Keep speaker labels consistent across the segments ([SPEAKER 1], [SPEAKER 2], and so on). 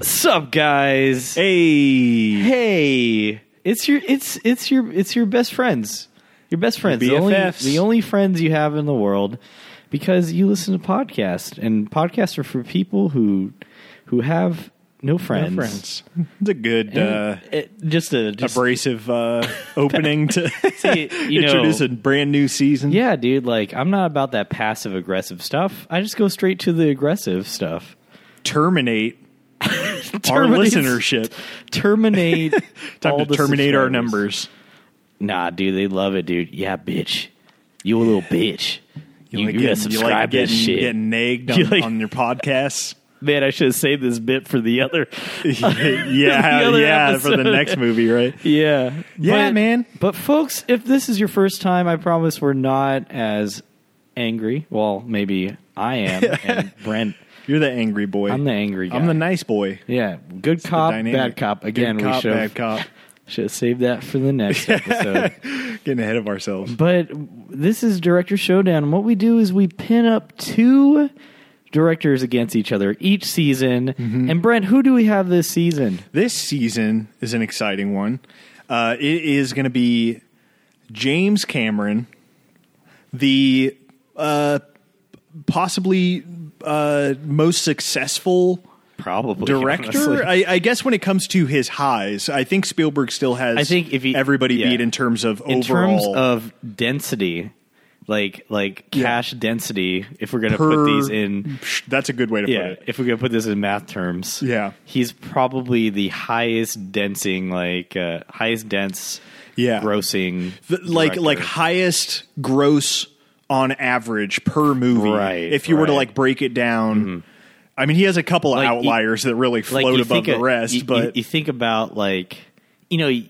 [SPEAKER 1] Sup, guys?
[SPEAKER 2] Hey,
[SPEAKER 1] Hey, it's your it's it's your it's your best friends, your best friends, the only,
[SPEAKER 2] BFFs.
[SPEAKER 1] the only friends you have in the world, because you listen to podcasts, and podcasts are for people who who have no friends.
[SPEAKER 2] friends. It's a good uh,
[SPEAKER 1] And it- just a just,
[SPEAKER 2] abrasive uh, opening to
[SPEAKER 1] See, you know-
[SPEAKER 2] introduce a brand new season.
[SPEAKER 1] yeah, dude. Like I'm not about that passive aggressive stuff. I just go straight to the aggressive stuff.
[SPEAKER 2] Terminate our
[SPEAKER 1] Terminate-
[SPEAKER 2] listenership.
[SPEAKER 1] Terminate.
[SPEAKER 2] Time
[SPEAKER 1] all
[SPEAKER 2] to
[SPEAKER 1] the
[SPEAKER 2] terminate our
[SPEAKER 1] subscribers.
[SPEAKER 2] numbers.
[SPEAKER 1] Nah, dude, they love it, dude. Yeah, bitch. You a little bitch. You, you, gotta subscribe
[SPEAKER 2] like
[SPEAKER 1] to
[SPEAKER 2] getting,
[SPEAKER 1] this shit.
[SPEAKER 2] getting nagged
[SPEAKER 1] You
[SPEAKER 2] on,
[SPEAKER 1] like-
[SPEAKER 2] on your podcasts.
[SPEAKER 1] Man, I should have saved this bit for the other.
[SPEAKER 2] yeah,
[SPEAKER 1] other
[SPEAKER 2] yeah, for the
[SPEAKER 1] episode.
[SPEAKER 2] next movie, right?
[SPEAKER 1] Yeah.
[SPEAKER 2] Yeah, man.
[SPEAKER 1] But, folks, if this is your first time, I promise we're not as angry. Well, maybe I am. and Brent,
[SPEAKER 2] You're the angry boy.
[SPEAKER 1] I'm the angry guy.
[SPEAKER 2] I'm the nice boy.
[SPEAKER 1] yeah, good cop,
[SPEAKER 2] Dynamic.
[SPEAKER 1] bad cop.
[SPEAKER 2] Good
[SPEAKER 1] Again,
[SPEAKER 2] cop,
[SPEAKER 1] we
[SPEAKER 2] bad
[SPEAKER 1] should
[SPEAKER 2] cop.
[SPEAKER 1] should have saved that for the next episode.
[SPEAKER 2] Getting ahead of ourselves.
[SPEAKER 1] But this is Director Showdown. and What we do is we pin up two directors against each other each season.
[SPEAKER 2] Mm-hmm.
[SPEAKER 1] And Brent, who do we have this season?
[SPEAKER 2] This season is an exciting one. Uh, it is going to be James Cameron, the uh, possibly uh, most successful
[SPEAKER 1] Probably
[SPEAKER 2] director. I, I guess when it comes to his highs, I think Spielberg still has.
[SPEAKER 1] I think if he-
[SPEAKER 2] everybody
[SPEAKER 1] yeah.
[SPEAKER 2] beat in terms of
[SPEAKER 1] in
[SPEAKER 2] overall
[SPEAKER 1] terms of density, like like
[SPEAKER 2] Yeah.
[SPEAKER 1] cash density. If we're gonna
[SPEAKER 2] per-
[SPEAKER 1] put these in,
[SPEAKER 2] Psh, That's a good way to put
[SPEAKER 1] yeah,
[SPEAKER 2] it.
[SPEAKER 1] if we're gonna put this in math terms,
[SPEAKER 2] Yeah.
[SPEAKER 1] he's probably the highest densing, like uh, highest dense,
[SPEAKER 2] Yeah.
[SPEAKER 1] grossing,
[SPEAKER 2] the, like
[SPEAKER 1] director.
[SPEAKER 2] like highest gross on average per movie.
[SPEAKER 1] Right,
[SPEAKER 2] If you were
[SPEAKER 1] right.
[SPEAKER 2] to
[SPEAKER 1] Mm-hmm.
[SPEAKER 2] like break it down, I mean, he has a couple of
[SPEAKER 1] Like, you-
[SPEAKER 2] outliers that really float
[SPEAKER 1] you
[SPEAKER 2] above
[SPEAKER 1] think
[SPEAKER 2] the
[SPEAKER 1] a-
[SPEAKER 2] rest.
[SPEAKER 1] you- you-
[SPEAKER 2] but
[SPEAKER 1] you, think about like you know, it,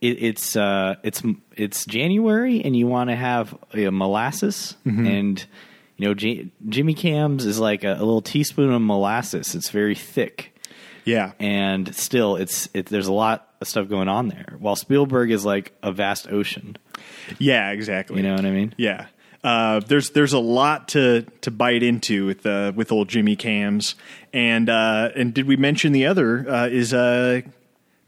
[SPEAKER 1] it's uh, it's it's January, and you want to have uh, molasses,
[SPEAKER 2] Mm-hmm.
[SPEAKER 1] and you know, J- Jimmy Cams is like a, a little teaspoon of molasses. It's very thick,
[SPEAKER 2] yeah,
[SPEAKER 1] and still, it's it, there's a lot of stuff going on there. While Spielberg is like a vast ocean.
[SPEAKER 2] yeah, exactly.
[SPEAKER 1] You know what I mean?
[SPEAKER 2] Yeah. Uh, there's there's a lot to to bite into with uh, with old Jimmy Cams and uh, and did we mention the other uh, is uh,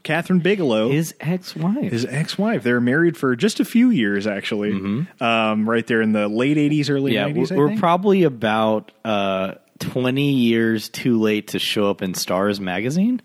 [SPEAKER 2] Catherine Bigelow
[SPEAKER 1] His ex-wife.
[SPEAKER 2] his ex-wife they were married for just a few years actually um, right there in the late 80s early
[SPEAKER 1] Mm-hmm. yeah,
[SPEAKER 2] 90s I
[SPEAKER 1] we're, we're
[SPEAKER 2] think.
[SPEAKER 1] probably about uh, 20 years too late to show up in Stars magazine.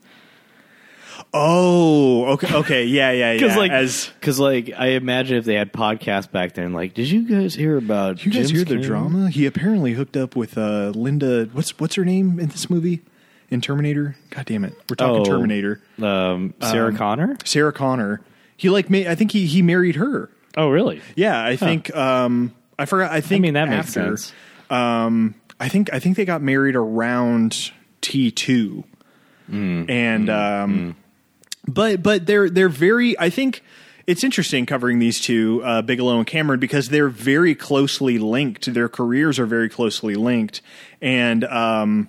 [SPEAKER 2] Oh, okay, okay, yeah, yeah, yeah.
[SPEAKER 1] Because like,
[SPEAKER 2] as
[SPEAKER 1] cause like, I imagine if they had podcasts back then, like, did you guys hear about?
[SPEAKER 2] you
[SPEAKER 1] Jim's
[SPEAKER 2] guys hear the
[SPEAKER 1] Kim?"
[SPEAKER 2] drama, he apparently hooked up with uh, Linda. What's what's her name in this movie? In Terminator. God damn it, we're talking
[SPEAKER 1] Oh,
[SPEAKER 2] Terminator.
[SPEAKER 1] Um, Sarah Connor.
[SPEAKER 2] Sarah Connor. He like ma- I think he he married her.
[SPEAKER 1] Oh, really?
[SPEAKER 2] Yeah, I think. Um, I forgot. I think.
[SPEAKER 1] mean, that makes
[SPEAKER 2] after,
[SPEAKER 1] sense.
[SPEAKER 2] Um, I think I think they got married around T two, and um, but but they're they're very. I think it's interesting covering these two, uh, Bigelow and Cameron, because they're very closely linked. Their careers are very closely linked, and um,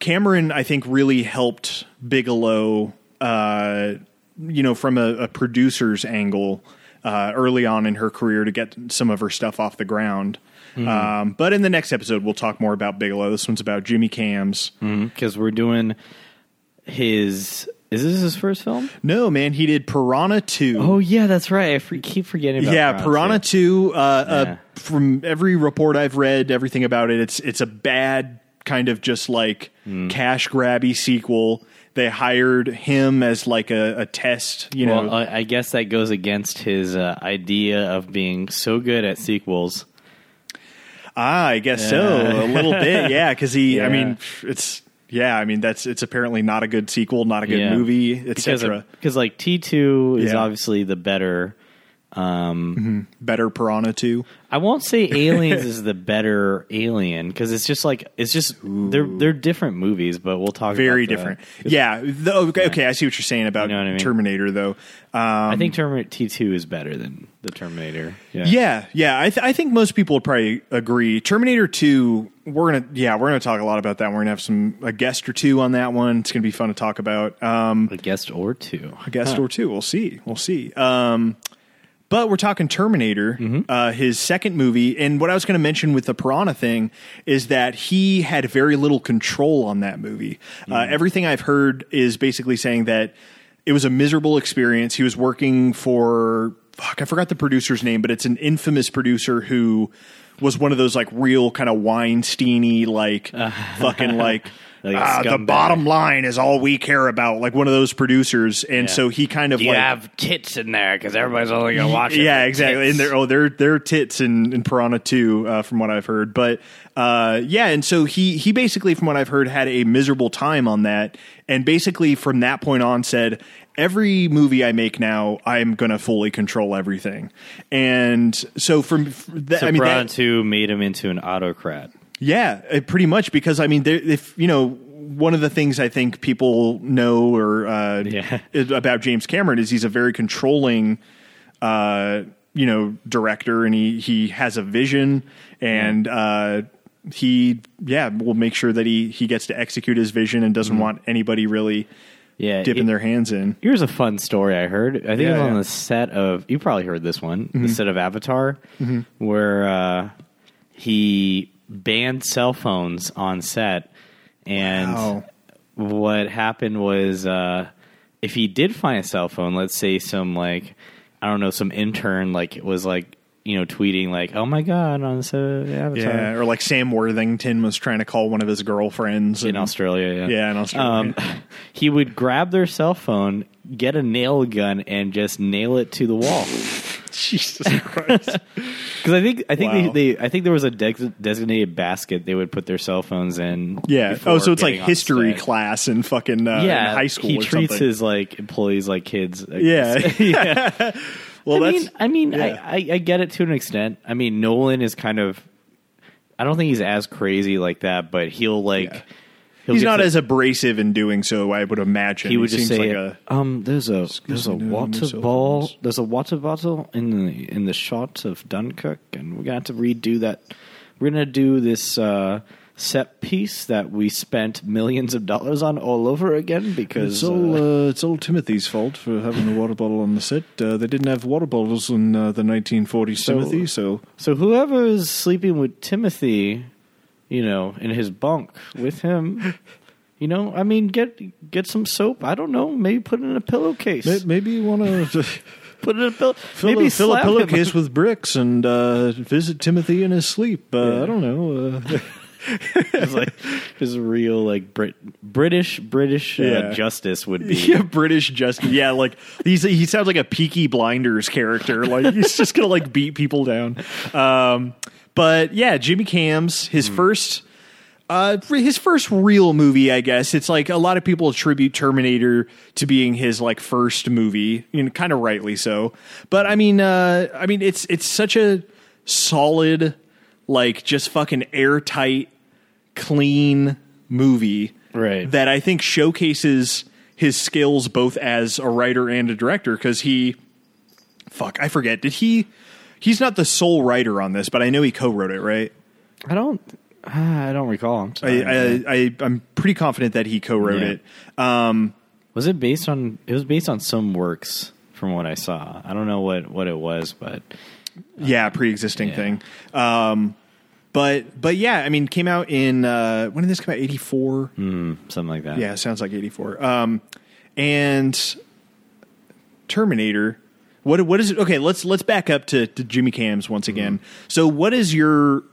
[SPEAKER 2] Cameron, I think, really helped Bigelow, uh, you know, from a, a producer's angle uh, early on in her career to get some of her stuff off the ground.
[SPEAKER 1] Hmm.
[SPEAKER 2] Um, but in the next episode, we'll talk more about Bigelow. This one's about Jimmy Cams.
[SPEAKER 1] Because Mm-hmm. we're doing his. Is this his first film?
[SPEAKER 2] No, man, he did Piranha 2.
[SPEAKER 1] Oh yeah, that's right. I for, keep forgetting. about
[SPEAKER 2] yeah, Piranha 2. Uh,
[SPEAKER 1] Yeah.
[SPEAKER 2] uh, from every report I've read, everything about it, it's it's a bad kind of just like
[SPEAKER 1] Hmm.
[SPEAKER 2] cash grabby sequel. They hired him as like a, a test, you know.
[SPEAKER 1] Well, I, I guess that goes against his uh, idea of being so good at sequels.
[SPEAKER 2] Ah, I guess so. A little bit, yeah. Because he,
[SPEAKER 1] Yeah.
[SPEAKER 2] I mean, it's yeah. I mean, that's it's apparently not a good sequel, not a good
[SPEAKER 1] Yeah.
[SPEAKER 2] movie,
[SPEAKER 1] Because
[SPEAKER 2] etc.
[SPEAKER 1] because, like T two is
[SPEAKER 2] Yeah.
[SPEAKER 1] obviously the better.
[SPEAKER 2] Better Piranha Two.
[SPEAKER 1] I won't say Aliens is the better Alien because it's just like it's just they're they're different movies, but we'll talk
[SPEAKER 2] Very
[SPEAKER 1] about that.
[SPEAKER 2] different. Yeah. The, oh, okay, okay, I see what you're saying about
[SPEAKER 1] You know what I mean?
[SPEAKER 2] Terminator, though. Um,
[SPEAKER 1] I think Terminator T two is better than the Terminator. Yeah,
[SPEAKER 2] yeah, yeah. I, th- I think most people would probably agree. Terminator Two. We're gonna yeah, we're gonna talk a lot about that. We're gonna have some a guest or two on that one. It's gonna be fun to talk about. Um,
[SPEAKER 1] a guest or two.
[SPEAKER 2] a guest or two. We'll see. We'll see. Um, But we're talking Terminator,
[SPEAKER 1] Mm-hmm.
[SPEAKER 2] uh, his second movie. And what I was going to mention with the Piranha thing is that he had very little control on that movie. Uh,
[SPEAKER 1] Mm-hmm.
[SPEAKER 2] everything I've heard is basically saying that it was a miserable experience. He was working for, fuck, I forgot the producer's name, but it's an infamous producer who was one of those like real kind of Weinsteiny, like fucking like.
[SPEAKER 1] Like a
[SPEAKER 2] "Ah, the
[SPEAKER 1] scumbag.
[SPEAKER 2] bottom line is all we care about, like one of those producers, and so he kind of
[SPEAKER 1] You
[SPEAKER 2] like
[SPEAKER 1] have tits in there because everybody's only gonna watch it.
[SPEAKER 2] yeah,
[SPEAKER 1] for
[SPEAKER 2] exactly.
[SPEAKER 1] tits.
[SPEAKER 2] And they're oh, they're they're tits in, in Piranha too, uh, from what I've heard. But uh, yeah, and so he he basically, from what I've heard, had a miserable time on that, and basically from that point on said. Every movie I make now, I'm gonna fully control everything, and so from f- that,
[SPEAKER 1] so
[SPEAKER 2] I mean, that-
[SPEAKER 1] Piranha Two made him into an autocrat.
[SPEAKER 2] yeah, uh, pretty much because I mean, there, if you know, one of the things I think people know or uh,
[SPEAKER 1] Yeah.
[SPEAKER 2] is- about James Cameron is he's a very controlling, uh, you know, director, and he he has a vision, and uh, he yeah will make sure that he he gets to execute his vision and
[SPEAKER 1] Mm-hmm.
[SPEAKER 2] doesn't want anybody really
[SPEAKER 1] Yeah,
[SPEAKER 2] dipping
[SPEAKER 1] he-
[SPEAKER 2] their hands in.
[SPEAKER 1] Here's a fun story I heard. I think it was
[SPEAKER 2] Yeah,
[SPEAKER 1] on
[SPEAKER 2] yeah. Mm-hmm.
[SPEAKER 1] the set of you probably heard this one, the set of Avatar, where uh, he banned cell phones on set, and
[SPEAKER 2] Wow.
[SPEAKER 1] what happened was uh, if he did find a cell phone, let's say some like I don't know, some intern like was like you know tweeting like, "Oh my god!" on the set of Avatar
[SPEAKER 2] Yeah, or like Sam Worthington was trying to call one of his girlfriends
[SPEAKER 1] in
[SPEAKER 2] and-
[SPEAKER 1] Australia, yeah,
[SPEAKER 2] Yeah, in Australia.
[SPEAKER 1] Um, he would grab their cell phone, get a nail gun, and just nail it to the wall.
[SPEAKER 2] Jesus Christ.
[SPEAKER 1] Because I think I think
[SPEAKER 2] Wow.
[SPEAKER 1] they, they I think there was a de- designated basket they would put their cell phones in.
[SPEAKER 2] Yeah.
[SPEAKER 1] before
[SPEAKER 2] Oh, so it's like
[SPEAKER 1] getting on
[SPEAKER 2] history
[SPEAKER 1] set.
[SPEAKER 2] class in fucking uh, in
[SPEAKER 1] Yeah,
[SPEAKER 2] high school
[SPEAKER 1] He
[SPEAKER 2] or
[SPEAKER 1] treats
[SPEAKER 2] something.
[SPEAKER 1] his like employees like kids. I
[SPEAKER 2] Yeah.
[SPEAKER 1] guess. yeah.
[SPEAKER 2] well,
[SPEAKER 1] I
[SPEAKER 2] that's
[SPEAKER 1] mean, I mean,
[SPEAKER 2] yeah.
[SPEAKER 1] I, I, I get it to an extent. I mean, Nolan is kind of. I don't think he's as crazy like that, but he'll like.
[SPEAKER 2] Yeah.
[SPEAKER 1] He'll
[SPEAKER 2] he's
[SPEAKER 1] get
[SPEAKER 2] not
[SPEAKER 1] to-
[SPEAKER 2] as abrasive in doing so. I would imagine
[SPEAKER 1] He would just
[SPEAKER 2] seems
[SPEAKER 1] say,
[SPEAKER 2] like a
[SPEAKER 1] "Um, there's a there's a
[SPEAKER 2] me, no, no
[SPEAKER 1] water
[SPEAKER 2] cell
[SPEAKER 1] ball.
[SPEAKER 2] phones.
[SPEAKER 1] There's a water bottle in the in the shot of Dunkirk, and we're gonna have to redo that. We're gonna do this uh, set piece that we spent millions of dollars on all over again because uh,
[SPEAKER 2] uh, it's all Timothy's fault for having the water bottle on the set. Uh, they didn't have water bottles in uh, the 1940s,
[SPEAKER 1] Timothy,
[SPEAKER 2] So
[SPEAKER 1] so whoever is sleeping with Timothy, you know, in his bunk with him." You know, I mean, get get some soap. I don't know. Maybe put it in a pillowcase.
[SPEAKER 2] maybe you want to
[SPEAKER 1] Put it in a pillow. Maybe slap him.
[SPEAKER 2] with bricks and uh, visit Timothy in his sleep. Uh,
[SPEAKER 1] I don't
[SPEAKER 2] know. Uh,
[SPEAKER 1] It's like just real like Brit British British uh,
[SPEAKER 2] Yeah.
[SPEAKER 1] justice would be.
[SPEAKER 2] Yeah, British Justin. Yeah, like he's he sounds like a Peaky Blinders character. Like he's just gonna like beat people down. Um, but yeah, Jimmy Cams, his
[SPEAKER 1] Hmm.
[SPEAKER 2] first. Uh, his first real movie, I guess. It's like a lot of people attribute Terminator to being his like first movie, you know, kind of rightly so. But I mean, uh, I mean, it's it's such a solid, like just fucking airtight, clean movie,
[SPEAKER 1] Right.
[SPEAKER 2] That that I think showcases his skills both as a writer and a director because he fuck I forget did he he's not the sole writer on this but I know he co-wrote it right
[SPEAKER 1] I don't ah, I don't recall. I'm
[SPEAKER 2] I,
[SPEAKER 1] sorry.
[SPEAKER 2] I, I I'm pretty confident that he co-wrote
[SPEAKER 1] Yeah.
[SPEAKER 2] it
[SPEAKER 1] was it based on it was based on some works from what I saw. I don't know what what it was, but
[SPEAKER 2] yeah pre-existing thing um but but yeah I mean came out in uh when did this come out 84
[SPEAKER 1] mm, something like that.
[SPEAKER 2] Yeah, sounds like eighty four. Um, and Terminator. What what is it? Okay, let's let's back up to, to Jimmy Cams once
[SPEAKER 1] Mm-hmm.
[SPEAKER 2] again. So, what is your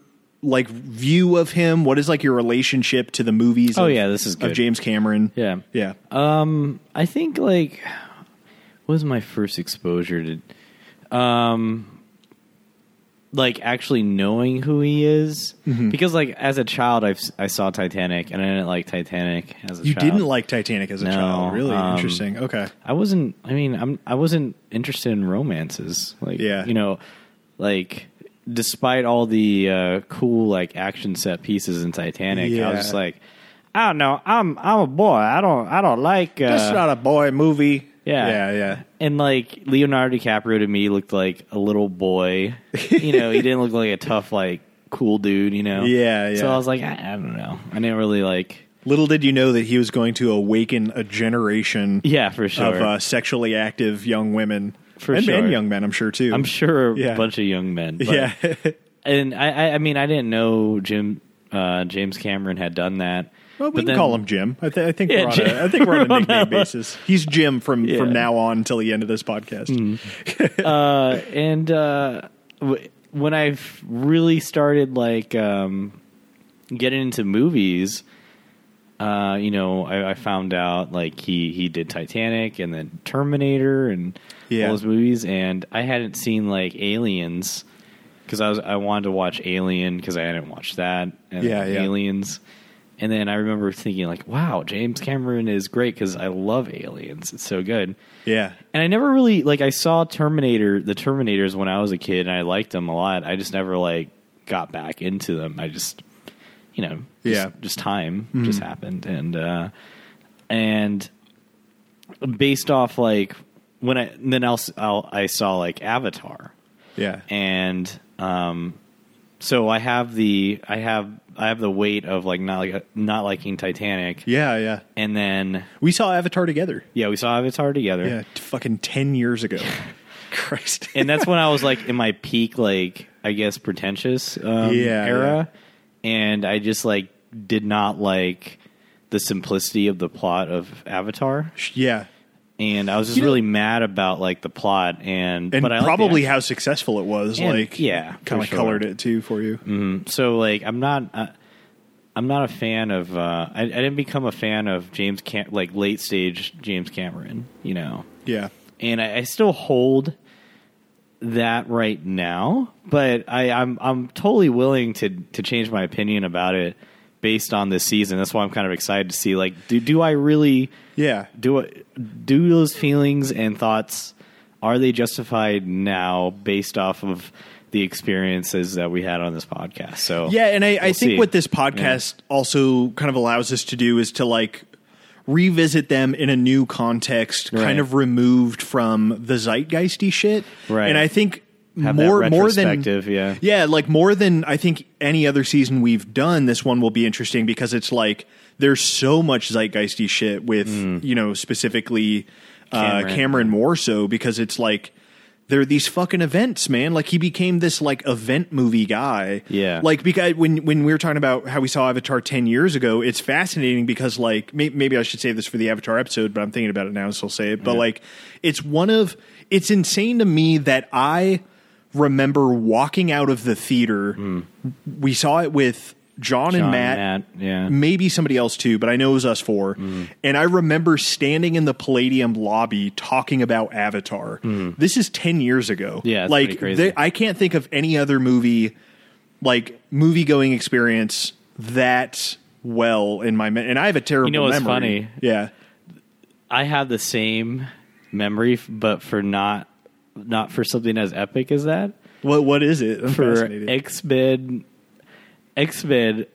[SPEAKER 2] like view of him? What is like your relationship to the movies?
[SPEAKER 1] Oh,
[SPEAKER 2] of,
[SPEAKER 1] yeah, this is
[SPEAKER 2] of
[SPEAKER 1] good.
[SPEAKER 2] James Cameron.
[SPEAKER 1] Yeah.
[SPEAKER 2] yeah.
[SPEAKER 1] Um I think like what was my first exposure to um like actually knowing who he is
[SPEAKER 2] Mm-hmm.
[SPEAKER 1] because like as a child I've, s- I saw Titanic and I didn't like Titanic as a
[SPEAKER 2] you
[SPEAKER 1] child.
[SPEAKER 2] didn't like Titanic as a
[SPEAKER 1] No,
[SPEAKER 2] child, really
[SPEAKER 1] um,
[SPEAKER 2] interesting. Okay,
[SPEAKER 1] I wasn't. I mean, I'm. I wasn't interested in romances. Like,
[SPEAKER 2] Yeah.
[SPEAKER 1] you know, like despite all the uh, cool like action set pieces in Titanic, I
[SPEAKER 2] Yeah.
[SPEAKER 1] was just like, I don't know. I'm. I'm a boy. I don't. I don't like. Uh,
[SPEAKER 2] that's not a boy movie.
[SPEAKER 1] yeah.
[SPEAKER 2] yeah, yeah.
[SPEAKER 1] And like Leonardo DiCaprio to me looked like a little boy. You know, he didn't look like a tough like cool dude. You know.
[SPEAKER 2] Yeah,
[SPEAKER 1] So
[SPEAKER 2] yeah.
[SPEAKER 1] I was like, I, I don't know. I didn't really like.
[SPEAKER 2] Little did you know that he was going to awaken a generation
[SPEAKER 1] Yeah, for sure.
[SPEAKER 2] of uh, sexually active young women.
[SPEAKER 1] for
[SPEAKER 2] and,
[SPEAKER 1] sure.
[SPEAKER 2] and young men, I'm sure too.
[SPEAKER 1] I'm sure
[SPEAKER 2] Yeah.
[SPEAKER 1] a bunch of young men. but-
[SPEAKER 2] yeah,
[SPEAKER 1] and I, I, I mean, I didn't know Jim uh, James Cameron had done that.
[SPEAKER 2] well,
[SPEAKER 1] but
[SPEAKER 2] we can
[SPEAKER 1] then-
[SPEAKER 2] call him Jim. I, th- I think
[SPEAKER 1] Yeah,
[SPEAKER 2] we're on
[SPEAKER 1] Jim.
[SPEAKER 2] a, I think we're on
[SPEAKER 1] We're
[SPEAKER 2] a
[SPEAKER 1] on
[SPEAKER 2] nickname
[SPEAKER 1] a-
[SPEAKER 2] basis. He's Jim from
[SPEAKER 1] Yeah. Hmm.
[SPEAKER 2] from now on until the end of this podcast.
[SPEAKER 1] uh, and uh, w- when I've really started like um, getting into movies, uh, you know, I, I found out like he he did Titanic and then Terminator and
[SPEAKER 2] Yeah.
[SPEAKER 1] all those movies, and I hadn't seen like Aliens because I was I wanted to watch Alien because I hadn't watched that and
[SPEAKER 2] Yeah, yeah.
[SPEAKER 1] Aliens. And then I remember thinking, like, wow, James Cameron is great because I love Aliens. It's so good.
[SPEAKER 2] Yeah,
[SPEAKER 1] And I never really like I saw Terminator, the Terminators when I was a kid, and I liked them a lot. I just never like got back into them. I just, you know, just,
[SPEAKER 2] Yeah. Mm-hmm.
[SPEAKER 1] just time just happened, and uh, and based off like when I then else I'll, I saw like Avatar,
[SPEAKER 2] yeah,
[SPEAKER 1] and um, so I have the I have I have the weight of like not like not liking Titanic,
[SPEAKER 2] yeah, yeah.
[SPEAKER 1] and then
[SPEAKER 2] We saw Avatar together.
[SPEAKER 1] yeah, we saw Avatar together,
[SPEAKER 2] Yeah, t- fucking ten years ago. Christ.
[SPEAKER 1] and that's when I was like in my peak, like I guess pretentious um,
[SPEAKER 2] Yeah,
[SPEAKER 1] era, and I just like did not like the simplicity of the plot of Avatar,
[SPEAKER 2] yeah,
[SPEAKER 1] and I was just
[SPEAKER 2] You know-
[SPEAKER 1] really mad about like the plot and
[SPEAKER 2] and
[SPEAKER 1] but I liked the
[SPEAKER 2] probably how successful it was.
[SPEAKER 1] And-
[SPEAKER 2] like,
[SPEAKER 1] yeah, for
[SPEAKER 2] kind of
[SPEAKER 1] sure. Hmm.
[SPEAKER 2] colored it too for you.
[SPEAKER 1] so like I'm not uh, I'm not a fan of uh, I, I didn't become a fan of James Cam- like late stage James Cameron you know
[SPEAKER 2] Yeah,
[SPEAKER 1] and I, I still hold that right now but I, I'm I'm totally willing to to change my opinion about it based on this season that's why I'm kind of excited to see like do do I really
[SPEAKER 2] yeah,
[SPEAKER 1] do I- do those feelings and thoughts are they justified now based off of the experiences that we had on this podcast so
[SPEAKER 2] yeah. And I, I
[SPEAKER 1] we'll
[SPEAKER 2] think
[SPEAKER 1] see.
[SPEAKER 2] what this podcast also kind of allows us to do is to like revisit them in a new context,
[SPEAKER 1] Right.
[SPEAKER 2] kind of removed from the zeitgeisty shit.
[SPEAKER 1] Right.
[SPEAKER 2] And I think
[SPEAKER 1] Have that
[SPEAKER 2] more more than
[SPEAKER 1] retrospective, yeah.
[SPEAKER 2] Yeah, like more than I think any other season we've done, this one will be interesting because it's like there's so much zeitgeisty shit with you know specifically
[SPEAKER 1] Mm.
[SPEAKER 2] uh,
[SPEAKER 1] Cameron.
[SPEAKER 2] Cameron more so because it's like there are these fucking events, man. Like he became this like event movie guy.
[SPEAKER 1] Yeah.
[SPEAKER 2] like because when when we were talking about how we saw Avatar ten years ago, it's fascinating because like may, maybe I should save this for the Avatar episode, but I'm thinking about it now, so I'll say it. But like, it's one of it's insane to me that I remember walking out of the theater. We saw it with
[SPEAKER 1] Mm.
[SPEAKER 2] John,
[SPEAKER 1] John,
[SPEAKER 2] and Matt,
[SPEAKER 1] Matt, yeah
[SPEAKER 2] maybe somebody else too, but I know it was us four.
[SPEAKER 1] Mm.
[SPEAKER 2] And I remember standing in the Palladium lobby talking about Avatar. This is ten years ago.
[SPEAKER 1] Mm. Yeah, it's
[SPEAKER 2] like
[SPEAKER 1] pretty crazy.
[SPEAKER 2] there- I can't think of any other movie, like movie going experience that well in my me- and I have a terrible.
[SPEAKER 1] You know what's
[SPEAKER 2] memory.
[SPEAKER 1] funny?
[SPEAKER 2] Yeah,
[SPEAKER 1] I have the same memory, f- but for not not for something as epic as that.
[SPEAKER 2] what what is it? I'm
[SPEAKER 1] For
[SPEAKER 2] fascinated.
[SPEAKER 1] X Men, X Men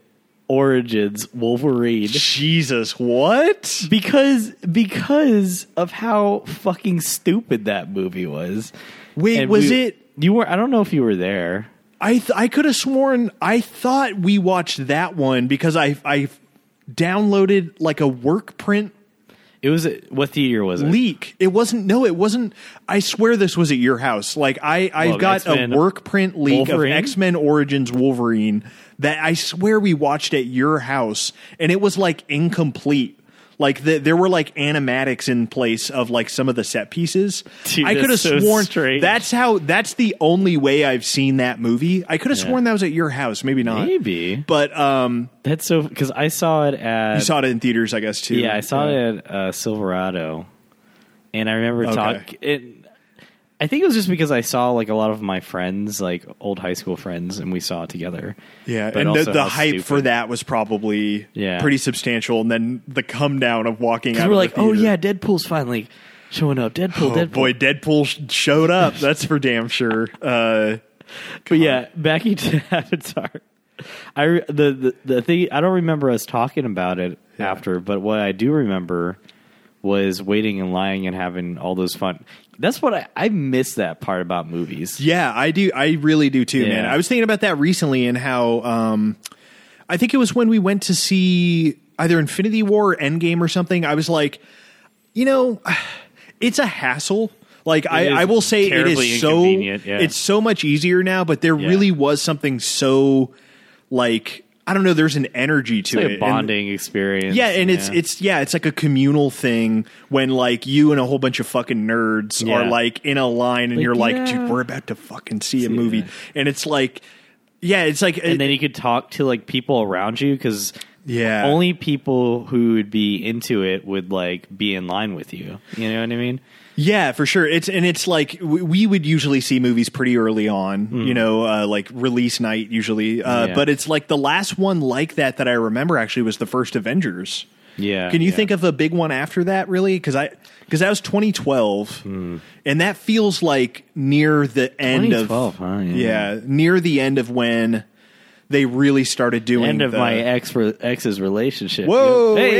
[SPEAKER 1] Origins Wolverine,
[SPEAKER 2] Jesus, what?
[SPEAKER 1] because because of how fucking stupid that movie was.
[SPEAKER 2] Wait,
[SPEAKER 1] And
[SPEAKER 2] was
[SPEAKER 1] we-
[SPEAKER 2] it?
[SPEAKER 1] you were? I don't know if you were there.
[SPEAKER 2] I th- I could have sworn I thought we watched that one because I I downloaded like a work print
[SPEAKER 1] It was what theater was it?
[SPEAKER 2] leak. It wasn't. No, it wasn't. I swear this was at your house. Like I, I
[SPEAKER 1] Well,
[SPEAKER 2] got
[SPEAKER 1] X-Men
[SPEAKER 2] a work print leak
[SPEAKER 1] Wolverine?
[SPEAKER 2] of X Men Origins Wolverine that I swear we watched at your house, and it was like incomplete. Like the, there were like animatics in place of like some of the set pieces.
[SPEAKER 1] Dude,
[SPEAKER 2] I could have
[SPEAKER 1] that's so
[SPEAKER 2] sworn
[SPEAKER 1] strange.
[SPEAKER 2] that's how. That's the only way I've seen that movie. I could have sworn that was at your house. Maybe not.
[SPEAKER 1] Maybe
[SPEAKER 2] But um,
[SPEAKER 1] that's so because I saw it at
[SPEAKER 2] you saw it in theaters, I guess too.
[SPEAKER 1] Yeah, I saw it at uh, Silverado, and I remember
[SPEAKER 2] Okay.
[SPEAKER 1] talk. It, I think it was just because I saw like a lot of my friends, like old high school friends, and we saw it together.
[SPEAKER 2] Yeah,
[SPEAKER 1] But
[SPEAKER 2] and the,
[SPEAKER 1] also
[SPEAKER 2] the
[SPEAKER 1] how
[SPEAKER 2] hype for
[SPEAKER 1] stupid.
[SPEAKER 2] that was probably
[SPEAKER 1] Yeah.
[SPEAKER 2] pretty substantial, and then the come down of walking out.
[SPEAKER 1] we were
[SPEAKER 2] of
[SPEAKER 1] like,
[SPEAKER 2] the
[SPEAKER 1] oh
[SPEAKER 2] theater.
[SPEAKER 1] yeah, Deadpool's finally showing up. Deadpool,
[SPEAKER 2] oh
[SPEAKER 1] Deadpool.
[SPEAKER 2] boy, Deadpool sh- showed up. That's for damn sure. Uh,
[SPEAKER 1] But yeah, back into Avatar. I re- the, the the thing I don't remember us talking about it after, but what I do remember was waiting and lying and having all those fun. That's what I, I miss that part about movies.
[SPEAKER 2] yeah, I do. I really do too, man.
[SPEAKER 1] Yeah.
[SPEAKER 2] I was thinking about that recently, and how um, I think it was when we went to see either Infinity War or Endgame or something. I was like, you know, it's a hassle. Like I,
[SPEAKER 1] is
[SPEAKER 2] I will say it
[SPEAKER 1] terribly
[SPEAKER 2] is so
[SPEAKER 1] inconvenient, yeah.
[SPEAKER 2] it's so much easier now, but there
[SPEAKER 1] Yeah.
[SPEAKER 2] really was something so like I don't know, there's an energy
[SPEAKER 1] It's
[SPEAKER 2] to it.
[SPEAKER 1] like a
[SPEAKER 2] and-
[SPEAKER 1] bonding experience.
[SPEAKER 2] yeah, and it's it's yeah, it's like a communal thing when like you and a whole bunch of fucking nerds
[SPEAKER 1] Yeah.
[SPEAKER 2] are like in a line and you're like,
[SPEAKER 1] yeah.
[SPEAKER 2] dude, we're about to fucking see, a
[SPEAKER 1] it,
[SPEAKER 2] movie,
[SPEAKER 1] yeah.
[SPEAKER 2] and it's like, yeah, it's like,
[SPEAKER 1] and then you could talk to like people around you because
[SPEAKER 2] Yeah.
[SPEAKER 1] only people who would be into it would like be in line with you. You know what I mean?
[SPEAKER 2] yeah, for sure. It's and it's like we, we would usually see movies pretty early on, you know, uh, like release night usually, uh,
[SPEAKER 1] Yeah.
[SPEAKER 2] but it's like the last one like that that I remember actually was the first Avengers.
[SPEAKER 1] Yeah.
[SPEAKER 2] Can you
[SPEAKER 1] yeah.
[SPEAKER 2] think of a big one after that, really? Because I because that was 2012,
[SPEAKER 1] Hmm.
[SPEAKER 2] and that feels like near the end of
[SPEAKER 1] 2012, huh? Yeah.
[SPEAKER 2] yeah, near the end of when they really started doing
[SPEAKER 1] end of
[SPEAKER 2] the-
[SPEAKER 1] my ex ex's relationship?
[SPEAKER 2] Whoa!
[SPEAKER 1] Hey!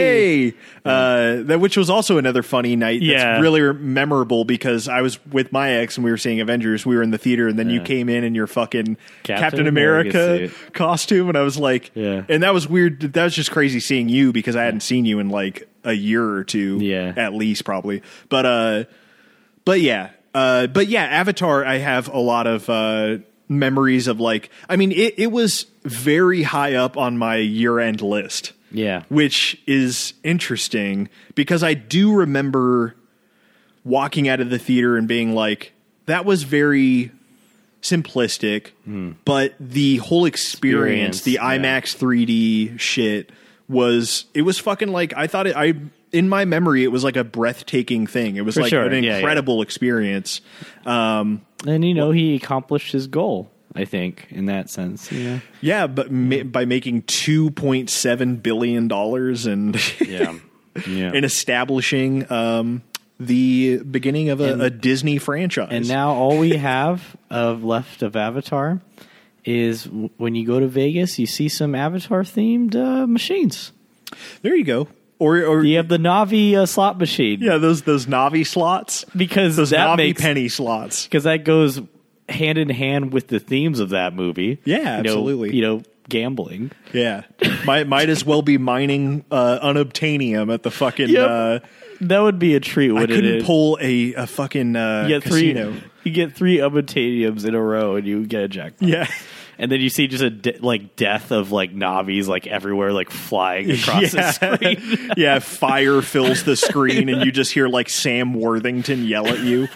[SPEAKER 2] Hey, Uh, that which was also another funny night. That's
[SPEAKER 1] Yeah.
[SPEAKER 2] really memorable because I was with my ex and we were seeing Avengers. We were in the theater, and then you came in in your fucking Captain,
[SPEAKER 1] Captain
[SPEAKER 2] America,
[SPEAKER 1] America
[SPEAKER 2] costume, and I was like,
[SPEAKER 1] Yeah.
[SPEAKER 2] And that was weird. That was just crazy seeing you because I hadn't seen you in like a year or two,
[SPEAKER 1] Yeah.
[SPEAKER 2] at least probably. But uh, but yeah, uh, but yeah, Avatar. I have a lot of uh, memories of like. I mean, it, it was very high up on my year end list.
[SPEAKER 1] Yeah.
[SPEAKER 2] which is interesting because I do remember walking out of the theater and being like, "That was very." Simplistic, but the whole experience,
[SPEAKER 1] Hmm. Experience,
[SPEAKER 2] the
[SPEAKER 1] yeah.
[SPEAKER 2] IMAX 3D shit was it was fucking like I thought it I in my memory it was like a breathtaking thing. It was
[SPEAKER 1] For
[SPEAKER 2] like
[SPEAKER 1] sure.
[SPEAKER 2] an
[SPEAKER 1] Yeah, yeah.
[SPEAKER 2] incredible experience. Um,
[SPEAKER 1] And you know he accomplished his goal. I think in that sense. Yeah.
[SPEAKER 2] yeah, but ma- by making two point seven billion dollars and
[SPEAKER 1] Yeah. Yeah.
[SPEAKER 2] and establishing um, the beginning of a, a Disney franchise.
[SPEAKER 1] And now all we have of left of Avatar is w- when you go to Vegas, you see some Avatar themed uh, machines.
[SPEAKER 2] there you go. Or or
[SPEAKER 1] You
[SPEAKER 2] yeah,
[SPEAKER 1] have the Navi uh, slot machine
[SPEAKER 2] those those Navi slots,
[SPEAKER 1] because
[SPEAKER 2] those
[SPEAKER 1] that
[SPEAKER 2] Navi
[SPEAKER 1] makes
[SPEAKER 2] penny slots.
[SPEAKER 1] because that goes hand in hand with the themes of that movie.
[SPEAKER 2] Yeah,
[SPEAKER 1] You know,
[SPEAKER 2] absolutely.
[SPEAKER 1] You know, gambling.
[SPEAKER 2] Yeah, might might as well be mining uh, unobtainium at the fucking.
[SPEAKER 1] Yep.
[SPEAKER 2] Uh,
[SPEAKER 1] That would be a treat.
[SPEAKER 2] I
[SPEAKER 1] Would it?
[SPEAKER 2] couldn't pull a a fucking uh,
[SPEAKER 1] you get three.
[SPEAKER 2] casino.
[SPEAKER 1] You get three Ubataniums in a row, and you get a jackpot.
[SPEAKER 2] Yeah.
[SPEAKER 1] And then you see just a de- like death of like navies like everywhere like flying across
[SPEAKER 2] yeah.
[SPEAKER 1] the screen.
[SPEAKER 2] yeah, fire fills the screen and you just hear like Sam Worthington yell at you.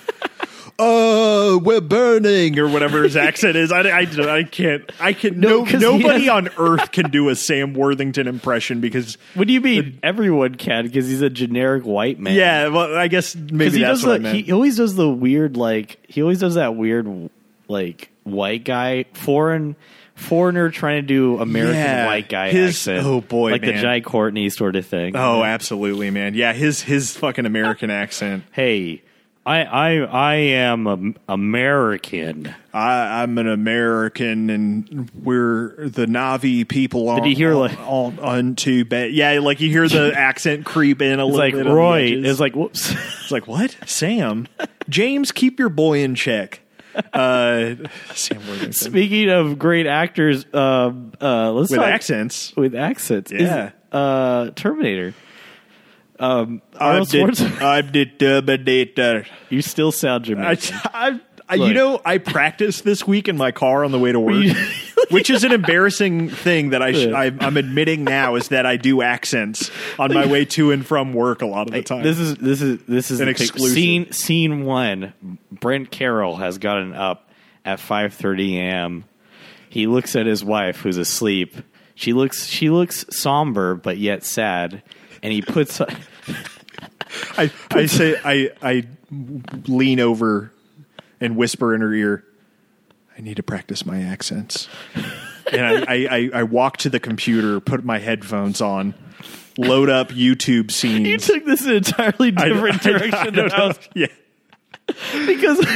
[SPEAKER 2] Oh, we're burning, or whatever his accent is. I, I, I can't. I can. No,
[SPEAKER 1] No, 'cause he
[SPEAKER 2] nobody
[SPEAKER 1] has-
[SPEAKER 2] on earth can do a Sam Worthington impression because.
[SPEAKER 1] What do you mean? Everyone can because he's a generic white man.
[SPEAKER 2] Yeah, well, I guess
[SPEAKER 1] because
[SPEAKER 2] maybe
[SPEAKER 1] he
[SPEAKER 2] that's
[SPEAKER 1] does
[SPEAKER 2] what I
[SPEAKER 1] the,
[SPEAKER 2] meant.
[SPEAKER 1] he always does the weird like he always does that weird like white guy foreign foreigner trying to do American
[SPEAKER 2] Yeah.
[SPEAKER 1] white guy
[SPEAKER 2] His-
[SPEAKER 1] accent.
[SPEAKER 2] oh, boy,
[SPEAKER 1] like
[SPEAKER 2] man.
[SPEAKER 1] the Jai Courtney sort of thing.
[SPEAKER 2] oh, absolutely, man. Yeah, his his fucking American accent.
[SPEAKER 1] Hey, I I I am a, American.
[SPEAKER 2] I, I'm an American, and we're the Navi people. On,
[SPEAKER 1] you hear,
[SPEAKER 2] on,
[SPEAKER 1] like-
[SPEAKER 2] on, on to bet? Yeah, like you hear the accent creep in a
[SPEAKER 1] It's
[SPEAKER 2] little
[SPEAKER 1] like
[SPEAKER 2] bit. on the
[SPEAKER 1] Roy
[SPEAKER 2] edges.
[SPEAKER 1] is like whoops.
[SPEAKER 2] It's like what? Sam, James, keep your boy in check. Uh, Sam Worthington
[SPEAKER 1] Speaking of great actors, uh, uh, let's
[SPEAKER 2] with
[SPEAKER 1] talk
[SPEAKER 2] accents.
[SPEAKER 1] with accents. Is-
[SPEAKER 2] Yeah.
[SPEAKER 1] uh, Terminator. Um,
[SPEAKER 2] I'm
[SPEAKER 1] Arnold Schwarzenegger.
[SPEAKER 2] the Terminator.
[SPEAKER 1] You still sound
[SPEAKER 2] I,
[SPEAKER 1] Jamaican.
[SPEAKER 2] I, I, you
[SPEAKER 1] Look.
[SPEAKER 2] know, I practiced this week in my car on the way to work,
[SPEAKER 1] you-
[SPEAKER 2] which is an embarrassing thing that I, sh-
[SPEAKER 1] Yeah.
[SPEAKER 2] I I'm admitting now is that I do accents on my way to and from work a lot of the time.
[SPEAKER 1] This is this is this is
[SPEAKER 2] An
[SPEAKER 1] the pic-
[SPEAKER 2] exclusive.
[SPEAKER 1] scene scene one. Brent Carroll has gotten up at five thirty a.m. He looks at his wife who's asleep. She looks she looks somber but yet sad, and he puts
[SPEAKER 2] I, I say I I lean over and whisper in her ear, I need to practice my accents. And I, I, I, I walk to the computer, put my headphones on, load up YouTube scenes.
[SPEAKER 1] you took this an entirely
[SPEAKER 2] I-
[SPEAKER 1] different
[SPEAKER 2] I- I
[SPEAKER 1] direction
[SPEAKER 2] don't
[SPEAKER 1] than I was
[SPEAKER 2] know. Yeah.
[SPEAKER 1] because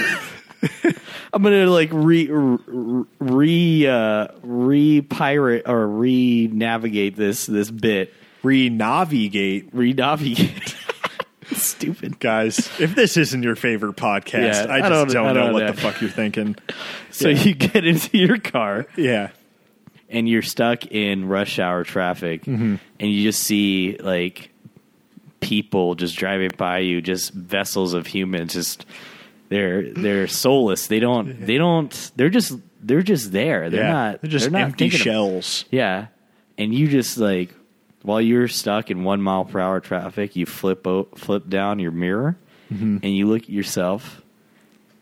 [SPEAKER 1] I'm gonna like re re- re uh, re pirate or re navigate this this bit
[SPEAKER 2] Renavigate.
[SPEAKER 1] re navigate. Stupid.
[SPEAKER 2] Guys, if this isn't your favorite
[SPEAKER 1] Yeah,
[SPEAKER 2] podcast, I
[SPEAKER 1] I
[SPEAKER 2] just
[SPEAKER 1] don't-
[SPEAKER 2] don't,
[SPEAKER 1] I
[SPEAKER 2] know
[SPEAKER 1] don't
[SPEAKER 2] what
[SPEAKER 1] know.
[SPEAKER 2] the fuck you're thinking.
[SPEAKER 1] So you get into your car
[SPEAKER 2] Yeah.
[SPEAKER 1] and you're stuck in rush hour traffic
[SPEAKER 2] Mm-hmm.
[SPEAKER 1] and you just see like people just driving by you, just vessels of humans just they're they're soulless. They don't they don't they're just they're just there. They're
[SPEAKER 2] Yeah.
[SPEAKER 1] not
[SPEAKER 2] They're just
[SPEAKER 1] not
[SPEAKER 2] empty
[SPEAKER 1] thinking ab-
[SPEAKER 2] shells.
[SPEAKER 1] yeah. And you just like while you're stuck in one mile per hour traffic, you flip o- flip down your mirror
[SPEAKER 2] Mm-hmm.
[SPEAKER 1] and you look at yourself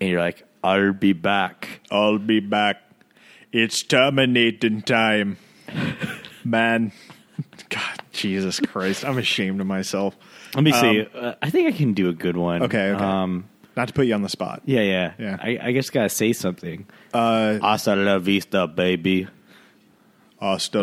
[SPEAKER 1] and you're like, I'll be back.
[SPEAKER 2] I'll be back. It's terminating time. Man. God, Jesus Christ. I'm ashamed of myself.
[SPEAKER 1] Let me see.
[SPEAKER 2] Um,
[SPEAKER 1] Uh, I think I can do a good one.
[SPEAKER 2] Okay, okay.
[SPEAKER 1] Um,
[SPEAKER 2] Not to put you on the spot.
[SPEAKER 1] yeah, yeah.
[SPEAKER 2] Yeah.
[SPEAKER 1] I, I just gotta say something.
[SPEAKER 2] Uh,
[SPEAKER 1] Hasta la vista, baby.
[SPEAKER 2] Hasta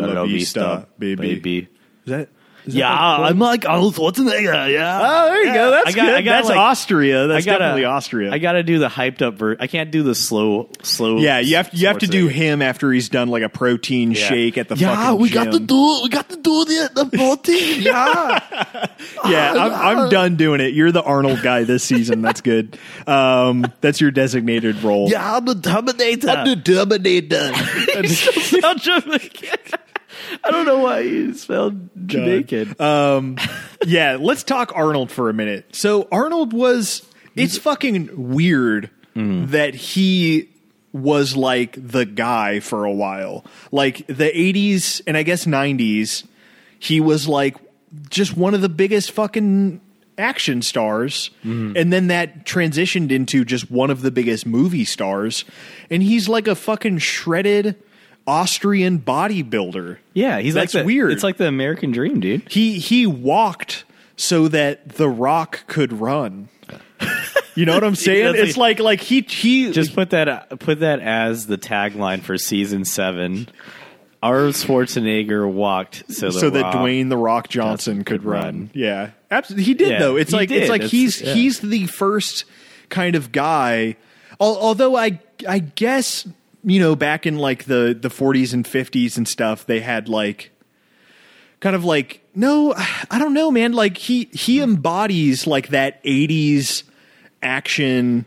[SPEAKER 1] Hasta
[SPEAKER 2] la vista, baby. Is that? is that
[SPEAKER 1] Yeah,
[SPEAKER 2] like-
[SPEAKER 1] I'm like Arnold Schwarzenegger. Yeah.
[SPEAKER 2] Oh, there you go. That's
[SPEAKER 1] I got-
[SPEAKER 2] good.
[SPEAKER 1] I got,
[SPEAKER 2] That's
[SPEAKER 1] like-
[SPEAKER 2] Austria.
[SPEAKER 1] I
[SPEAKER 2] That's
[SPEAKER 1] gotta,
[SPEAKER 2] definitely Austria.
[SPEAKER 1] I gotta do the hyped up version. I can't do the slow, slow.
[SPEAKER 2] yeah, you have you have to do
[SPEAKER 1] Schwarzenegger.
[SPEAKER 2] him after he's done like a protein shake at the fucking gym.
[SPEAKER 1] do. We got to do the the protein. yeah.
[SPEAKER 2] Yeah, I'm, I'm done doing it. You're the Arnold guy this season. That's good. Um, that's your designated role.
[SPEAKER 1] Yeah, I'm the Terminator. I'm Jamaican. I don't know why you spelled Jamaican.
[SPEAKER 2] Uh, yeah, let's talk Arnold for a minute. So Arnold was it's fucking weird that he was like the guy for a while. Like the 80s and I guess 90s, he was like just one of the biggest fucking action stars. And then that transitioned into just one of the biggest movie stars. And he's like a fucking shredded Austrian bodybuilder.
[SPEAKER 1] yeah, he's
[SPEAKER 2] That's
[SPEAKER 1] like the,
[SPEAKER 2] weird.
[SPEAKER 1] It's like the American Dream, dude.
[SPEAKER 2] He he walked so that the rock could run. You know what I'm saying?
[SPEAKER 1] That's
[SPEAKER 2] it's like like he he
[SPEAKER 1] Just put that uh, put that as the tagline for season seven. Arnold Schwarzenegger walked so, the
[SPEAKER 2] so that
[SPEAKER 1] Rock-
[SPEAKER 2] Dwayne the Rock Johnson could run. Yeah. Absolutely. He did
[SPEAKER 1] Yeah,
[SPEAKER 2] though. It's
[SPEAKER 1] he
[SPEAKER 2] like
[SPEAKER 1] did.
[SPEAKER 2] it's like
[SPEAKER 1] It's-
[SPEAKER 2] he's
[SPEAKER 1] yeah.
[SPEAKER 2] he's the first kind of guy al- although I I guess you know back in like the the 40s and 50s and stuff they had like kind of like no i don't know man like he he embodies like that 80s action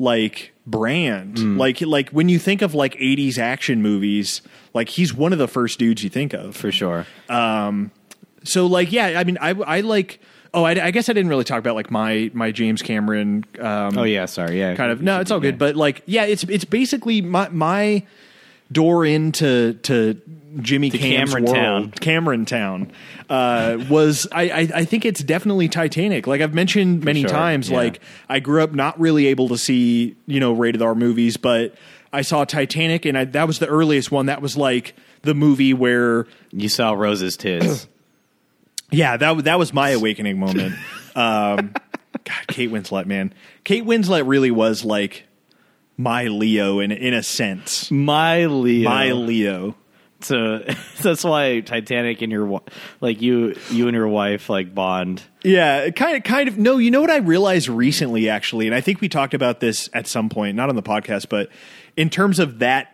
[SPEAKER 2] like brand like like when you think of like 80s action movies like he's one of the first dudes you think of
[SPEAKER 1] for sure.
[SPEAKER 2] so like yeah i mean i i like oh i, I guess i didn't really talk about like my my james cameron um
[SPEAKER 1] Oh yeah, sorry. Yeah,
[SPEAKER 2] kind of no it's all good but like yeah it's it's basically my my door into to jimmy Cam's
[SPEAKER 1] Cameron
[SPEAKER 2] world
[SPEAKER 1] Town.
[SPEAKER 2] cameron town uh was I, I i think it's definitely titanic like i've mentioned many
[SPEAKER 1] sure,
[SPEAKER 2] times
[SPEAKER 1] yeah.
[SPEAKER 2] like i grew up not really able to see you know rated r movies but i saw titanic and I, that was the earliest one that was like the movie where
[SPEAKER 1] You saw Rose's tits.
[SPEAKER 2] yeah, that w- that was my awakening moment. Um, God, Kate Winslet, man, Kate Winslet really was like my Leo in in a sense.
[SPEAKER 1] My Leo.
[SPEAKER 2] My Leo.
[SPEAKER 1] so that's why Titanic and your wi- like you you and your wife like bond.
[SPEAKER 2] Yeah, kind of, kind of. No, you know what I realized recently, actually, and I think we talked about this at some point, not on the podcast, but in terms of that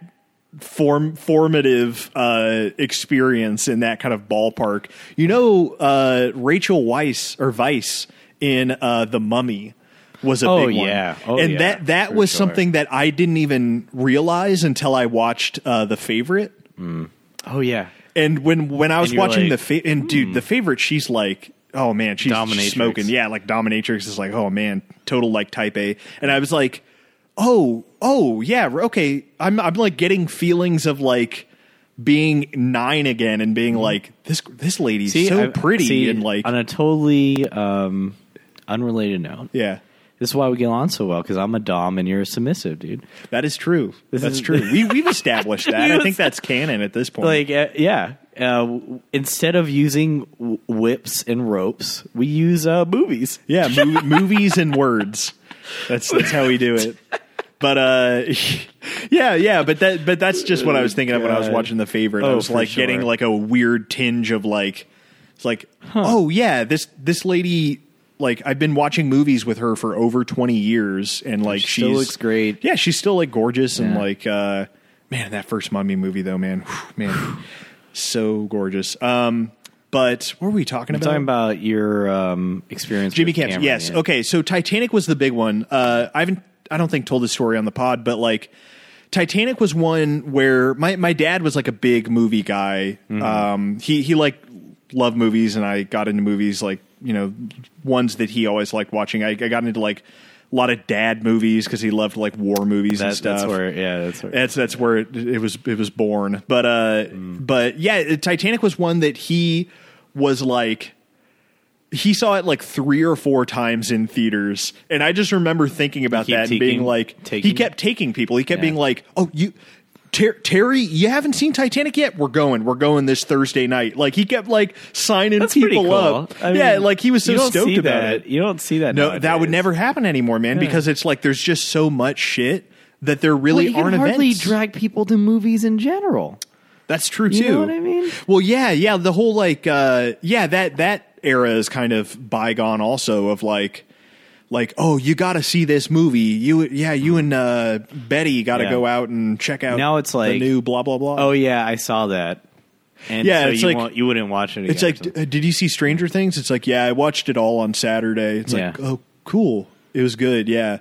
[SPEAKER 2] form formative uh, experience in that kind of ballpark. You know, uh, Rachel Weiss or Vice in uh, The Mummy was a
[SPEAKER 1] Oh,
[SPEAKER 2] big one,
[SPEAKER 1] yeah. Oh,
[SPEAKER 2] and
[SPEAKER 1] yeah,
[SPEAKER 2] that that
[SPEAKER 1] for
[SPEAKER 2] was
[SPEAKER 1] sure.
[SPEAKER 2] something that I didn't even realize until I watched uh, The Favorite.
[SPEAKER 1] Oh yeah.
[SPEAKER 2] And when when I was
[SPEAKER 1] you're
[SPEAKER 2] watching
[SPEAKER 1] like, hmm.
[SPEAKER 2] the fa- and dude, the favorite, she's like, oh man, she's
[SPEAKER 1] Dominatrix.
[SPEAKER 2] smoking. Yeah, like dominatrix is like, oh man, total like type A. And I was like, oh oh yeah, r- okay. I'm I'm like getting feelings of like being nine again and being like this this lady's so
[SPEAKER 1] I-
[SPEAKER 2] pretty
[SPEAKER 1] Mm-hmm. see,
[SPEAKER 2] and like
[SPEAKER 1] on a totally um, unrelated note.
[SPEAKER 2] yeah.
[SPEAKER 1] This is why we get along so well because I'm a dom and you're a submissive, dude.
[SPEAKER 2] That is true. That's
[SPEAKER 1] is-
[SPEAKER 2] true. We we've established that. I
[SPEAKER 1] We've
[SPEAKER 2] think that's canon at this point.
[SPEAKER 1] Like uh, yeah, uh, w- instead of using w- whips and ropes, we use uh, movies.
[SPEAKER 2] Yeah, mov- movies and words. That's that's how we do it. But uh, yeah, yeah. But that but that's just what I was thinking of when I was
[SPEAKER 1] God.
[SPEAKER 2] watching The Favorite. I
[SPEAKER 1] Oh,
[SPEAKER 2] was
[SPEAKER 1] for
[SPEAKER 2] like
[SPEAKER 1] sure.
[SPEAKER 2] getting like a weird tinge of like it's like oh yeah this this lady like I've been watching movies with her for over twenty years and like
[SPEAKER 1] She
[SPEAKER 2] she's
[SPEAKER 1] still looks great.
[SPEAKER 2] Yeah, she's still like gorgeous and
[SPEAKER 1] Yeah.
[SPEAKER 2] like uh, man that first Mummy movie though man whew, man so gorgeous. Um, but what were we talking
[SPEAKER 1] I'm
[SPEAKER 2] about?
[SPEAKER 1] talking about your um, experience,
[SPEAKER 2] Jimmy
[SPEAKER 1] with
[SPEAKER 2] Camps.
[SPEAKER 1] Cameron,
[SPEAKER 2] yes.
[SPEAKER 1] yeah.
[SPEAKER 2] Okay. So Titanic was the big one. Uh, I haven't. I don't think told this story on the pod, but like Titanic was one where my my dad was like a big movie guy.
[SPEAKER 1] Mm-hmm.
[SPEAKER 2] Um, he he like loved movies, and I got into movies like you know ones that he always liked watching. I, I got into like a lot of dad movies because he loved like war movies and
[SPEAKER 1] That,
[SPEAKER 2] stuff.
[SPEAKER 1] that's where, yeah, that's where.
[SPEAKER 2] That's that's where it, it was it was born. But uh, but yeah, Titanic was one that he was like he saw it like three or four times in theaters, and I just remember thinking about
[SPEAKER 1] He kept
[SPEAKER 2] that and being
[SPEAKER 1] taking-
[SPEAKER 2] like,
[SPEAKER 1] taking-
[SPEAKER 2] he kept taking people. He kept
[SPEAKER 1] Yeah.
[SPEAKER 2] being like, oh you. Ter- Terry, you haven't seen Titanic yet. We're going. We're going this Thursday night. Like he kept like signing
[SPEAKER 1] That's pretty
[SPEAKER 2] people
[SPEAKER 1] cool.
[SPEAKER 2] up.
[SPEAKER 1] I
[SPEAKER 2] yeah,
[SPEAKER 1] mean,
[SPEAKER 2] like he was so
[SPEAKER 1] you don't
[SPEAKER 2] stoked
[SPEAKER 1] see
[SPEAKER 2] about
[SPEAKER 1] that.
[SPEAKER 2] it.
[SPEAKER 1] You don't see that.
[SPEAKER 2] No, that would
[SPEAKER 1] nowadays.
[SPEAKER 2] never happen anymore, man, because it's like there's just so much shit that there really
[SPEAKER 1] Well, you
[SPEAKER 2] aren't
[SPEAKER 1] can hardly
[SPEAKER 2] events.
[SPEAKER 1] drag people to movies in general.
[SPEAKER 2] That's true
[SPEAKER 1] You
[SPEAKER 2] too.
[SPEAKER 1] know what I mean?
[SPEAKER 2] Well, yeah, yeah, the whole like uh yeah, that that era is kind of bygone also of like like oh, you got to see this movie. You yeah, you and uh Betty got to
[SPEAKER 1] Yeah.
[SPEAKER 2] go out and check out
[SPEAKER 1] Now it's
[SPEAKER 2] the
[SPEAKER 1] like-
[SPEAKER 2] new blah blah blah.
[SPEAKER 1] Oh yeah, I saw that. And
[SPEAKER 2] Yeah,
[SPEAKER 1] so
[SPEAKER 2] it's
[SPEAKER 1] you
[SPEAKER 2] like-
[SPEAKER 1] won't, you wouldn't watch it. Again
[SPEAKER 2] It's like,
[SPEAKER 1] or something.
[SPEAKER 2] d- uh, did you see Stranger Things? It's like, yeah, I watched it all on Saturday. It's like,
[SPEAKER 1] Yeah.
[SPEAKER 2] oh, cool. It was good. Yeah.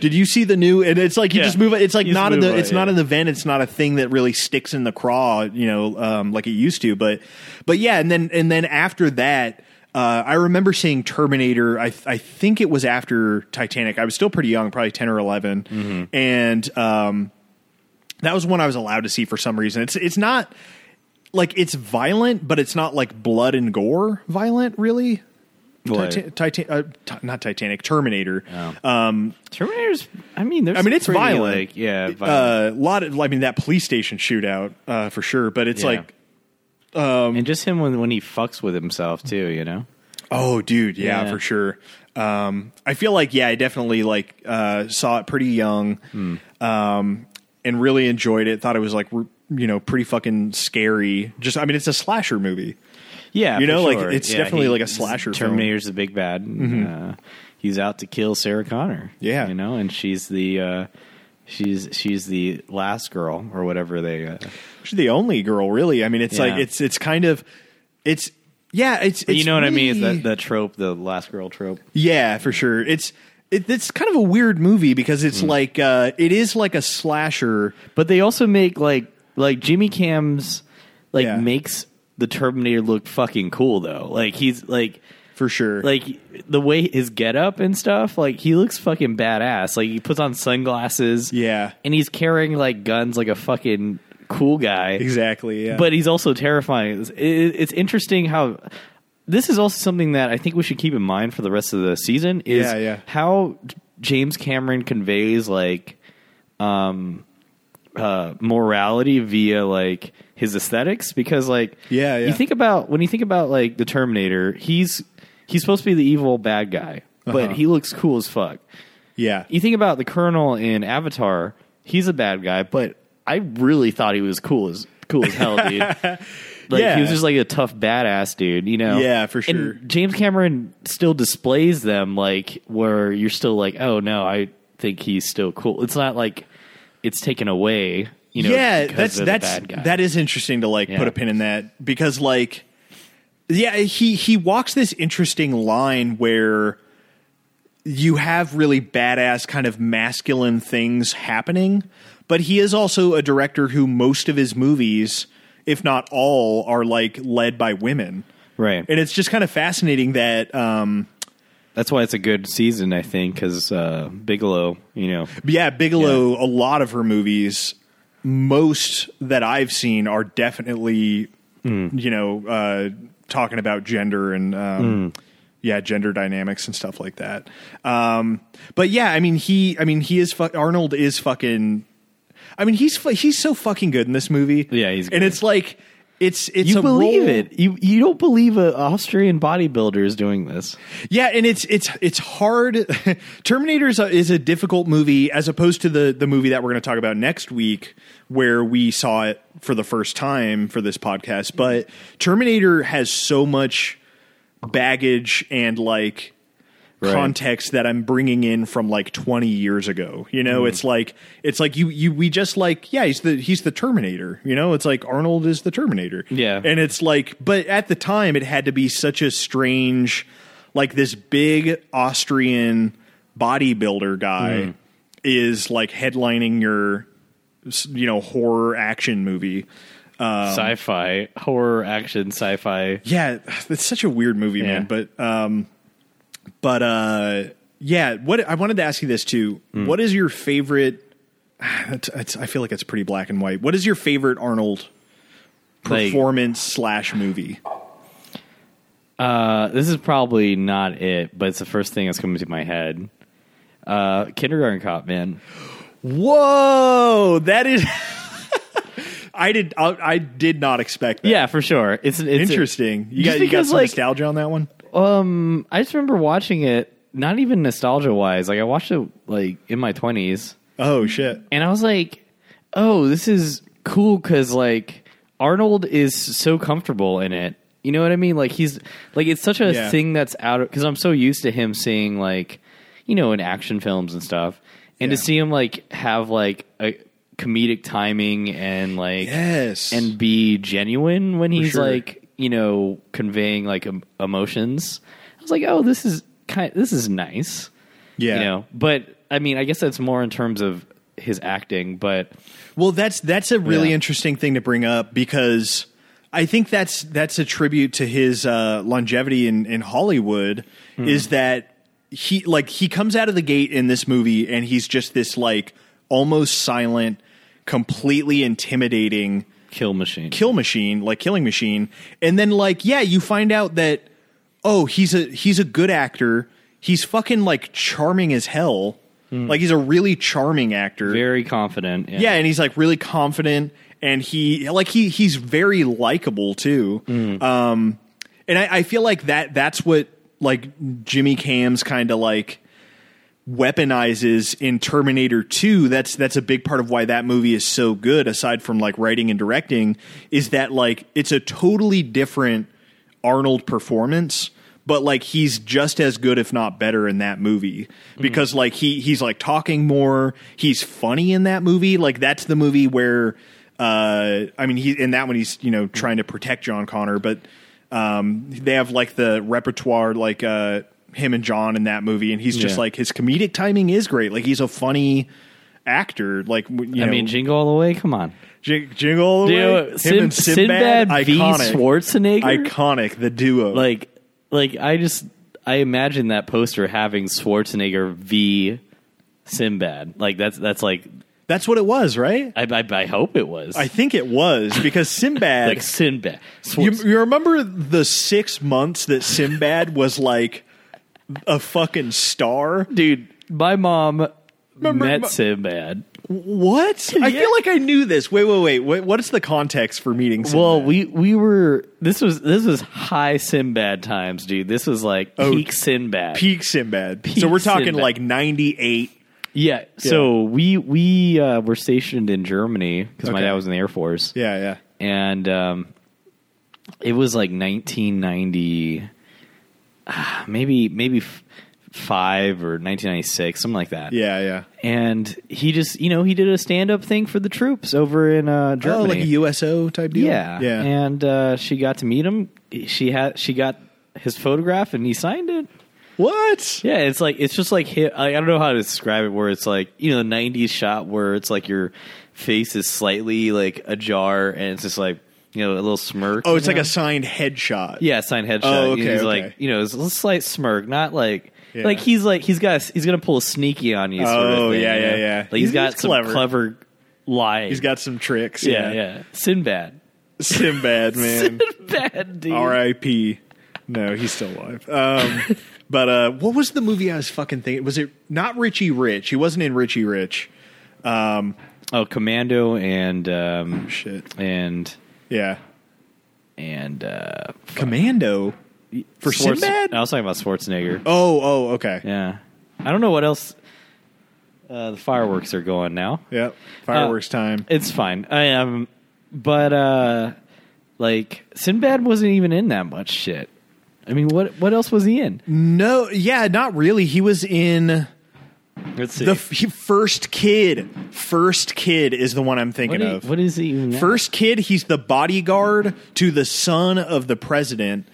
[SPEAKER 2] Did you see the new? And it's like you
[SPEAKER 1] Yeah.
[SPEAKER 2] just move. it. It's like
[SPEAKER 1] You just
[SPEAKER 2] not in
[SPEAKER 1] move
[SPEAKER 2] the.
[SPEAKER 1] on,
[SPEAKER 2] it's not
[SPEAKER 1] yeah.
[SPEAKER 2] an event. It's not a thing that really sticks in the craw. You know, um, like it used to. But, but yeah, and then and then after that. Uh, I remember seeing Terminator. I, I think it was after Titanic. I was still pretty young, probably ten or 11
[SPEAKER 1] Mm-hmm.
[SPEAKER 2] and um, that was one I was allowed to see for some reason. It's it's not like it's violent, but it's not like blood and gore violent, really.
[SPEAKER 1] Boy.
[SPEAKER 2] Titan- Titan- uh, ti- not Titanic, Terminator.
[SPEAKER 1] Oh. Terminator's. I mean, there's.
[SPEAKER 2] I mean, it's
[SPEAKER 1] pretty,
[SPEAKER 2] violent.
[SPEAKER 1] Like, yeah,
[SPEAKER 2] a
[SPEAKER 1] violent.
[SPEAKER 2] Uh, lot of. I mean, that police station shootout uh, for sure. But it's
[SPEAKER 1] Yeah.
[SPEAKER 2] like,
[SPEAKER 1] and just him when when he fucks with himself too. You know.
[SPEAKER 2] oh, dude, yeah,
[SPEAKER 1] Yeah.
[SPEAKER 2] for sure. Um, I feel like, yeah, I definitely like uh, saw it pretty young,
[SPEAKER 1] Hmm.
[SPEAKER 2] um, and really enjoyed it. Thought it was like, r- you know, pretty fucking scary. Just, I mean, it's a slasher movie.
[SPEAKER 1] Yeah,
[SPEAKER 2] You
[SPEAKER 1] for
[SPEAKER 2] know, like,
[SPEAKER 1] sure.
[SPEAKER 2] it's
[SPEAKER 1] Yeah,
[SPEAKER 2] definitely
[SPEAKER 1] he-
[SPEAKER 2] like a slasher film.
[SPEAKER 1] Terminator's the big bad. and, uh, he's out to kill Sarah Connor.
[SPEAKER 2] Yeah.
[SPEAKER 1] you know, and she's the uh, she's she's the last girl or whatever they. Uh,
[SPEAKER 2] She's the only girl, really. I mean, it's
[SPEAKER 1] Yeah.
[SPEAKER 2] like it's it's kind of it's yeah, it's, it's
[SPEAKER 1] you know what I mean? It's
[SPEAKER 2] really-
[SPEAKER 1] that that trope, the last girl trope.
[SPEAKER 2] yeah, for sure. It's it, it's kind of a weird movie because
[SPEAKER 1] Hmm.
[SPEAKER 2] it's like uh it is like a slasher.
[SPEAKER 1] But they also make like like Jimmy Cam's like
[SPEAKER 2] Yeah.
[SPEAKER 1] makes the Terminator look fucking cool though. Like he's like
[SPEAKER 2] For sure,
[SPEAKER 1] like the way his getup and stuff, like he looks fucking badass. Like he puts on sunglasses.
[SPEAKER 2] Yeah.
[SPEAKER 1] And he's carrying like guns like a fucking cool guy.
[SPEAKER 2] exactly. Yeah,
[SPEAKER 1] But he's also terrifying. It's, it, it's interesting how this is also something that I think we should keep in mind for the rest of the season is
[SPEAKER 2] Yeah, yeah.
[SPEAKER 1] how James Cameron conveys like um, uh, morality via like his aesthetics because like
[SPEAKER 2] Yeah, yeah.
[SPEAKER 1] you think about when you think about like the Terminator he's he's supposed to be the evil bad guy but
[SPEAKER 2] Uh-huh.
[SPEAKER 1] he looks cool as fuck.
[SPEAKER 2] yeah,
[SPEAKER 1] You think about the Colonel in Avatar he's a bad guy but I really thought he was cool as cool as hell dude. Like
[SPEAKER 2] Yeah.
[SPEAKER 1] he was just like a tough badass dude, you know.
[SPEAKER 2] Yeah, for
[SPEAKER 1] And
[SPEAKER 2] sure.
[SPEAKER 1] James Cameron still displays them like where you're still like, oh no, I think he's still cool. It's not like it's taken away. You know,
[SPEAKER 2] yeah.
[SPEAKER 1] because
[SPEAKER 2] That's
[SPEAKER 1] of the
[SPEAKER 2] that's
[SPEAKER 1] bad guy.
[SPEAKER 2] that is interesting to like
[SPEAKER 1] Yeah.
[SPEAKER 2] put a pin in that because like yeah, he he walks this interesting line where you have really badass kind of masculine things happening, but he is also a director who most of his movies, if not all, are like led by women.
[SPEAKER 1] right.
[SPEAKER 2] And it's just kind of fascinating that um
[SPEAKER 1] that's why it's a good season, I think, because uh, Bigelow, you know,
[SPEAKER 2] yeah, Bigelow a lot of her movies most that I've seen are definitely
[SPEAKER 1] Hmm.
[SPEAKER 2] you know uh talking about gender and um
[SPEAKER 1] Hmm.
[SPEAKER 2] yeah, gender dynamics and stuff like that. Um but yeah, I mean he I mean he is fu- Arnold is fucking I mean he's fu- he's so fucking good in this movie.
[SPEAKER 1] Yeah, he's
[SPEAKER 2] And
[SPEAKER 1] good.
[SPEAKER 2] it's like it's it's
[SPEAKER 1] you
[SPEAKER 2] a
[SPEAKER 1] believe
[SPEAKER 2] role-
[SPEAKER 1] it. You you don't believe a Austrian bodybuilder is doing this.
[SPEAKER 2] Yeah, and it's it's it's hard. Terminator is a, is a difficult movie as opposed to the the movie that we're going to talk about next week, where we saw it for the first time for this podcast. But Terminator has so much baggage and like
[SPEAKER 1] Right.
[SPEAKER 2] context that I'm bringing in from like 20 years ago. You know, it's like it's like you you we just like yeah, he's the he's the Terminator. You know, it's like Arnold is the Terminator.
[SPEAKER 1] Yeah.
[SPEAKER 2] and it's like, but at the time, it had to be such a strange, like this big Austrian bodybuilder guy
[SPEAKER 1] Hmm.
[SPEAKER 2] is like headlining your, you know, horror action movie.
[SPEAKER 1] sci-fi horror action sci-fi.
[SPEAKER 2] Yeah, it's such a weird movie, man.
[SPEAKER 1] Yeah.
[SPEAKER 2] But um, but uh, Yeah, what I wanted to ask you this too.
[SPEAKER 1] Hmm.
[SPEAKER 2] What is your favorite? That's, that's, I feel like it's pretty black and white. What is your favorite Arnold
[SPEAKER 1] Like-
[SPEAKER 2] performance slash movie?
[SPEAKER 1] Uh, this is probably not it, but it's the first thing that's coming to my head. Uh, kindergarten cop, man.
[SPEAKER 2] Whoa, that is. I did. I, I did not expect that.
[SPEAKER 1] Yeah, for sure. It's, it's
[SPEAKER 2] interesting. you
[SPEAKER 1] Just
[SPEAKER 2] got you got
[SPEAKER 1] because,
[SPEAKER 2] some
[SPEAKER 1] like,
[SPEAKER 2] nostalgia on that one.
[SPEAKER 1] Um, I just remember watching it. Not even nostalgia wise. Like I watched it like in my twenties,
[SPEAKER 2] Oh shit!
[SPEAKER 1] and I was like, "Oh, this is cool." Because like Arnold is so comfortable in it. You know what I mean? Like he's like it's such a
[SPEAKER 2] Yeah.
[SPEAKER 1] thing that's out of because I'm so used to him seeing like you know in action films and stuff, and
[SPEAKER 2] Yeah.
[SPEAKER 1] to see him like have like a comedic timing and like
[SPEAKER 2] Yes,
[SPEAKER 1] and be genuine when he's
[SPEAKER 2] sure.
[SPEAKER 1] like you know conveying like em- emotions. I was like, oh, this is kind. This is nice.
[SPEAKER 2] yeah.
[SPEAKER 1] You know, but I mean, I guess that's more in terms of his acting. But
[SPEAKER 2] Well, that's that's a really
[SPEAKER 1] Yeah.
[SPEAKER 2] interesting thing to bring up because I think that's that's a tribute to his uh, longevity in, in Hollywood
[SPEAKER 1] Hmm.
[SPEAKER 2] is that he like he comes out of the gate in this movie and he's just this like almost silent, completely intimidating
[SPEAKER 1] Kill Machine.
[SPEAKER 2] kill machine, like killing machine, and then like yeah, you find out that oh he's a he's a good actor. He's fucking like charming as hell. Like he's a really charming actor
[SPEAKER 1] very confident.
[SPEAKER 2] yeah and he's like really confident and he like he he's very likable too um and I, I feel like that that's what like jimmy cam's kind of like weaponizes in terminator 2 that's that's a big part of why that movie is so good aside from like writing and directing is that like it's a totally different arnold performance but like he's just as good if not better in that movie because like he he's like talking more he's funny in that movie like that's the movie where uh i mean he in that one he's you know trying to protect john connor but um they have like the repertoire like uh him and john in that movie and he's just
[SPEAKER 1] Yeah.
[SPEAKER 2] like his comedic timing is great like he's a funny actor like w- you
[SPEAKER 1] I
[SPEAKER 2] know
[SPEAKER 1] mean, Jingle All the Way. Come on,
[SPEAKER 2] Jing- jingle all the Way,
[SPEAKER 1] dude.
[SPEAKER 2] him
[SPEAKER 1] Sin,
[SPEAKER 2] and
[SPEAKER 1] Sinbad,
[SPEAKER 2] sinbad,
[SPEAKER 1] v
[SPEAKER 2] iconic
[SPEAKER 1] Schwarzenegger.
[SPEAKER 2] iconic the duo
[SPEAKER 1] like, like I just I imagine that poster having Schwarzenegger v Sinbad. Like that's that's like
[SPEAKER 2] that's what it was right
[SPEAKER 1] I I, I hope it was
[SPEAKER 2] I think it was because Sinbad.
[SPEAKER 1] like Sinbad.
[SPEAKER 2] you,
[SPEAKER 1] Schwarz-
[SPEAKER 2] you remember the six months that Sinbad was like a fucking star?
[SPEAKER 1] dude my mom
[SPEAKER 2] Remember-
[SPEAKER 1] met
[SPEAKER 2] my-
[SPEAKER 1] sinbad
[SPEAKER 2] What? I
[SPEAKER 1] Yeah.
[SPEAKER 2] feel like I knew this. Wait, wait, wait. What, what is the context for meeting Sinbad?
[SPEAKER 1] well we we were this was this was high sinbad times dude this was like peak sinbad
[SPEAKER 2] Oh, peak Sinbad.
[SPEAKER 1] Peak
[SPEAKER 2] so we're talking
[SPEAKER 1] Sinbad.
[SPEAKER 2] like 98.
[SPEAKER 1] yeah so we we uh, were stationed in germany because my
[SPEAKER 2] Okay.
[SPEAKER 1] dad was in the air force
[SPEAKER 2] Yeah, yeah.
[SPEAKER 1] and um it was like 1990 ah, maybe maybe f- five or 1996 something like that
[SPEAKER 2] Yeah, yeah.
[SPEAKER 1] and he just you know he did a stand-up thing for the troops over in uh germany
[SPEAKER 2] Oh, like a USO type deal?
[SPEAKER 1] Yeah,
[SPEAKER 2] Yeah.
[SPEAKER 1] And uh, she got to meet him. She had she got his photograph, and he signed it.
[SPEAKER 2] what?
[SPEAKER 1] Yeah, it's like it's just like hi- I I don't know how to describe it. Where it's like you know the '90s shot where it's like your face is slightly like ajar, and it's just like you know a little smirk.
[SPEAKER 2] Oh, it's
[SPEAKER 1] you
[SPEAKER 2] like
[SPEAKER 1] know?
[SPEAKER 2] a signed headshot.
[SPEAKER 1] yeah signed headshot.
[SPEAKER 2] Oh, okay,
[SPEAKER 1] And he's
[SPEAKER 2] okay.
[SPEAKER 1] like you know it's a little slight smirk, not like.
[SPEAKER 2] Yeah.
[SPEAKER 1] Like he's like he's got he's gonna pull a sneaky on you. Sort
[SPEAKER 2] Oh,
[SPEAKER 1] of thing,
[SPEAKER 2] yeah,
[SPEAKER 1] you know?
[SPEAKER 2] yeah, yeah.
[SPEAKER 1] Like
[SPEAKER 2] He's-
[SPEAKER 1] he's got
[SPEAKER 2] he's
[SPEAKER 1] some
[SPEAKER 2] clever.
[SPEAKER 1] clever, lying.
[SPEAKER 2] He's got some tricks.
[SPEAKER 1] yeah, yeah. Sinbad,
[SPEAKER 2] Sinbad, man.
[SPEAKER 1] bad dude.
[SPEAKER 2] R.I.P. No, he's still alive. Um, but uh, what was the movie I was fucking thinking? Was it not Richie Rich? He wasn't in Richie Rich.
[SPEAKER 1] Oh, Commando and um
[SPEAKER 2] Shit.
[SPEAKER 1] and
[SPEAKER 2] Yeah.
[SPEAKER 1] and uh
[SPEAKER 2] Commando for
[SPEAKER 1] Schwarz-
[SPEAKER 2] Sinbad.
[SPEAKER 1] I was talking about Schwarzenegger.
[SPEAKER 2] Oh, oh, okay. Oh. Yeah.
[SPEAKER 1] Yeah, I don't know what else. Uh, the fireworks are going now.
[SPEAKER 2] Yep. Fireworks time.
[SPEAKER 1] It's fine. I um, but uh, like Sinbad wasn't even in that much shit. I mean, what what else was he
[SPEAKER 2] Mm,
[SPEAKER 1] in?
[SPEAKER 2] No, yeah, not really. He was in
[SPEAKER 1] Let's see.
[SPEAKER 2] the f- he- first kid. First kid is the one I'm
[SPEAKER 1] what,
[SPEAKER 2] thinking
[SPEAKER 1] i-
[SPEAKER 2] of.
[SPEAKER 1] what is he even now?
[SPEAKER 2] First kid, he's the bodyguard to the son of the president.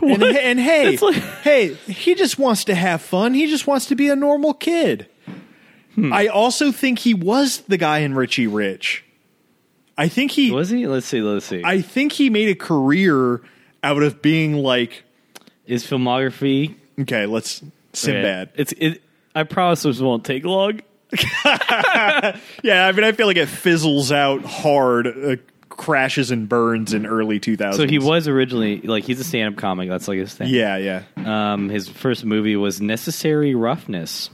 [SPEAKER 2] And,
[SPEAKER 1] What?
[SPEAKER 2] and hey,
[SPEAKER 1] That's like-
[SPEAKER 2] hey, he just wants to have fun. He just wants to be a normal kid.
[SPEAKER 1] Hmm.
[SPEAKER 2] I also think he was the guy in Richie Rich. I think he
[SPEAKER 1] was he? Let's see. Let's see.
[SPEAKER 2] I think he made a career out of being like
[SPEAKER 1] Is filmography
[SPEAKER 2] okay, let's
[SPEAKER 1] Okay.
[SPEAKER 2] Sinbad.
[SPEAKER 1] It's it, I promise this won't take long.
[SPEAKER 2] Yeah, I mean, I feel like it fizzles out hard, uh, crashes and burns in early 2000s.
[SPEAKER 1] So he was originally like he's a stand-up comic. That's like his thing.
[SPEAKER 2] Yeah, yeah.
[SPEAKER 1] Um, his first movie was Necessary Roughness,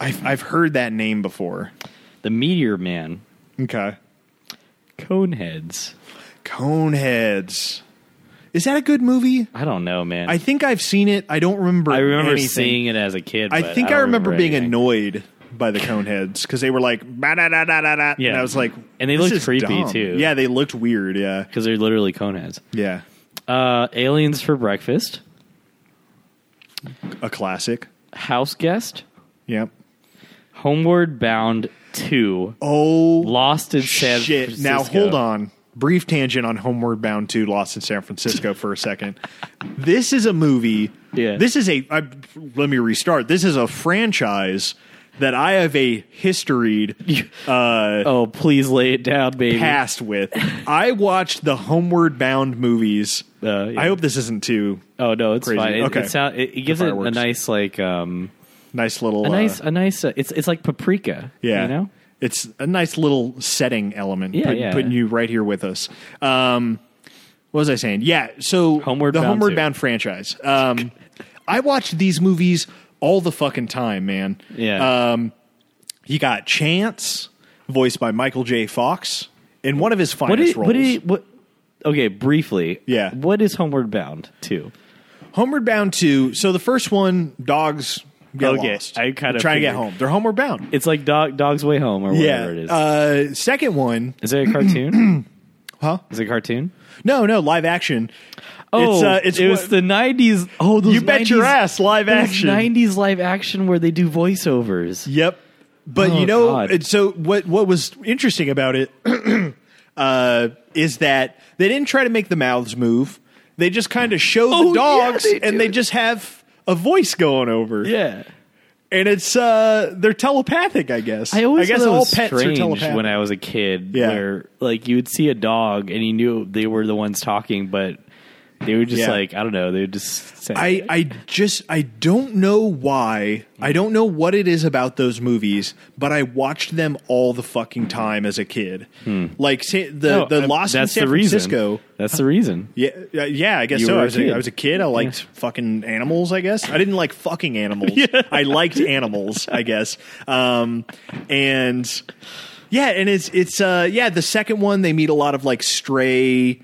[SPEAKER 2] I've, I've heard that name before.
[SPEAKER 1] The Meteor Man,
[SPEAKER 2] Okay.
[SPEAKER 1] Coneheads.
[SPEAKER 2] Coneheads. Is that a good movie?
[SPEAKER 1] I don't know, man.
[SPEAKER 2] I think I've seen it. I don't remember.
[SPEAKER 1] I remember
[SPEAKER 2] anything.
[SPEAKER 1] seeing it as a kid.
[SPEAKER 2] I
[SPEAKER 1] but
[SPEAKER 2] think I,
[SPEAKER 1] don't
[SPEAKER 2] remember, being
[SPEAKER 1] anything.
[SPEAKER 2] annoyed by the Coneheads because they were like, da da da da da, and
[SPEAKER 1] Yeah.
[SPEAKER 2] I was like,
[SPEAKER 1] And they
[SPEAKER 2] this
[SPEAKER 1] looked
[SPEAKER 2] is
[SPEAKER 1] creepy,
[SPEAKER 2] dumb.
[SPEAKER 1] too.
[SPEAKER 2] Yeah, they looked weird. Yeah,
[SPEAKER 1] because they're literally coneheads.
[SPEAKER 2] yeah,
[SPEAKER 1] Uh, Aliens for Breakfast,
[SPEAKER 2] a classic.
[SPEAKER 1] House Guest,
[SPEAKER 2] Yep.
[SPEAKER 1] Homeward Bound Two,
[SPEAKER 2] Oh
[SPEAKER 1] Lost in San
[SPEAKER 2] shit!
[SPEAKER 1] Francisco.
[SPEAKER 2] Now hold on. Brief tangent on Homeward Bound Two: Lost in San Francisco for a second. this is a movie.
[SPEAKER 1] Yeah.
[SPEAKER 2] This is a. I, let me restart. This is a franchise that I have a historied uh,
[SPEAKER 1] Oh, please lay it down, baby.
[SPEAKER 2] past with. I watched the Homeward Bound movies.
[SPEAKER 1] Uh, yeah.
[SPEAKER 2] I hope this isn't too
[SPEAKER 1] Oh no, it's
[SPEAKER 2] Crazy.
[SPEAKER 1] fine. It,
[SPEAKER 2] Okay.
[SPEAKER 1] it, sound, it, it gives it a
[SPEAKER 2] fireworks.
[SPEAKER 1] nice like um
[SPEAKER 2] nice little.
[SPEAKER 1] a nice
[SPEAKER 2] uh,
[SPEAKER 1] a nice uh, it's it's like paprika.
[SPEAKER 2] yeah.
[SPEAKER 1] you know.
[SPEAKER 2] It's a nice little setting element.
[SPEAKER 1] Yeah,
[SPEAKER 2] put-
[SPEAKER 1] yeah.
[SPEAKER 2] Putting you right here with us. Um, what was I saying? Yeah. So
[SPEAKER 1] Homeward
[SPEAKER 2] the
[SPEAKER 1] Bound
[SPEAKER 2] Homeward
[SPEAKER 1] too.
[SPEAKER 2] Bound franchise. Um, I watched these movies all the fucking time, man.
[SPEAKER 1] Yeah.
[SPEAKER 2] Um, you got Chance, voiced by Michael J. Fox, in one of his finest
[SPEAKER 1] What is
[SPEAKER 2] roles.
[SPEAKER 1] what is what? Okay, briefly.
[SPEAKER 2] Yeah.
[SPEAKER 1] What is Homeward Bound two?
[SPEAKER 2] Homeward Bound two. So the first one, dogs get
[SPEAKER 1] Okay,
[SPEAKER 2] lost.
[SPEAKER 1] I kinda
[SPEAKER 2] They're trying to get
[SPEAKER 1] figured.
[SPEAKER 2] home. They're homeward bound.
[SPEAKER 1] It's like dog Dog's Way Home or whatever it is.
[SPEAKER 2] Uh, second one,
[SPEAKER 1] is it a cartoon?
[SPEAKER 2] Huh?
[SPEAKER 1] Is it a cartoon?
[SPEAKER 2] no, no, live action.
[SPEAKER 1] Oh,
[SPEAKER 2] it's, uh, it's
[SPEAKER 1] it was
[SPEAKER 2] what-
[SPEAKER 1] the nineties. Oh, those
[SPEAKER 2] you bet your
[SPEAKER 1] 90s
[SPEAKER 2] ass, live
[SPEAKER 1] those
[SPEAKER 2] action.
[SPEAKER 1] '90s live action where they do voiceovers.
[SPEAKER 2] Yep. But
[SPEAKER 1] Oh,
[SPEAKER 2] you know,
[SPEAKER 1] God.
[SPEAKER 2] and so what? What was interesting about it uh, is that they didn't try to make the mouths move. They just kind of show
[SPEAKER 1] Oh, yeah,
[SPEAKER 2] the dogs,
[SPEAKER 1] they do.
[SPEAKER 2] and they just have a voice going over.
[SPEAKER 1] Yeah,
[SPEAKER 2] and it's uh, they're telepathic, I guess.
[SPEAKER 1] I always
[SPEAKER 2] guess
[SPEAKER 1] thought that
[SPEAKER 2] all
[SPEAKER 1] was
[SPEAKER 2] pets are
[SPEAKER 1] strange
[SPEAKER 2] telepathic.
[SPEAKER 1] when I was a kid.
[SPEAKER 2] Yeah.
[SPEAKER 1] where like you would see a dog and you knew they were the ones talking, but they were just
[SPEAKER 2] Yeah.
[SPEAKER 1] like I don't know. They would just say,
[SPEAKER 2] I, I just I don't know why. I don't know what it is about those movies, but I watched them all the fucking time as a kid. Like sa- the
[SPEAKER 1] Hmm. No,
[SPEAKER 2] the
[SPEAKER 1] uh,
[SPEAKER 2] Lost in
[SPEAKER 1] that's
[SPEAKER 2] San
[SPEAKER 1] the reason.
[SPEAKER 2] Francisco.
[SPEAKER 1] That's the reason.
[SPEAKER 2] Yeah, uh, yeah, I guess
[SPEAKER 1] You
[SPEAKER 2] so.
[SPEAKER 1] were
[SPEAKER 2] I
[SPEAKER 1] a
[SPEAKER 2] was, a,
[SPEAKER 1] kid.
[SPEAKER 2] I was a kid. I liked fucking animals. I guess I didn't like fucking animals. I liked animals. I guess. Um, and yeah, and it's it's uh, yeah. The second one, they meet a lot of like stray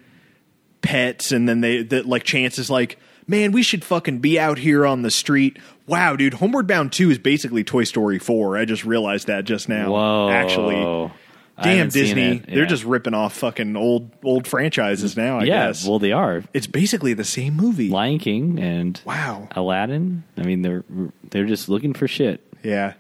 [SPEAKER 2] pets, and then they that like Chance is like, man, we should fucking be out here on the street. Wow, dude, Homeward Bound Two is basically Toy Story Four. I just realized that just now.
[SPEAKER 1] Whoa,
[SPEAKER 2] actually.
[SPEAKER 1] I
[SPEAKER 2] Damn
[SPEAKER 1] haven't seen
[SPEAKER 2] Disney!
[SPEAKER 1] it.
[SPEAKER 2] They're
[SPEAKER 1] Yeah.
[SPEAKER 2] just ripping off fucking old old franchises now. I
[SPEAKER 1] yeah.
[SPEAKER 2] guess
[SPEAKER 1] Well, they are
[SPEAKER 2] it's basically the same movie.
[SPEAKER 1] Lion King and
[SPEAKER 2] Wow.
[SPEAKER 1] Aladdin. I mean, they're they're just looking for shit.
[SPEAKER 2] Yeah.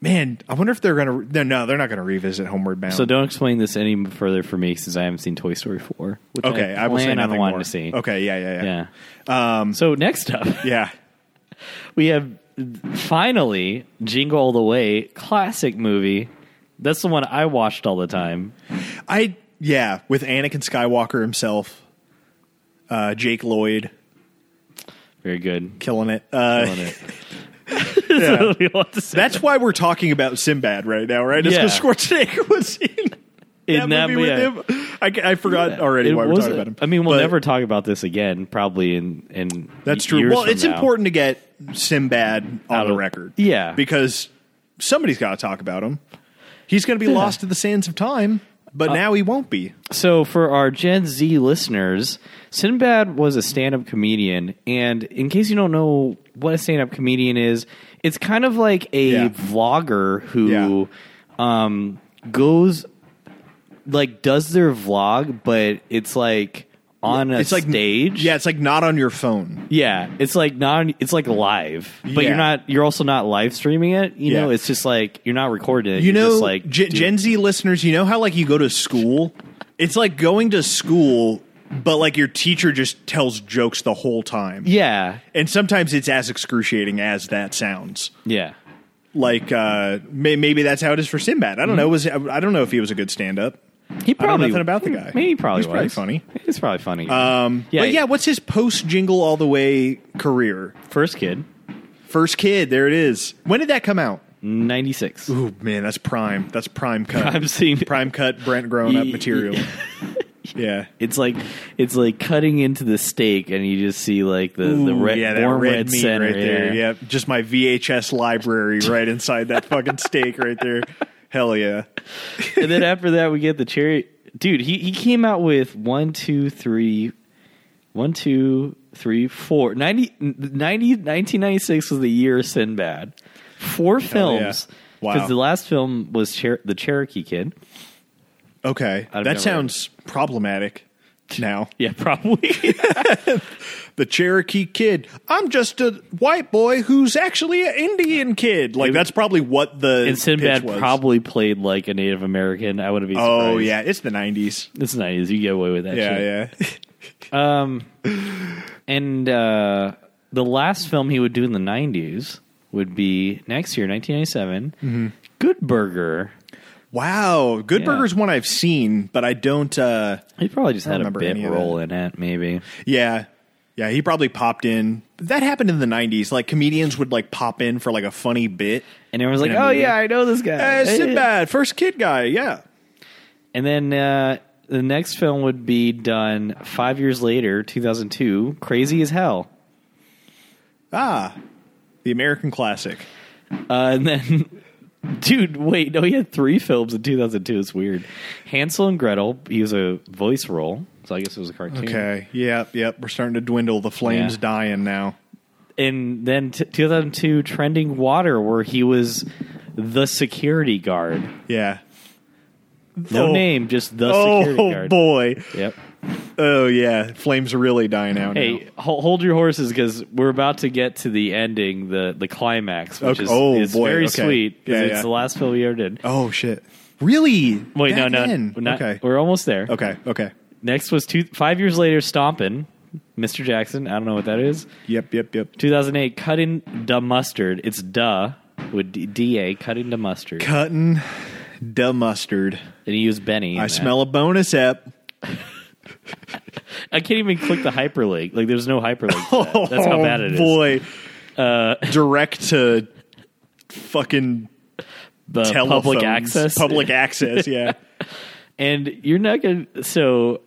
[SPEAKER 2] Man, I wonder if they're gonna. No, no, they're not gonna revisit Homeward Bound.
[SPEAKER 1] So don't explain this any further for me since I haven't seen Toy Story four. Which
[SPEAKER 2] okay, I, will say
[SPEAKER 1] plan on
[SPEAKER 2] nothing
[SPEAKER 1] wanting
[SPEAKER 2] more.
[SPEAKER 1] to see.
[SPEAKER 2] Okay, yeah, yeah, yeah,
[SPEAKER 1] Yeah. Um, so next up,
[SPEAKER 2] yeah.
[SPEAKER 1] we have finally Jingle All the Way, classic movie. That's the one I watched all the time.
[SPEAKER 2] I yeah with Anakin Skywalker himself, uh, Jake Lloyd
[SPEAKER 1] Very good.
[SPEAKER 2] killing it. Uh,
[SPEAKER 1] Killing it. That's what we want to say.
[SPEAKER 2] That's why we're talking about Sinbad right now, right? It's
[SPEAKER 1] Yeah.
[SPEAKER 2] because Schwarzenegger was in that,
[SPEAKER 1] In that
[SPEAKER 2] movie
[SPEAKER 1] movie,
[SPEAKER 2] with him. I, I forgot already
[SPEAKER 1] It
[SPEAKER 2] why we're
[SPEAKER 1] was-
[SPEAKER 2] talking about him.
[SPEAKER 1] I mean, we'll
[SPEAKER 2] But
[SPEAKER 1] never talk about this again, probably in in
[SPEAKER 2] That's true.
[SPEAKER 1] years
[SPEAKER 2] Well,
[SPEAKER 1] from
[SPEAKER 2] it's
[SPEAKER 1] now.
[SPEAKER 2] important to get Sinbad on
[SPEAKER 1] Out
[SPEAKER 2] the
[SPEAKER 1] of-
[SPEAKER 2] record.
[SPEAKER 1] Yeah.
[SPEAKER 2] Because somebody's got to talk about him. He's going to be lost to the sands of time, but
[SPEAKER 1] Uh,
[SPEAKER 2] now he won't be.
[SPEAKER 1] So, for our Gen Z listeners, Sinbad was a stand up comedian. And in case you don't know what a stand up comedian is, it's kind of like a
[SPEAKER 2] Yeah.
[SPEAKER 1] vlogger who um, goes, like, does their vlog, but it's like on a
[SPEAKER 2] It's like
[SPEAKER 1] stage.
[SPEAKER 2] Yeah, it's like not on your phone.
[SPEAKER 1] Yeah. It's like not, it's like live, but
[SPEAKER 2] Yeah.
[SPEAKER 1] you're not, you're also not live streaming it. You know,
[SPEAKER 2] Yeah.
[SPEAKER 1] it's just like, you're not recording it.
[SPEAKER 2] You
[SPEAKER 1] You're
[SPEAKER 2] know,
[SPEAKER 1] just like,
[SPEAKER 2] Gen,
[SPEAKER 1] dude,
[SPEAKER 2] Gen Z listeners, you know how like you go to school? It's like going to school, but like your teacher just tells jokes the whole time.
[SPEAKER 1] yeah.
[SPEAKER 2] And sometimes it's as excruciating as that sounds.
[SPEAKER 1] Yeah.
[SPEAKER 2] Like uh, may, maybe that's how it is for Sinbad.
[SPEAKER 1] Mm-hmm.
[SPEAKER 2] I don't know. Was I don't know if he was a good stand-up.
[SPEAKER 1] He
[SPEAKER 2] I don't know
[SPEAKER 1] probably
[SPEAKER 2] nothing about the guy.
[SPEAKER 1] Maybe he probably
[SPEAKER 2] He's
[SPEAKER 1] was.
[SPEAKER 2] probably funny.
[SPEAKER 1] He's probably funny.
[SPEAKER 2] Um,
[SPEAKER 1] yeah,
[SPEAKER 2] but yeah, what's his post jingle all the way career?
[SPEAKER 1] first kid.
[SPEAKER 2] First kid, there it is. When did that come out?
[SPEAKER 1] ninety six.
[SPEAKER 2] Ooh, man, that's prime. That's prime cut.
[SPEAKER 1] Prime scene.
[SPEAKER 2] Prime cut Brent grown up
[SPEAKER 1] Ye-
[SPEAKER 2] material. yeah.
[SPEAKER 1] It's like it's like cutting into the steak, and you just see like the the
[SPEAKER 2] Ooh,
[SPEAKER 1] red,
[SPEAKER 2] yeah, that
[SPEAKER 1] warm
[SPEAKER 2] red,
[SPEAKER 1] red,
[SPEAKER 2] meat
[SPEAKER 1] center
[SPEAKER 2] right there.
[SPEAKER 1] yeah.
[SPEAKER 2] Yeah, just my VHS library right inside that fucking steak right there. Hell yeah.
[SPEAKER 1] and then after that, we get the cherry dude. He he came out with one, two, three, one, two, three, four. 90, 90 1996 was the year of Sinbad. Four
[SPEAKER 2] Hell yeah.
[SPEAKER 1] films.
[SPEAKER 2] Wow.
[SPEAKER 1] Because the last film was Cher- the Cherokee Kid.
[SPEAKER 2] Okay,
[SPEAKER 1] I've
[SPEAKER 2] that
[SPEAKER 1] never-
[SPEAKER 2] sounds problematic. Now
[SPEAKER 1] Yeah, probably.
[SPEAKER 2] the Cherokee kid. I'm just a white boy who's actually an Indian kid. Like that's probably what the
[SPEAKER 1] and
[SPEAKER 2] pitch
[SPEAKER 1] Sinbad
[SPEAKER 2] was.
[SPEAKER 1] probably played like a Native American. I wouldn't be. Surprised.
[SPEAKER 2] Oh yeah, it's the '90s.
[SPEAKER 1] it's nineties. You get away with that. shit.
[SPEAKER 2] Yeah, yeah.
[SPEAKER 1] And uh, the last film he would do in the 90s would be next year, 1997,
[SPEAKER 2] Mm-hmm.
[SPEAKER 1] Good Burger.
[SPEAKER 2] Wow, Good
[SPEAKER 1] Yeah.
[SPEAKER 2] Burger's one I've seen, but I don't. uh
[SPEAKER 1] He probably just
[SPEAKER 2] don't
[SPEAKER 1] had a
[SPEAKER 2] remember
[SPEAKER 1] bit
[SPEAKER 2] any of
[SPEAKER 1] role in it, maybe.
[SPEAKER 2] Yeah, yeah. He probably popped in. That happened in the '90s. Like comedians would like pop in for like a funny bit.
[SPEAKER 1] And everyone's like,
[SPEAKER 2] In a
[SPEAKER 1] oh,
[SPEAKER 2] movie.
[SPEAKER 1] yeah, I know this guy.
[SPEAKER 2] Uh, Sinbad, first kid guy. Yeah.
[SPEAKER 1] And then uh, the next film would be done five years later, 2002, Crazy as Hell.
[SPEAKER 2] Ah, the American classic.
[SPEAKER 1] Uh, and then, dude, wait, no, he had three films in 2002. It's weird. Hansel and Gretel, he was a voice role, so I guess it was a cartoon.
[SPEAKER 2] Okay. Yep. Yep. We're starting to dwindle. The flames
[SPEAKER 1] Yeah.
[SPEAKER 2] dying now.
[SPEAKER 1] and then t- 2002 trending water where he was the security guard
[SPEAKER 2] Yeah.
[SPEAKER 1] no
[SPEAKER 2] Oh.
[SPEAKER 1] name just the security
[SPEAKER 2] Oh
[SPEAKER 1] guard
[SPEAKER 2] boy.
[SPEAKER 1] yep
[SPEAKER 2] Oh yeah. Flames are really dying out
[SPEAKER 1] hey ho- hold your horses because we're about to get to the ending the the climax which
[SPEAKER 2] Okay.
[SPEAKER 1] is,
[SPEAKER 2] Oh,
[SPEAKER 1] is
[SPEAKER 2] boy.
[SPEAKER 1] very
[SPEAKER 2] Okay.
[SPEAKER 1] sweet 'cause
[SPEAKER 2] Yeah,
[SPEAKER 1] it's
[SPEAKER 2] yeah.
[SPEAKER 1] the last film we ever did
[SPEAKER 2] now. Oh shit. Really?
[SPEAKER 1] wait no
[SPEAKER 2] Back
[SPEAKER 1] no
[SPEAKER 2] then?
[SPEAKER 1] we're not-
[SPEAKER 2] okay.
[SPEAKER 1] we're almost there
[SPEAKER 2] Okay. Okay.
[SPEAKER 1] next was two five years later stompin' mr jackson i don't know what that is
[SPEAKER 2] Yep. Yep. Yep.
[SPEAKER 1] 2008 cutting the mustard it's duh with D- da cutting the mustard
[SPEAKER 2] Cutting the mustard.
[SPEAKER 1] and he used benny in
[SPEAKER 2] I
[SPEAKER 1] that.
[SPEAKER 2] smell a bonus ep.
[SPEAKER 1] I can't even click the hyperlink. Like, there's no hyperlink. to that. That's how bad it is. Uh,
[SPEAKER 2] boy. Direct to fucking
[SPEAKER 1] The
[SPEAKER 2] telephones.
[SPEAKER 1] Uh, public access.
[SPEAKER 2] Public access. Yeah.
[SPEAKER 1] And you're not going to. So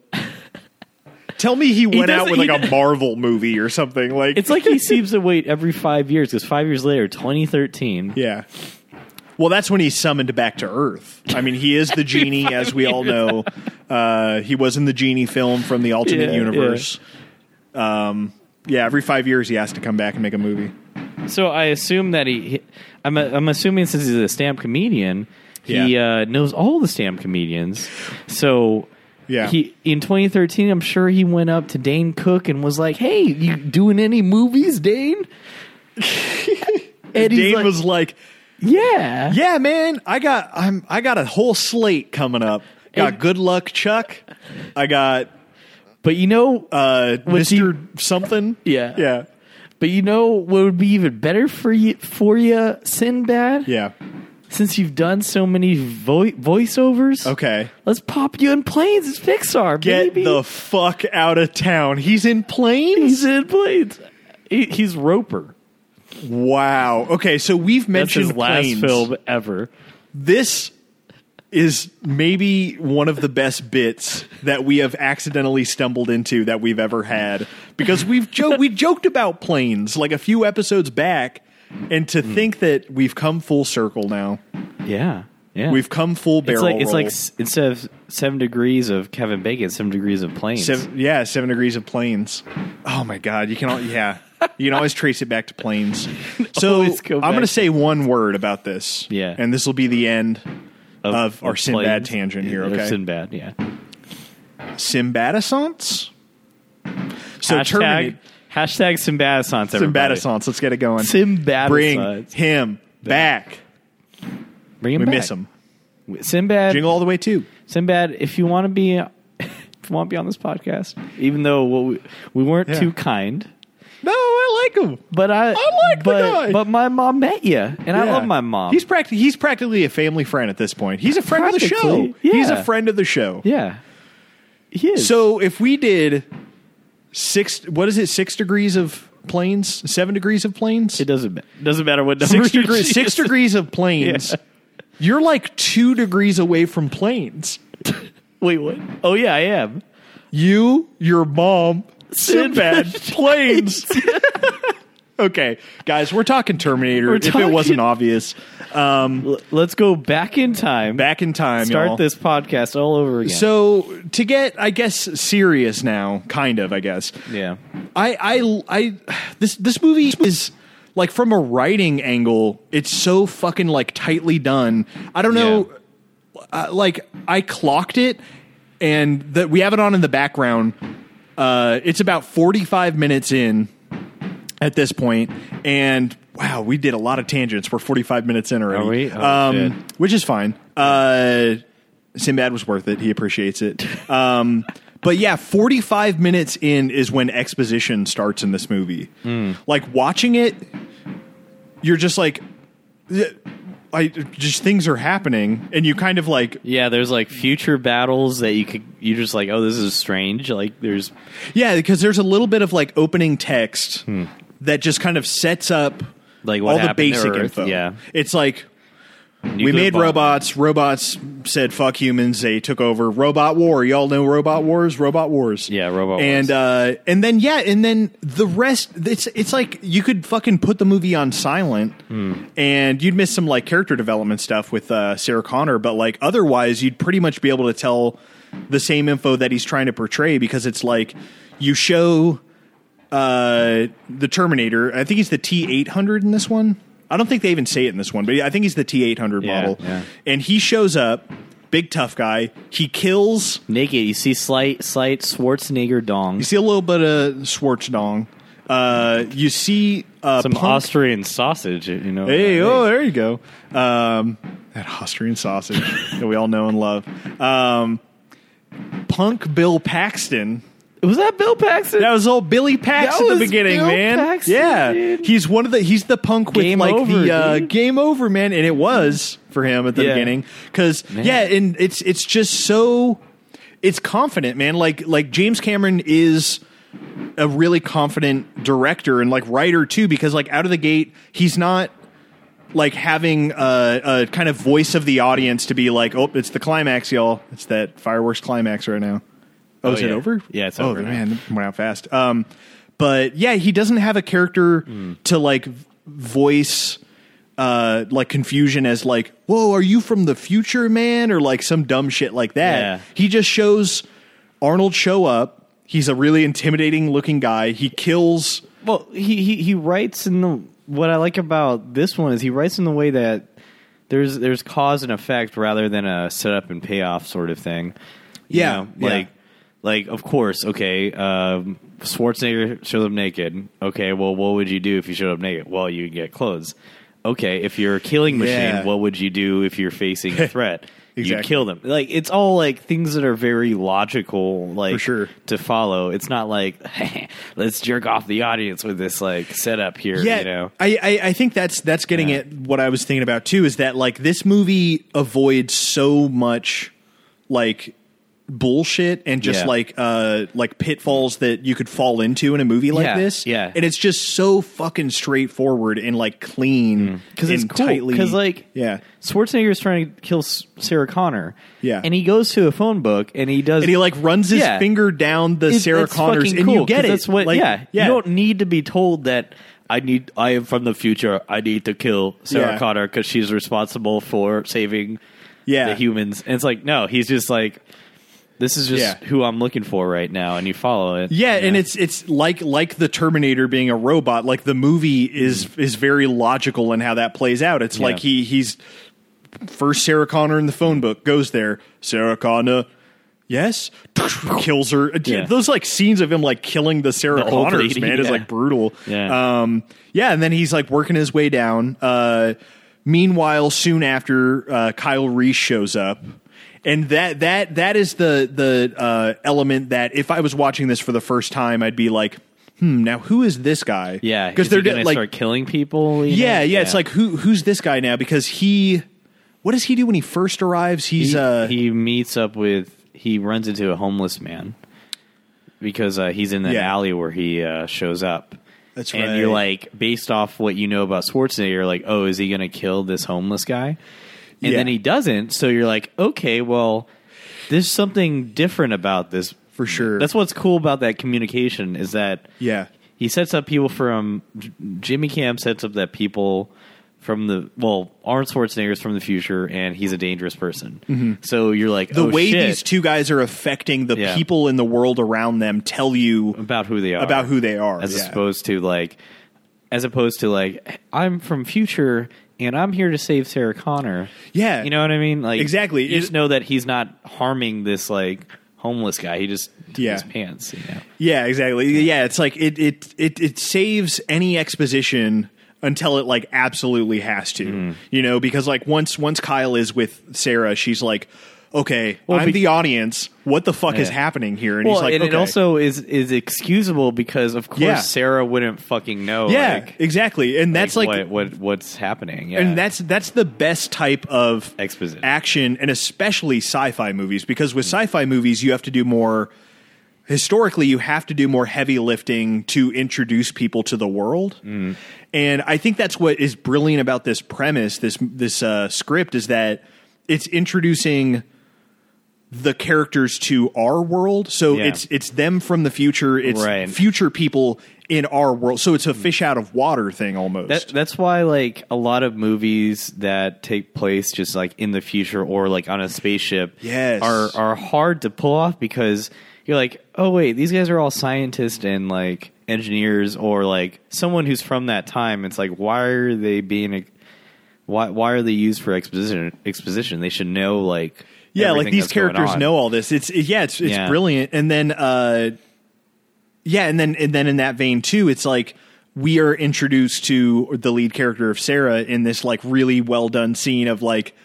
[SPEAKER 2] Tell me he went out
[SPEAKER 1] doesn't-
[SPEAKER 2] with like
[SPEAKER 1] he
[SPEAKER 2] a Marvel movie or something. Like
[SPEAKER 1] it's like he seems to wait every five years because five years later, 2013.
[SPEAKER 2] Yeah. Well, that's when he's summoned back to Earth. I mean, he is the genie, as we all know. Uh, he was in the genie film from the alternate
[SPEAKER 1] Yeah,
[SPEAKER 2] universe. Um, yeah, every five years he has to come back and make a movie.
[SPEAKER 1] So I assume that he. he- I'm, uh, I'm assuming since he's a stamp comedian, he uh, knows all the stamp comedians. So.
[SPEAKER 2] Yeah.
[SPEAKER 1] He in 2013, I'm sure he went up to Dane Cook and was like, "Hey, you doing any movies, Dane?" and he's
[SPEAKER 2] Dane
[SPEAKER 1] like,
[SPEAKER 2] was like,
[SPEAKER 1] "Yeah,
[SPEAKER 2] "Yeah, man, I got I'm I got a whole slate coming up. Got
[SPEAKER 1] And-
[SPEAKER 2] Good Luck Chuck. I got
[SPEAKER 1] But you know,
[SPEAKER 2] uh,
[SPEAKER 1] Was he-
[SPEAKER 2] Mister Something.
[SPEAKER 1] Yeah.
[SPEAKER 2] yeah,
[SPEAKER 1] But you know what would be even better for you, for you, Sinbad?
[SPEAKER 2] yeah.
[SPEAKER 1] Since you've done so many vo- voiceovers,
[SPEAKER 2] Okay,
[SPEAKER 1] let's pop you in planes. It's Pixar,
[SPEAKER 2] get
[SPEAKER 1] baby.
[SPEAKER 2] the fuck out of town. He's in planes.
[SPEAKER 1] he's in planes. He, he's Roper.
[SPEAKER 2] Wow. Okay, so we've
[SPEAKER 1] That's
[SPEAKER 2] mentioned
[SPEAKER 1] his last
[SPEAKER 2] planes.
[SPEAKER 1] film ever.
[SPEAKER 2] This is maybe one of the best bits that we have accidentally stumbled into that we've ever had because we've jo- we joked about planes like a few episodes back and to
[SPEAKER 1] Hmm.
[SPEAKER 2] think that we've come full circle now.
[SPEAKER 1] Yeah, yeah.
[SPEAKER 2] We've come full
[SPEAKER 1] it's
[SPEAKER 2] barrel
[SPEAKER 1] like it's
[SPEAKER 2] roll.
[SPEAKER 1] like s- instead of seven degrees of Kevin Bacon, seven degrees of planes.
[SPEAKER 2] seven, yeah, 7 degrees of planes. Oh my god, you can all, yeah. You can always trace it back to planes. So
[SPEAKER 1] Always go
[SPEAKER 2] I'm going to
[SPEAKER 1] back.
[SPEAKER 2] say one word about this.
[SPEAKER 1] Yeah.
[SPEAKER 2] And this will be the end of our Sinbad
[SPEAKER 1] planes.
[SPEAKER 2] tangent here,
[SPEAKER 1] Of
[SPEAKER 2] okay?
[SPEAKER 1] Sinbad, yeah.
[SPEAKER 2] Simbadissance. So
[SPEAKER 1] hashtag
[SPEAKER 2] Terminator
[SPEAKER 1] hashtag Sinbadissance. everybody.
[SPEAKER 2] Simbadissance. Let's get it going.
[SPEAKER 1] Sinbadissance.
[SPEAKER 2] Bring him back.
[SPEAKER 1] Bring him
[SPEAKER 2] We
[SPEAKER 1] back.
[SPEAKER 2] miss him.
[SPEAKER 1] Sinbad.
[SPEAKER 2] Jingle all the way too.
[SPEAKER 1] Sinbad, if you want to be, if you want to be on this podcast, even though what we, we weren't
[SPEAKER 2] Yeah.
[SPEAKER 1] too kind,
[SPEAKER 2] No, I like him.
[SPEAKER 1] but I,
[SPEAKER 2] I like the
[SPEAKER 1] but,
[SPEAKER 2] guy.
[SPEAKER 1] But my mom met you, and I love my mom.
[SPEAKER 2] He's practically he's practically a family friend at this point. He's a friend of the show.
[SPEAKER 1] Practically, yeah.
[SPEAKER 2] He's a friend of the show.
[SPEAKER 1] yeah, he is.
[SPEAKER 2] So if we did six, what is it? Six degrees of planes, seven degrees of planes,
[SPEAKER 1] It doesn't ma- doesn't matter what number
[SPEAKER 2] six
[SPEAKER 1] you
[SPEAKER 2] degrees,
[SPEAKER 1] choose.
[SPEAKER 2] six degrees of planes.
[SPEAKER 1] Yeah.
[SPEAKER 2] You're like two degrees away from planes.
[SPEAKER 1] Wait, what? Oh yeah, I am.
[SPEAKER 2] You, your mom, Sinbad, planes. okay, guys, we're talking Terminator.
[SPEAKER 1] We're
[SPEAKER 2] if it
[SPEAKER 1] talking-
[SPEAKER 2] wasn't obvious,
[SPEAKER 1] L- let's go back in time.
[SPEAKER 2] back in time,
[SPEAKER 1] Start
[SPEAKER 2] y'all.
[SPEAKER 1] this podcast all over again.
[SPEAKER 2] So to get, I guess, serious now, kind of, I guess.
[SPEAKER 1] yeah,
[SPEAKER 2] I, I, I, this this movie is like from a writing angle, it's so fucking like tightly done. I don't know, uh, like I clocked it, and that we have it on in the background. Uh, it's about forty five minutes in at this point, and wow, we did a lot of tangents. We're forty five minutes in already,
[SPEAKER 1] Are we? Oh, shit.
[SPEAKER 2] um, which is fine. Uh, Sinbad was worth it. He appreciates it. Um, but yeah, 45 minutes in is when exposition starts in this movie.
[SPEAKER 1] Hmm.
[SPEAKER 2] Like watching it, you're just like, "Yeah, I just things are happening, and you kind of like,
[SPEAKER 1] yeah. There's like future battles that you could. You're just like, oh, this is strange. Like, there's
[SPEAKER 2] yeah, because there's a little bit of like opening text that just kind of sets up
[SPEAKER 1] Hmm. like what
[SPEAKER 2] all the
[SPEAKER 1] happened to
[SPEAKER 2] basic
[SPEAKER 1] Earth.
[SPEAKER 2] info.
[SPEAKER 1] Yeah,
[SPEAKER 2] it's like
[SPEAKER 1] Nuclear
[SPEAKER 2] we made
[SPEAKER 1] bomb.
[SPEAKER 2] robots. Robots said "fuck humans." They took over. Robot war. Y'all know robot wars. Robot wars.
[SPEAKER 1] Yeah, robot
[SPEAKER 2] And uh, and then yeah, and then the rest. It's it's like you could fucking put the movie on silent,
[SPEAKER 1] Hmm.
[SPEAKER 2] and you'd miss some like character development stuff with uh, Sarah Connor. But like otherwise, you'd pretty much be able to tell the same info that he's trying to portray because it's like you show uh, the Terminator. I think he's the T eight hundred in this one. I don't think they even say it in this one, but I think he's the T eight hundred
[SPEAKER 1] Yeah,
[SPEAKER 2] model.
[SPEAKER 1] yeah.
[SPEAKER 2] And he shows up, big tough guy. He kills.
[SPEAKER 1] naked. You see slight, slight Schwarzenegger dong.
[SPEAKER 2] You see a little bit of Schwarzenegger. Uh, you see uh,
[SPEAKER 1] Some
[SPEAKER 2] Punk-
[SPEAKER 1] Austrian sausage. You know.
[SPEAKER 2] Hey,
[SPEAKER 1] uh,
[SPEAKER 2] oh, there you go. Um, that Austrian sausage that we all know and love. Um, Punk Bill Paxton.
[SPEAKER 1] was that Bill Paxton?
[SPEAKER 2] That was old Billy Pax
[SPEAKER 1] That
[SPEAKER 2] at the
[SPEAKER 1] was
[SPEAKER 2] beginning,
[SPEAKER 1] Bill
[SPEAKER 2] man.
[SPEAKER 1] Paxton,
[SPEAKER 2] yeah,
[SPEAKER 1] dude.
[SPEAKER 2] he's one of the he's the punk with
[SPEAKER 1] Game
[SPEAKER 2] like
[SPEAKER 1] over,
[SPEAKER 2] the uh,
[SPEAKER 1] dude.
[SPEAKER 2] game over, man. And it was for him at the
[SPEAKER 1] Yeah.
[SPEAKER 2] beginning because yeah, and it's it's just so it's confident, man. Like like James Cameron is a really confident director and like writer too, because like out of the gate, he's not like having a, a kind of voice of the audience to be like, oh, it's the climax, y'all. It's that fireworks climax right now. Oh,
[SPEAKER 1] Oh,
[SPEAKER 2] is it
[SPEAKER 1] yeah.
[SPEAKER 2] over?
[SPEAKER 1] Yeah, it's
[SPEAKER 2] oh,
[SPEAKER 1] over now.
[SPEAKER 2] Man, it went out fast. Um, but yeah, he doesn't have a character
[SPEAKER 1] Mm.
[SPEAKER 2] to like v- voice uh like confusion as like, whoa, are you from the future, man? Or like some dumb shit like that.
[SPEAKER 1] Yeah.
[SPEAKER 2] He just shows Arnold show up. He's a really intimidating looking guy. He kills
[SPEAKER 1] Well, he, he he writes in the what I like about this one is he writes in the way that there's there's cause and effect rather than a setup and payoff sort of thing. You
[SPEAKER 2] Yeah,
[SPEAKER 1] know,
[SPEAKER 2] yeah.
[SPEAKER 1] like like of course, okay. Um, Schwarzenegger shows up naked. Okay, well, what would you do if you showed up naked? Well, you get clothes. Okay, if you're a killing machine,
[SPEAKER 2] Yeah.
[SPEAKER 1] what would you do if you're facing a threat?
[SPEAKER 2] Exactly.
[SPEAKER 1] You kill them. Like it's all like things that are very logical. Like
[SPEAKER 2] For sure.
[SPEAKER 1] to follow. It's not like let's jerk off the audience with this like setup here.
[SPEAKER 2] Yeah,
[SPEAKER 1] you know,
[SPEAKER 2] I, I I think that's that's getting
[SPEAKER 1] Yeah.
[SPEAKER 2] at what I was thinking about too. Is that like this movie avoids so much like bullshit and just
[SPEAKER 1] Yeah.
[SPEAKER 2] like uh like pitfalls that you could fall into in a movie like
[SPEAKER 1] Yeah,
[SPEAKER 2] this.
[SPEAKER 1] yeah.
[SPEAKER 2] and it's just so fucking straightforward and like clean
[SPEAKER 1] because Mm. it's
[SPEAKER 2] and
[SPEAKER 1] cool.
[SPEAKER 2] tightly-
[SPEAKER 1] Because like
[SPEAKER 2] yeah.
[SPEAKER 1] Schwarzenegger's trying to kill S- Sarah Connor.
[SPEAKER 2] Yeah.
[SPEAKER 1] and he goes to a phone book and he does.
[SPEAKER 2] And he like runs his
[SPEAKER 1] Yeah.
[SPEAKER 2] finger down the
[SPEAKER 1] It-
[SPEAKER 2] Sarah
[SPEAKER 1] that's
[SPEAKER 2] Connors,
[SPEAKER 1] fucking
[SPEAKER 2] and
[SPEAKER 1] cool,
[SPEAKER 2] you get
[SPEAKER 1] 'cause
[SPEAKER 2] it.
[SPEAKER 1] That's what.
[SPEAKER 2] Like,
[SPEAKER 1] yeah, you don't need to be told that. I need. I am from the future. I need to kill Sarah
[SPEAKER 2] Yeah.
[SPEAKER 1] Connor because she's responsible for saving
[SPEAKER 2] Yeah.
[SPEAKER 1] the humans. And it's like, no, he's just like, this is just
[SPEAKER 2] Yeah.
[SPEAKER 1] who I'm looking for right now, and you follow it.
[SPEAKER 2] Yeah, and it's it's like like the Terminator being a robot. Like the movie is is very logical in how that plays out. It's like
[SPEAKER 1] Mm. Yeah.
[SPEAKER 2] he he's first Sarah Connor in the phone book goes there. Sarah Connor, yes, kills her.
[SPEAKER 1] Yeah.
[SPEAKER 2] Those like scenes of him like killing the Sarah
[SPEAKER 1] The old
[SPEAKER 2] Connors
[SPEAKER 1] lady,
[SPEAKER 2] man is
[SPEAKER 1] yeah.
[SPEAKER 2] like brutal.
[SPEAKER 1] Yeah.
[SPEAKER 2] um, yeah, and then he's like working his way down. Uh, meanwhile, soon after, uh, Kyle Reese shows up. And that that that is the the uh, element that if I was watching this for the first time, I'd be like, hmm, now who is this guy?
[SPEAKER 1] Yeah,
[SPEAKER 2] because
[SPEAKER 1] is
[SPEAKER 2] they're
[SPEAKER 1] he gonna
[SPEAKER 2] di- like
[SPEAKER 1] start killing people. you
[SPEAKER 2] yeah,
[SPEAKER 1] know?
[SPEAKER 2] yeah, It's like who who's this guy now? Because he, what does he do when he first arrives? He's
[SPEAKER 1] he,
[SPEAKER 2] uh,
[SPEAKER 1] he meets up with he runs into a homeless man because uh, he's in the
[SPEAKER 2] Yeah.
[SPEAKER 1] alley where he uh, shows up,
[SPEAKER 2] That's
[SPEAKER 1] and
[SPEAKER 2] right.
[SPEAKER 1] you're like, based off what you know about Schwarzenegger, you're like, oh, is he going to kill this homeless guy? And
[SPEAKER 2] Yeah.
[SPEAKER 1] then he doesn't. So you're like, okay, well, there's something different about this
[SPEAKER 2] For sure.
[SPEAKER 1] That's what's cool about that communication is that
[SPEAKER 2] Yeah.
[SPEAKER 1] he sets up people from J- Jimmy Cam sets up that people from the well Arnold Schwarzenegger's from the future and he's a dangerous person. So you're like
[SPEAKER 2] Mm-hmm. The
[SPEAKER 1] oh,
[SPEAKER 2] way
[SPEAKER 1] shit,
[SPEAKER 2] these two guys are affecting the
[SPEAKER 1] Yeah. Oh,
[SPEAKER 2] people in the world around them tell you
[SPEAKER 1] about who they are
[SPEAKER 2] about who they are.
[SPEAKER 1] as
[SPEAKER 2] yeah.
[SPEAKER 1] opposed to like as opposed to like I'm from future and I'm here to save Sarah Connor.
[SPEAKER 2] Yeah.
[SPEAKER 1] you know what I mean. Like
[SPEAKER 2] Exactly.
[SPEAKER 1] You just
[SPEAKER 2] It-
[SPEAKER 1] know that he's not harming this like homeless guy. He just took
[SPEAKER 2] Yeah.
[SPEAKER 1] his pants. You know?
[SPEAKER 2] Yeah, exactly. Yeah, it's like it it it it saves any exposition until it like absolutely has to.
[SPEAKER 1] Mm-hmm.
[SPEAKER 2] You know, because like once once Kyle is with Sarah, she's like, "Okay, I'm
[SPEAKER 1] be-
[SPEAKER 2] the audience. What the fuck is
[SPEAKER 1] Yeah.
[SPEAKER 2] happening here?" And
[SPEAKER 1] Well,
[SPEAKER 2] he's like,
[SPEAKER 1] and it
[SPEAKER 2] "Okay."
[SPEAKER 1] also is is excusable because of course
[SPEAKER 2] Yeah.
[SPEAKER 1] Sarah wouldn't fucking know.
[SPEAKER 2] yeah,
[SPEAKER 1] like,
[SPEAKER 2] exactly. And that's like,
[SPEAKER 1] what, what what's happening. Yeah.
[SPEAKER 2] and that's that's the best type of
[SPEAKER 1] Exposition.
[SPEAKER 2] action and especially sci-fi movies because with sci-fi movies you have to do more historically you have to do more heavy lifting to introduce people to the world
[SPEAKER 1] Mm-hmm.
[SPEAKER 2] and i think that's what is brilliant about this premise this this uh, script is that it's introducing the characters to our world so
[SPEAKER 1] Yeah.
[SPEAKER 2] it's it's them from the future it's
[SPEAKER 1] Right.
[SPEAKER 2] future people in our world so it's a fish out of water thing almost
[SPEAKER 1] That, that's why, like, a lot of movies that take place just like in the future or like on a spaceship,
[SPEAKER 2] Yes.
[SPEAKER 1] are are hard to pull off because you're like, oh wait, these guys are all scientists and like engineers or like someone who's from that time. It's like, why are they being, ex- why why are they used for exposition? Exposition? They should know like,
[SPEAKER 2] yeah like
[SPEAKER 1] everything
[SPEAKER 2] these
[SPEAKER 1] that's going
[SPEAKER 2] characters
[SPEAKER 1] on.
[SPEAKER 2] know all this it's yeah it's it's
[SPEAKER 1] Yeah.
[SPEAKER 2] brilliant and then uh yeah and then and then in that vein too it's like we are introduced to the lead character of sarah in this like really well done scene of like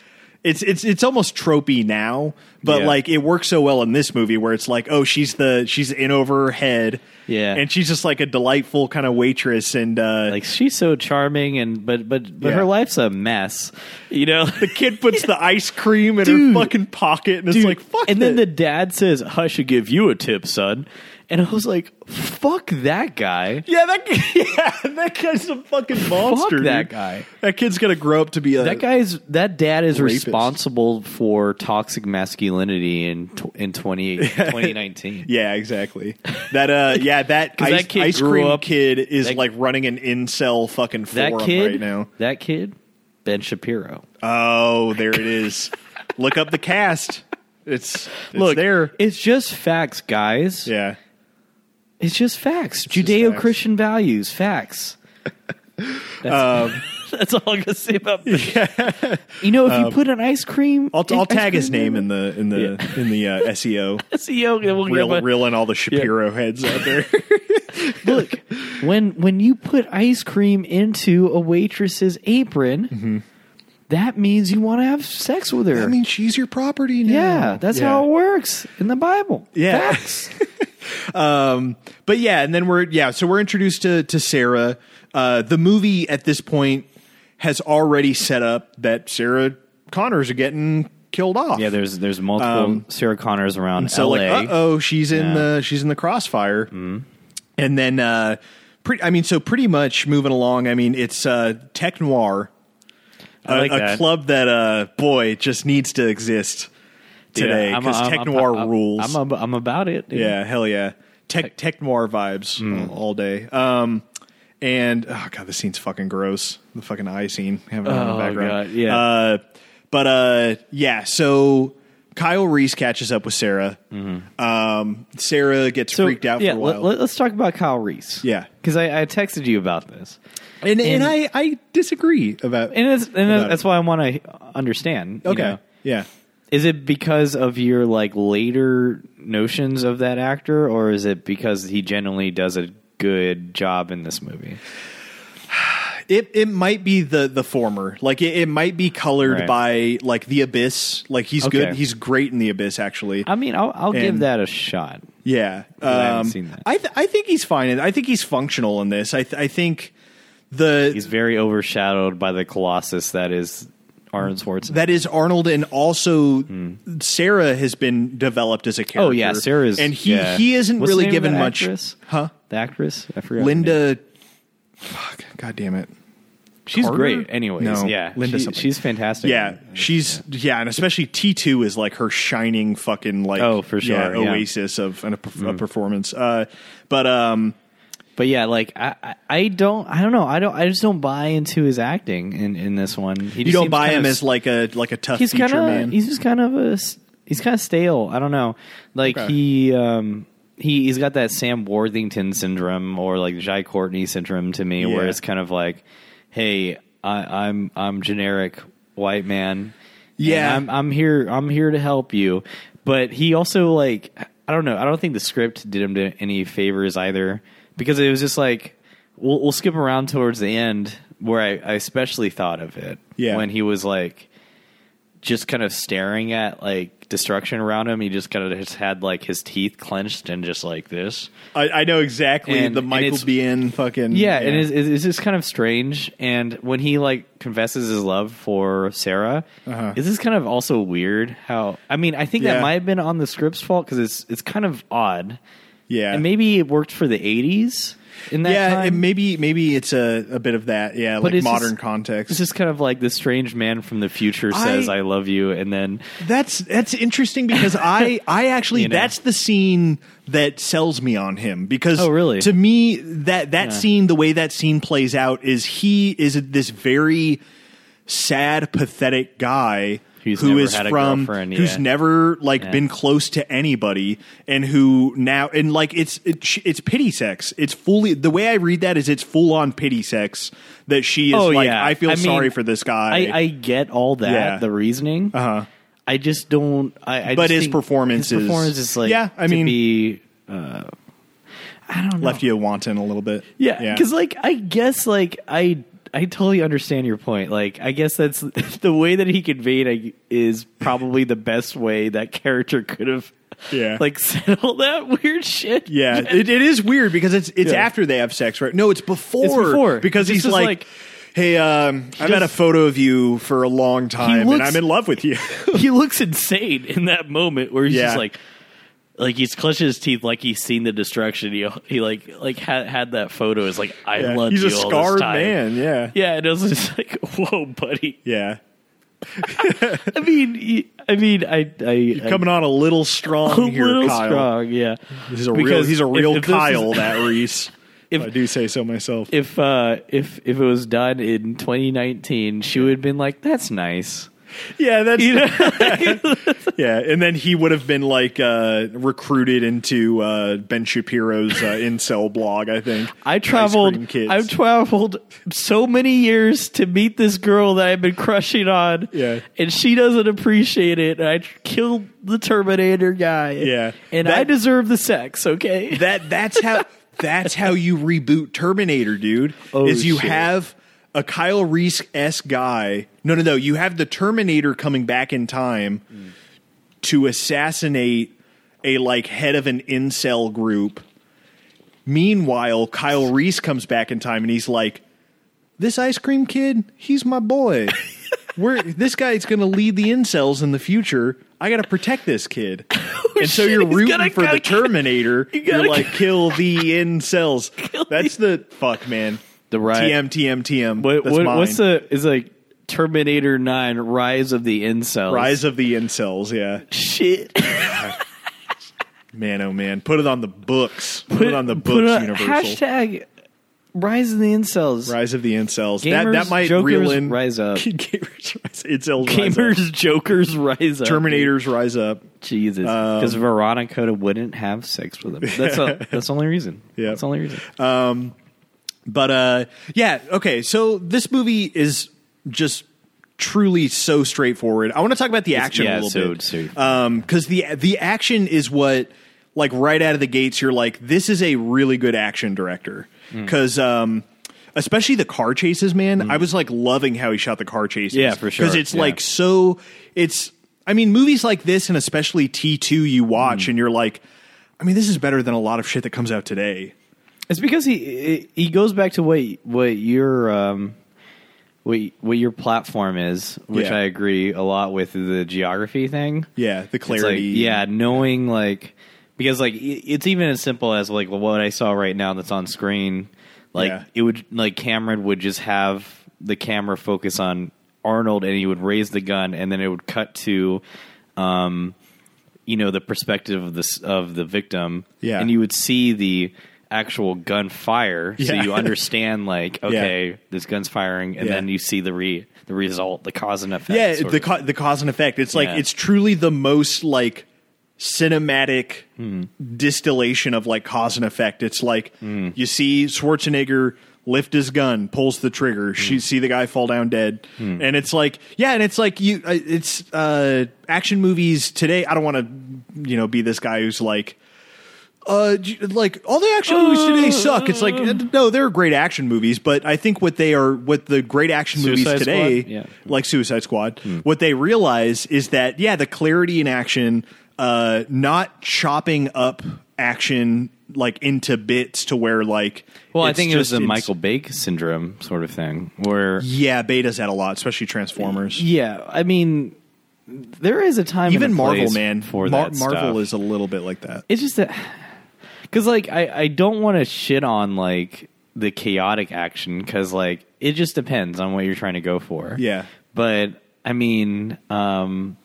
[SPEAKER 2] it's it's it's almost tropey now but
[SPEAKER 1] Yeah.
[SPEAKER 2] like it works so well in this movie where it's like oh she's the she's in over her head
[SPEAKER 1] Yeah.
[SPEAKER 2] and she's just like a delightful kind of waitress and uh
[SPEAKER 1] Like she's so charming, and but but but
[SPEAKER 2] Yeah.
[SPEAKER 1] her life's a mess, you know.
[SPEAKER 2] the kid puts the ice cream in
[SPEAKER 1] Dude.
[SPEAKER 2] her fucking pocket and it's
[SPEAKER 1] Dude,
[SPEAKER 2] like fuck
[SPEAKER 1] And then
[SPEAKER 2] thi-
[SPEAKER 1] the dad says, "I should give you a tip, son." And I was like, "Fuck that guy."
[SPEAKER 2] Yeah, that guy, yeah, that guy's a fucking monster.
[SPEAKER 1] that
[SPEAKER 2] dude.
[SPEAKER 1] guy.
[SPEAKER 2] That kid's gonna grow up to be a
[SPEAKER 1] That guy's that dad is
[SPEAKER 2] Rapist.
[SPEAKER 1] responsible for toxic masculinity in tw- in 20, 2019.
[SPEAKER 2] Yeah, exactly. That uh, yeah, that
[SPEAKER 1] 'Cause
[SPEAKER 2] ice,
[SPEAKER 1] that kid
[SPEAKER 2] ice
[SPEAKER 1] grew
[SPEAKER 2] cream
[SPEAKER 1] up-
[SPEAKER 2] kid is
[SPEAKER 1] that-
[SPEAKER 2] like running an incel fucking
[SPEAKER 1] That
[SPEAKER 2] forum
[SPEAKER 1] kid,
[SPEAKER 2] right now.
[SPEAKER 1] that kid, Ben Shapiro.
[SPEAKER 2] Oh, there it is. Look up the cast. It's, it's
[SPEAKER 1] Look,
[SPEAKER 2] there.
[SPEAKER 1] it's just facts, guys.
[SPEAKER 2] Yeah,
[SPEAKER 1] It's just facts.
[SPEAKER 2] just
[SPEAKER 1] Judeo-Christian values, facts. That's,
[SPEAKER 2] Um,
[SPEAKER 1] that's all I'm gonna say about. Ben. You know, if you put an ice cream,
[SPEAKER 2] Um, I'll, I'll
[SPEAKER 1] ice
[SPEAKER 2] tag his
[SPEAKER 1] cream
[SPEAKER 2] name in the in the in the uh, SEO.
[SPEAKER 1] SEO. We'll give
[SPEAKER 2] Reel,
[SPEAKER 1] a-
[SPEAKER 2] reeling all the Shapiro heads out there.
[SPEAKER 1] Look, when when you put ice cream into a waitress's apron,
[SPEAKER 2] Mm-hmm.
[SPEAKER 1] that means you want to have sex with her.
[SPEAKER 2] she's your property
[SPEAKER 1] yeah, that's how it works in the Bible.
[SPEAKER 2] Yeah.
[SPEAKER 1] Facts.
[SPEAKER 2] Um, but yeah, and then we're yeah, so we're introduced to to Sarah. Uh, the movie at this point has already set up that Sarah Connors are getting killed off.
[SPEAKER 1] yeah. There's there's multiple Sarah Connors around
[SPEAKER 2] Um, so
[SPEAKER 1] L.A.
[SPEAKER 2] like, uh oh, she's in
[SPEAKER 1] Yeah. Mm-hmm.
[SPEAKER 2] the she's in the crossfire. And then, uh, pretty. I mean, so pretty much moving along. I mean, it's uh, tech noir,
[SPEAKER 1] I like
[SPEAKER 2] a, a
[SPEAKER 1] that.
[SPEAKER 2] club that uh, boy just needs to exist
[SPEAKER 1] Dude,
[SPEAKER 2] today
[SPEAKER 1] I'm-
[SPEAKER 2] because
[SPEAKER 1] I'm-
[SPEAKER 2] tech
[SPEAKER 1] I'm-
[SPEAKER 2] noir
[SPEAKER 1] I'm-
[SPEAKER 2] rules.
[SPEAKER 1] I'm ab- I'm about it. dude.
[SPEAKER 2] Yeah, hell yeah. Tech tech noir vibes
[SPEAKER 1] Hmm.
[SPEAKER 2] all, all day. Um and oh god, this scene's fucking gross. The fucking eye scene having on in
[SPEAKER 1] Oh,
[SPEAKER 2] the background.
[SPEAKER 1] God, yeah.
[SPEAKER 2] Uh but uh yeah, so Kyle Reese catches up with Sarah. Um Sarah gets
[SPEAKER 1] Mm-hmm. So,
[SPEAKER 2] freaked out
[SPEAKER 1] yeah,
[SPEAKER 2] for a while.
[SPEAKER 1] Let, us talk about Kyle Reese.
[SPEAKER 2] Yeah.
[SPEAKER 1] because I, I texted you about this,
[SPEAKER 2] and, and
[SPEAKER 1] and-
[SPEAKER 2] I I disagree about
[SPEAKER 1] and it's, and
[SPEAKER 2] About
[SPEAKER 1] that's why I want to understand. you
[SPEAKER 2] Okay.
[SPEAKER 1] know?
[SPEAKER 2] Yeah.
[SPEAKER 1] Is it because of your like later notions of that actor, or is it because he generally does a good job in this movie?
[SPEAKER 2] It it might be the the former. Like it, it might be colored
[SPEAKER 1] Right.
[SPEAKER 2] by like the abyss. Like he's good.
[SPEAKER 1] Okay.
[SPEAKER 2] He's great in the abyss actually.
[SPEAKER 1] I mean, I'll, I'll give
[SPEAKER 2] And-
[SPEAKER 1] that a shot.
[SPEAKER 2] Yeah,
[SPEAKER 1] I haven't
[SPEAKER 2] um,
[SPEAKER 1] seen that.
[SPEAKER 2] I th- I think he's fine. in- I think he's functional in this. I th- I think the
[SPEAKER 1] He's very overshadowed by the colossus that is Arnold Schwarzenegger.
[SPEAKER 2] that is Arnold, and also Sarah has been developed as a character.
[SPEAKER 1] Hmm. oh yeah, Sarah's
[SPEAKER 2] and he
[SPEAKER 1] yeah.
[SPEAKER 2] he isn't
[SPEAKER 1] What's the
[SPEAKER 2] really
[SPEAKER 1] name of
[SPEAKER 2] given
[SPEAKER 1] the
[SPEAKER 2] much.
[SPEAKER 1] actress?
[SPEAKER 2] Huh?
[SPEAKER 1] The actress, I forgot. her name.
[SPEAKER 2] Linda Fuck, god damn it.
[SPEAKER 1] She's
[SPEAKER 2] Carter?
[SPEAKER 1] great, anyways.
[SPEAKER 2] No,
[SPEAKER 1] yeah,
[SPEAKER 2] Linda
[SPEAKER 1] she-
[SPEAKER 2] something.
[SPEAKER 1] she's fantastic.
[SPEAKER 2] Yeah, she's yeah, and especially T two is like her shining fucking like
[SPEAKER 1] Oh, for sure, yeah. Hmm.
[SPEAKER 2] oasis of an, a, perf- a performance. Uh, but um,
[SPEAKER 1] but yeah, like I, I, I don't, I don't know, I don't, I just don't buy into his acting in in this one. He
[SPEAKER 2] you
[SPEAKER 1] just
[SPEAKER 2] don't
[SPEAKER 1] seems
[SPEAKER 2] buy
[SPEAKER 1] kind
[SPEAKER 2] him
[SPEAKER 1] of-
[SPEAKER 2] as like a like a tough
[SPEAKER 1] he's
[SPEAKER 2] feature
[SPEAKER 1] kind of
[SPEAKER 2] man.
[SPEAKER 1] he's just kind of a s- he's kind of stale. I don't know. Like
[SPEAKER 2] Okay.
[SPEAKER 1] he um he he's got that Sam Worthington syndrome or like Jai Courtney syndrome to me, where
[SPEAKER 2] Yeah.
[SPEAKER 1] it's kind of like, hey, I, I'm I'm generic white man.
[SPEAKER 2] Yeah.
[SPEAKER 1] and I'm I'm here I'm here to help you. But he also like I don't know. I don't think the script did him to any favors either because it was just like we'll, we'll skip around towards the end where I, I especially thought of it
[SPEAKER 2] Yeah.
[SPEAKER 1] when he was like just kind of staring at like destruction around him. He just kind of just had like his teeth clenched and just like this.
[SPEAKER 2] I, I know exactly
[SPEAKER 1] And-
[SPEAKER 2] the
[SPEAKER 1] and
[SPEAKER 2] Michael
[SPEAKER 1] it's-
[SPEAKER 2] Biehn fucking
[SPEAKER 1] Yeah, and it's, it's it's just kind of strange. And when he like confesses his love for Sarah,
[SPEAKER 2] Uh-huh.
[SPEAKER 1] is this kind of also weird? How I mean, I think
[SPEAKER 2] Yeah.
[SPEAKER 1] that might have been on the script's fault because it's it's kind of odd,
[SPEAKER 2] yeah,
[SPEAKER 1] and maybe it worked for the '80s in that
[SPEAKER 2] yeah,
[SPEAKER 1] time.
[SPEAKER 2] and maybe maybe it's a, a bit of that yeah, like
[SPEAKER 1] it's
[SPEAKER 2] modern
[SPEAKER 1] just-
[SPEAKER 2] context.
[SPEAKER 1] it's just kind of like this strange man from the future
[SPEAKER 2] I-
[SPEAKER 1] says, "I love you," and then
[SPEAKER 2] That's that's interesting because I I actually
[SPEAKER 1] You know.
[SPEAKER 2] that's the scene that sells me on him because
[SPEAKER 1] Oh, really?
[SPEAKER 2] to me that that scene the way that scene plays out is he is this very sad pathetic guy
[SPEAKER 1] Who's
[SPEAKER 2] who
[SPEAKER 1] never
[SPEAKER 2] is
[SPEAKER 1] had a
[SPEAKER 2] from
[SPEAKER 1] girlfriend,
[SPEAKER 2] who's
[SPEAKER 1] yeah.
[SPEAKER 2] never like
[SPEAKER 1] Yeah.
[SPEAKER 2] been close to anybody and who now and like it's it's it's pity sex it's fully the way I read that is it's full on pity sex that she is
[SPEAKER 1] Oh,
[SPEAKER 2] like
[SPEAKER 1] yeah.
[SPEAKER 2] I feel
[SPEAKER 1] I mean,
[SPEAKER 2] sorry for this guy
[SPEAKER 1] I, I get all that,
[SPEAKER 2] Yeah.
[SPEAKER 1] the reasoning. Uh-huh. I just don't. I, I
[SPEAKER 2] But
[SPEAKER 1] just
[SPEAKER 2] his
[SPEAKER 1] think
[SPEAKER 2] performance
[SPEAKER 1] his
[SPEAKER 2] is-
[SPEAKER 1] performance is like
[SPEAKER 2] Yeah, I
[SPEAKER 1] to
[SPEAKER 2] mean-
[SPEAKER 1] be. Uh, I don't know.
[SPEAKER 2] left you wanting a little bit
[SPEAKER 1] yeah, because like I guess like I I totally understand your point. Like I guess that's the way that he conveyed it is probably the best way that character could have.
[SPEAKER 2] Yeah.
[SPEAKER 1] like said all that weird shit.
[SPEAKER 2] Yeah, it, it is weird because it's it's
[SPEAKER 1] Yeah.
[SPEAKER 2] after they have sex, right? No, it's before.
[SPEAKER 1] before.
[SPEAKER 2] because
[SPEAKER 1] This
[SPEAKER 2] he's
[SPEAKER 1] is
[SPEAKER 2] like,
[SPEAKER 1] like-
[SPEAKER 2] "Hey, um, I've had a
[SPEAKER 1] just-
[SPEAKER 2] photo of you for a long time, and
[SPEAKER 1] looks-
[SPEAKER 2] I'm in love with you."
[SPEAKER 1] he looks insane in that moment where he's
[SPEAKER 2] Yeah.
[SPEAKER 1] just like like he's clutching his teeth like he's seen the destruction he, he like like had had that photo is like i
[SPEAKER 2] Yeah.
[SPEAKER 1] love
[SPEAKER 2] He's
[SPEAKER 1] you
[SPEAKER 2] a
[SPEAKER 1] all this
[SPEAKER 2] scarred
[SPEAKER 1] time.
[SPEAKER 2] man. Yeah,
[SPEAKER 1] yeah and it was just like whoa buddy
[SPEAKER 2] yeah,
[SPEAKER 1] i mean he- i mean i i You're
[SPEAKER 2] coming on a little strong
[SPEAKER 1] a
[SPEAKER 2] here,
[SPEAKER 1] little
[SPEAKER 2] Kyle.
[SPEAKER 1] strong yeah
[SPEAKER 2] He's a real
[SPEAKER 1] Because
[SPEAKER 2] he's a
[SPEAKER 1] if-
[SPEAKER 2] real
[SPEAKER 1] if this is-
[SPEAKER 2] Kyle, that Reese.
[SPEAKER 1] If-
[SPEAKER 2] If, I do say so myself.
[SPEAKER 1] if uh if if it was done in 2019 she would have been like that's nice
[SPEAKER 2] yeah, that's
[SPEAKER 1] you know
[SPEAKER 2] yeah, and then he would have been like uh, recruited into uh, Ben Shapiro's uh, incel blog. I think
[SPEAKER 1] I
[SPEAKER 2] Ice Cream
[SPEAKER 1] traveled.
[SPEAKER 2] Kids.
[SPEAKER 1] I've traveled so many years to meet this girl that I've been crushing on.
[SPEAKER 2] Yeah.
[SPEAKER 1] and she doesn't appreciate it. And I tr- killed the Terminator guy.
[SPEAKER 2] Yeah.
[SPEAKER 1] and
[SPEAKER 2] That-
[SPEAKER 1] I deserve the sex. Okay.
[SPEAKER 2] That that's how that's how you reboot Terminator, dude.
[SPEAKER 1] Oh,
[SPEAKER 2] is you
[SPEAKER 1] shit.
[SPEAKER 2] have a Kyle Reese s guy. No, no, no. You have the Terminator coming back in time to assassinate a like head of an incel group. Meanwhile, Kyle Reese comes back in time and he's like, "This ice cream kid, he's my boy. We're this guy's going to lead the incels in the future. I got to protect this kid." and so
[SPEAKER 1] Oh, shit,
[SPEAKER 2] you're
[SPEAKER 1] he's
[SPEAKER 2] rooting
[SPEAKER 1] gonna
[SPEAKER 2] for the
[SPEAKER 1] cut-
[SPEAKER 2] Terminator.
[SPEAKER 1] You
[SPEAKER 2] You are
[SPEAKER 1] gotta
[SPEAKER 2] like, "Kill the incels." That's the fuck, man.
[SPEAKER 1] The right-
[SPEAKER 2] TM TM TM.
[SPEAKER 1] What,
[SPEAKER 2] That's
[SPEAKER 1] what,
[SPEAKER 2] mine.
[SPEAKER 1] what's the? It's like Terminator Nine: Rise of the Incels.
[SPEAKER 2] rise of the incels? Yeah,
[SPEAKER 1] shit.
[SPEAKER 2] man. Oh man, put it on the books. Put, it on the books.
[SPEAKER 1] put a-
[SPEAKER 2] Universal.
[SPEAKER 1] Hashtag Rise of the Incels.
[SPEAKER 2] Rise of the incels. that
[SPEAKER 1] Gamers,
[SPEAKER 2] that might
[SPEAKER 1] jokers,
[SPEAKER 2] reel in
[SPEAKER 1] rise up.
[SPEAKER 2] gamers rise. Incels rise up.
[SPEAKER 1] Gamers, Jokers, Rise up.
[SPEAKER 2] Terminators rise up.
[SPEAKER 1] Jesus, because Veronica wouldn't have sex with him. That's a, that's the only reason.
[SPEAKER 2] Yeah.
[SPEAKER 1] that's the only reason.
[SPEAKER 2] But uh yeah, okay. So this movie is just truly so straightforward. I want to talk about the action
[SPEAKER 1] yeah,
[SPEAKER 2] a little
[SPEAKER 1] so-
[SPEAKER 2] bit.
[SPEAKER 1] so-
[SPEAKER 2] Um cuz the the action is what like right out of the gates you're like this is a really good action director
[SPEAKER 1] Hmm.
[SPEAKER 2] cuz um especially the car chases man. I was like loving how he shot the car chases.
[SPEAKER 1] Yeah, for sure.
[SPEAKER 2] Cuz it's
[SPEAKER 1] Yeah.
[SPEAKER 2] like so it's I mean movies like this and especially T2 you watch
[SPEAKER 1] Hmm.
[SPEAKER 2] and you're like I mean this is better than a lot of shit that comes out today.
[SPEAKER 1] It's because he he goes back to what what your um what what your platform is, which
[SPEAKER 2] Yeah.
[SPEAKER 1] I agree a lot with the geography thing.
[SPEAKER 2] Yeah, the
[SPEAKER 1] It's
[SPEAKER 2] clarity.
[SPEAKER 1] Like, yeah, knowing like because like i- it's even as simple as like what I saw right now that's on screen. Like
[SPEAKER 2] Yeah.
[SPEAKER 1] it would like Cameron would just have the camera focus on Arnold and he would raise the gun and then it would cut to um you know the perspective of this of the victim
[SPEAKER 2] Yeah.
[SPEAKER 1] and you would see the actual gun fire so
[SPEAKER 2] Yeah.
[SPEAKER 1] you understand like okay this gun's firing and
[SPEAKER 2] Yeah.
[SPEAKER 1] then you see the re the result the cause and effect
[SPEAKER 2] yeah,
[SPEAKER 1] sort
[SPEAKER 2] the
[SPEAKER 1] of.
[SPEAKER 2] ca- the cause and effect. It's like
[SPEAKER 1] Yeah.
[SPEAKER 2] it's truly the most like cinematic
[SPEAKER 1] Hmm.
[SPEAKER 2] distillation of like cause and effect. It's like
[SPEAKER 1] Hmm.
[SPEAKER 2] you see Schwarzenegger lift his gun, pulls the
[SPEAKER 1] Hmm.
[SPEAKER 2] trigger, she see the guy fall down dead, and it's like yeah, and it's like you, uh, it's uh, action movies today. I don't want to you know be this guy who's like. Uh, j- like all the action movies today suck. It's like uh, no, they're great action movies, but I think what they are, what the great action movies
[SPEAKER 1] Suicide
[SPEAKER 2] today,
[SPEAKER 1] Squad? Yeah.
[SPEAKER 2] like Suicide Squad,
[SPEAKER 1] Hmm.
[SPEAKER 2] what they realize is that yeah, the clarity in action, uh, not chopping up action like into bits to where like
[SPEAKER 1] well i
[SPEAKER 2] it's
[SPEAKER 1] think it was
[SPEAKER 2] just-
[SPEAKER 1] the
[SPEAKER 2] it's-
[SPEAKER 1] michael Bay syndrome sort of thing where
[SPEAKER 2] yeah Bay does that a lot, especially Transformers,
[SPEAKER 1] yeah i mean there is a time
[SPEAKER 2] even
[SPEAKER 1] and a
[SPEAKER 2] Marvel
[SPEAKER 1] place
[SPEAKER 2] man.
[SPEAKER 1] for
[SPEAKER 2] Mar-
[SPEAKER 1] that
[SPEAKER 2] Marvel
[SPEAKER 1] stuff.
[SPEAKER 2] is a little bit like that.
[SPEAKER 1] it's just that because like I, I don't want to shit on like the chaotic action because like it just depends on what you're trying to go for
[SPEAKER 2] Yeah.
[SPEAKER 1] but i mean um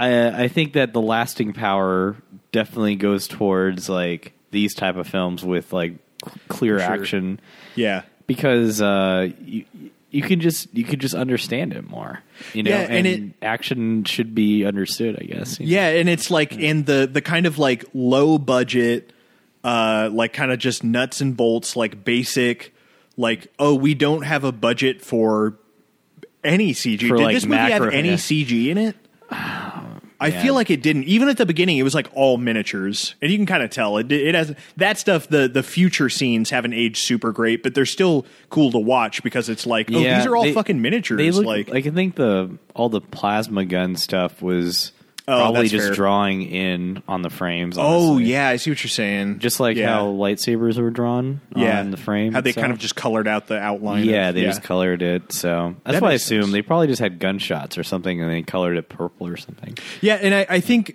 [SPEAKER 1] i i think that the lasting power definitely goes towards like these type of films with like c- clear
[SPEAKER 2] Sure.
[SPEAKER 1] action
[SPEAKER 2] Yeah,
[SPEAKER 1] because uh you you can just you can just understand it more you know
[SPEAKER 2] Yeah, and
[SPEAKER 1] and, action should be understood i guess you know?
[SPEAKER 2] Yeah, and it's
[SPEAKER 1] Hmm.
[SPEAKER 2] like in the the kind of like low budget, uh, like kind of just nuts and bolts, like basic, like oh, we don't have a budget for any CG.
[SPEAKER 1] For,
[SPEAKER 2] Did
[SPEAKER 1] like,
[SPEAKER 2] this movie
[SPEAKER 1] macro-
[SPEAKER 2] have any
[SPEAKER 1] yeah.
[SPEAKER 2] CG in it? I
[SPEAKER 1] man.
[SPEAKER 2] feel like it didn't. Even at the beginning, it was like all miniatures, and you can kind of tell it. It has that stuff. The the future scenes haven't aged super great, but they're still cool to watch because it's like, oh,
[SPEAKER 1] Yeah,
[SPEAKER 2] these are all
[SPEAKER 1] they-
[SPEAKER 2] fucking miniatures.
[SPEAKER 1] They look,
[SPEAKER 2] like,
[SPEAKER 1] like, I think the all the plasma gun stuff was
[SPEAKER 2] Oh,
[SPEAKER 1] probably
[SPEAKER 2] that's
[SPEAKER 1] just
[SPEAKER 2] fair.
[SPEAKER 1] drawing in on the frames.
[SPEAKER 2] oh
[SPEAKER 1] honestly.
[SPEAKER 2] yeah, I see what you're saying.
[SPEAKER 1] just like
[SPEAKER 2] Yeah.
[SPEAKER 1] how lightsabers were drawn on the frame.
[SPEAKER 2] How they
[SPEAKER 1] itself.
[SPEAKER 2] kind of just colored out the outline.
[SPEAKER 1] yeah,
[SPEAKER 2] of-
[SPEAKER 1] they just colored it. So that's
[SPEAKER 2] That
[SPEAKER 1] why I
[SPEAKER 2] makes
[SPEAKER 1] assume
[SPEAKER 2] sense.
[SPEAKER 1] they probably just had gunshots or something, and they colored it purple or something.
[SPEAKER 2] yeah, and I, I think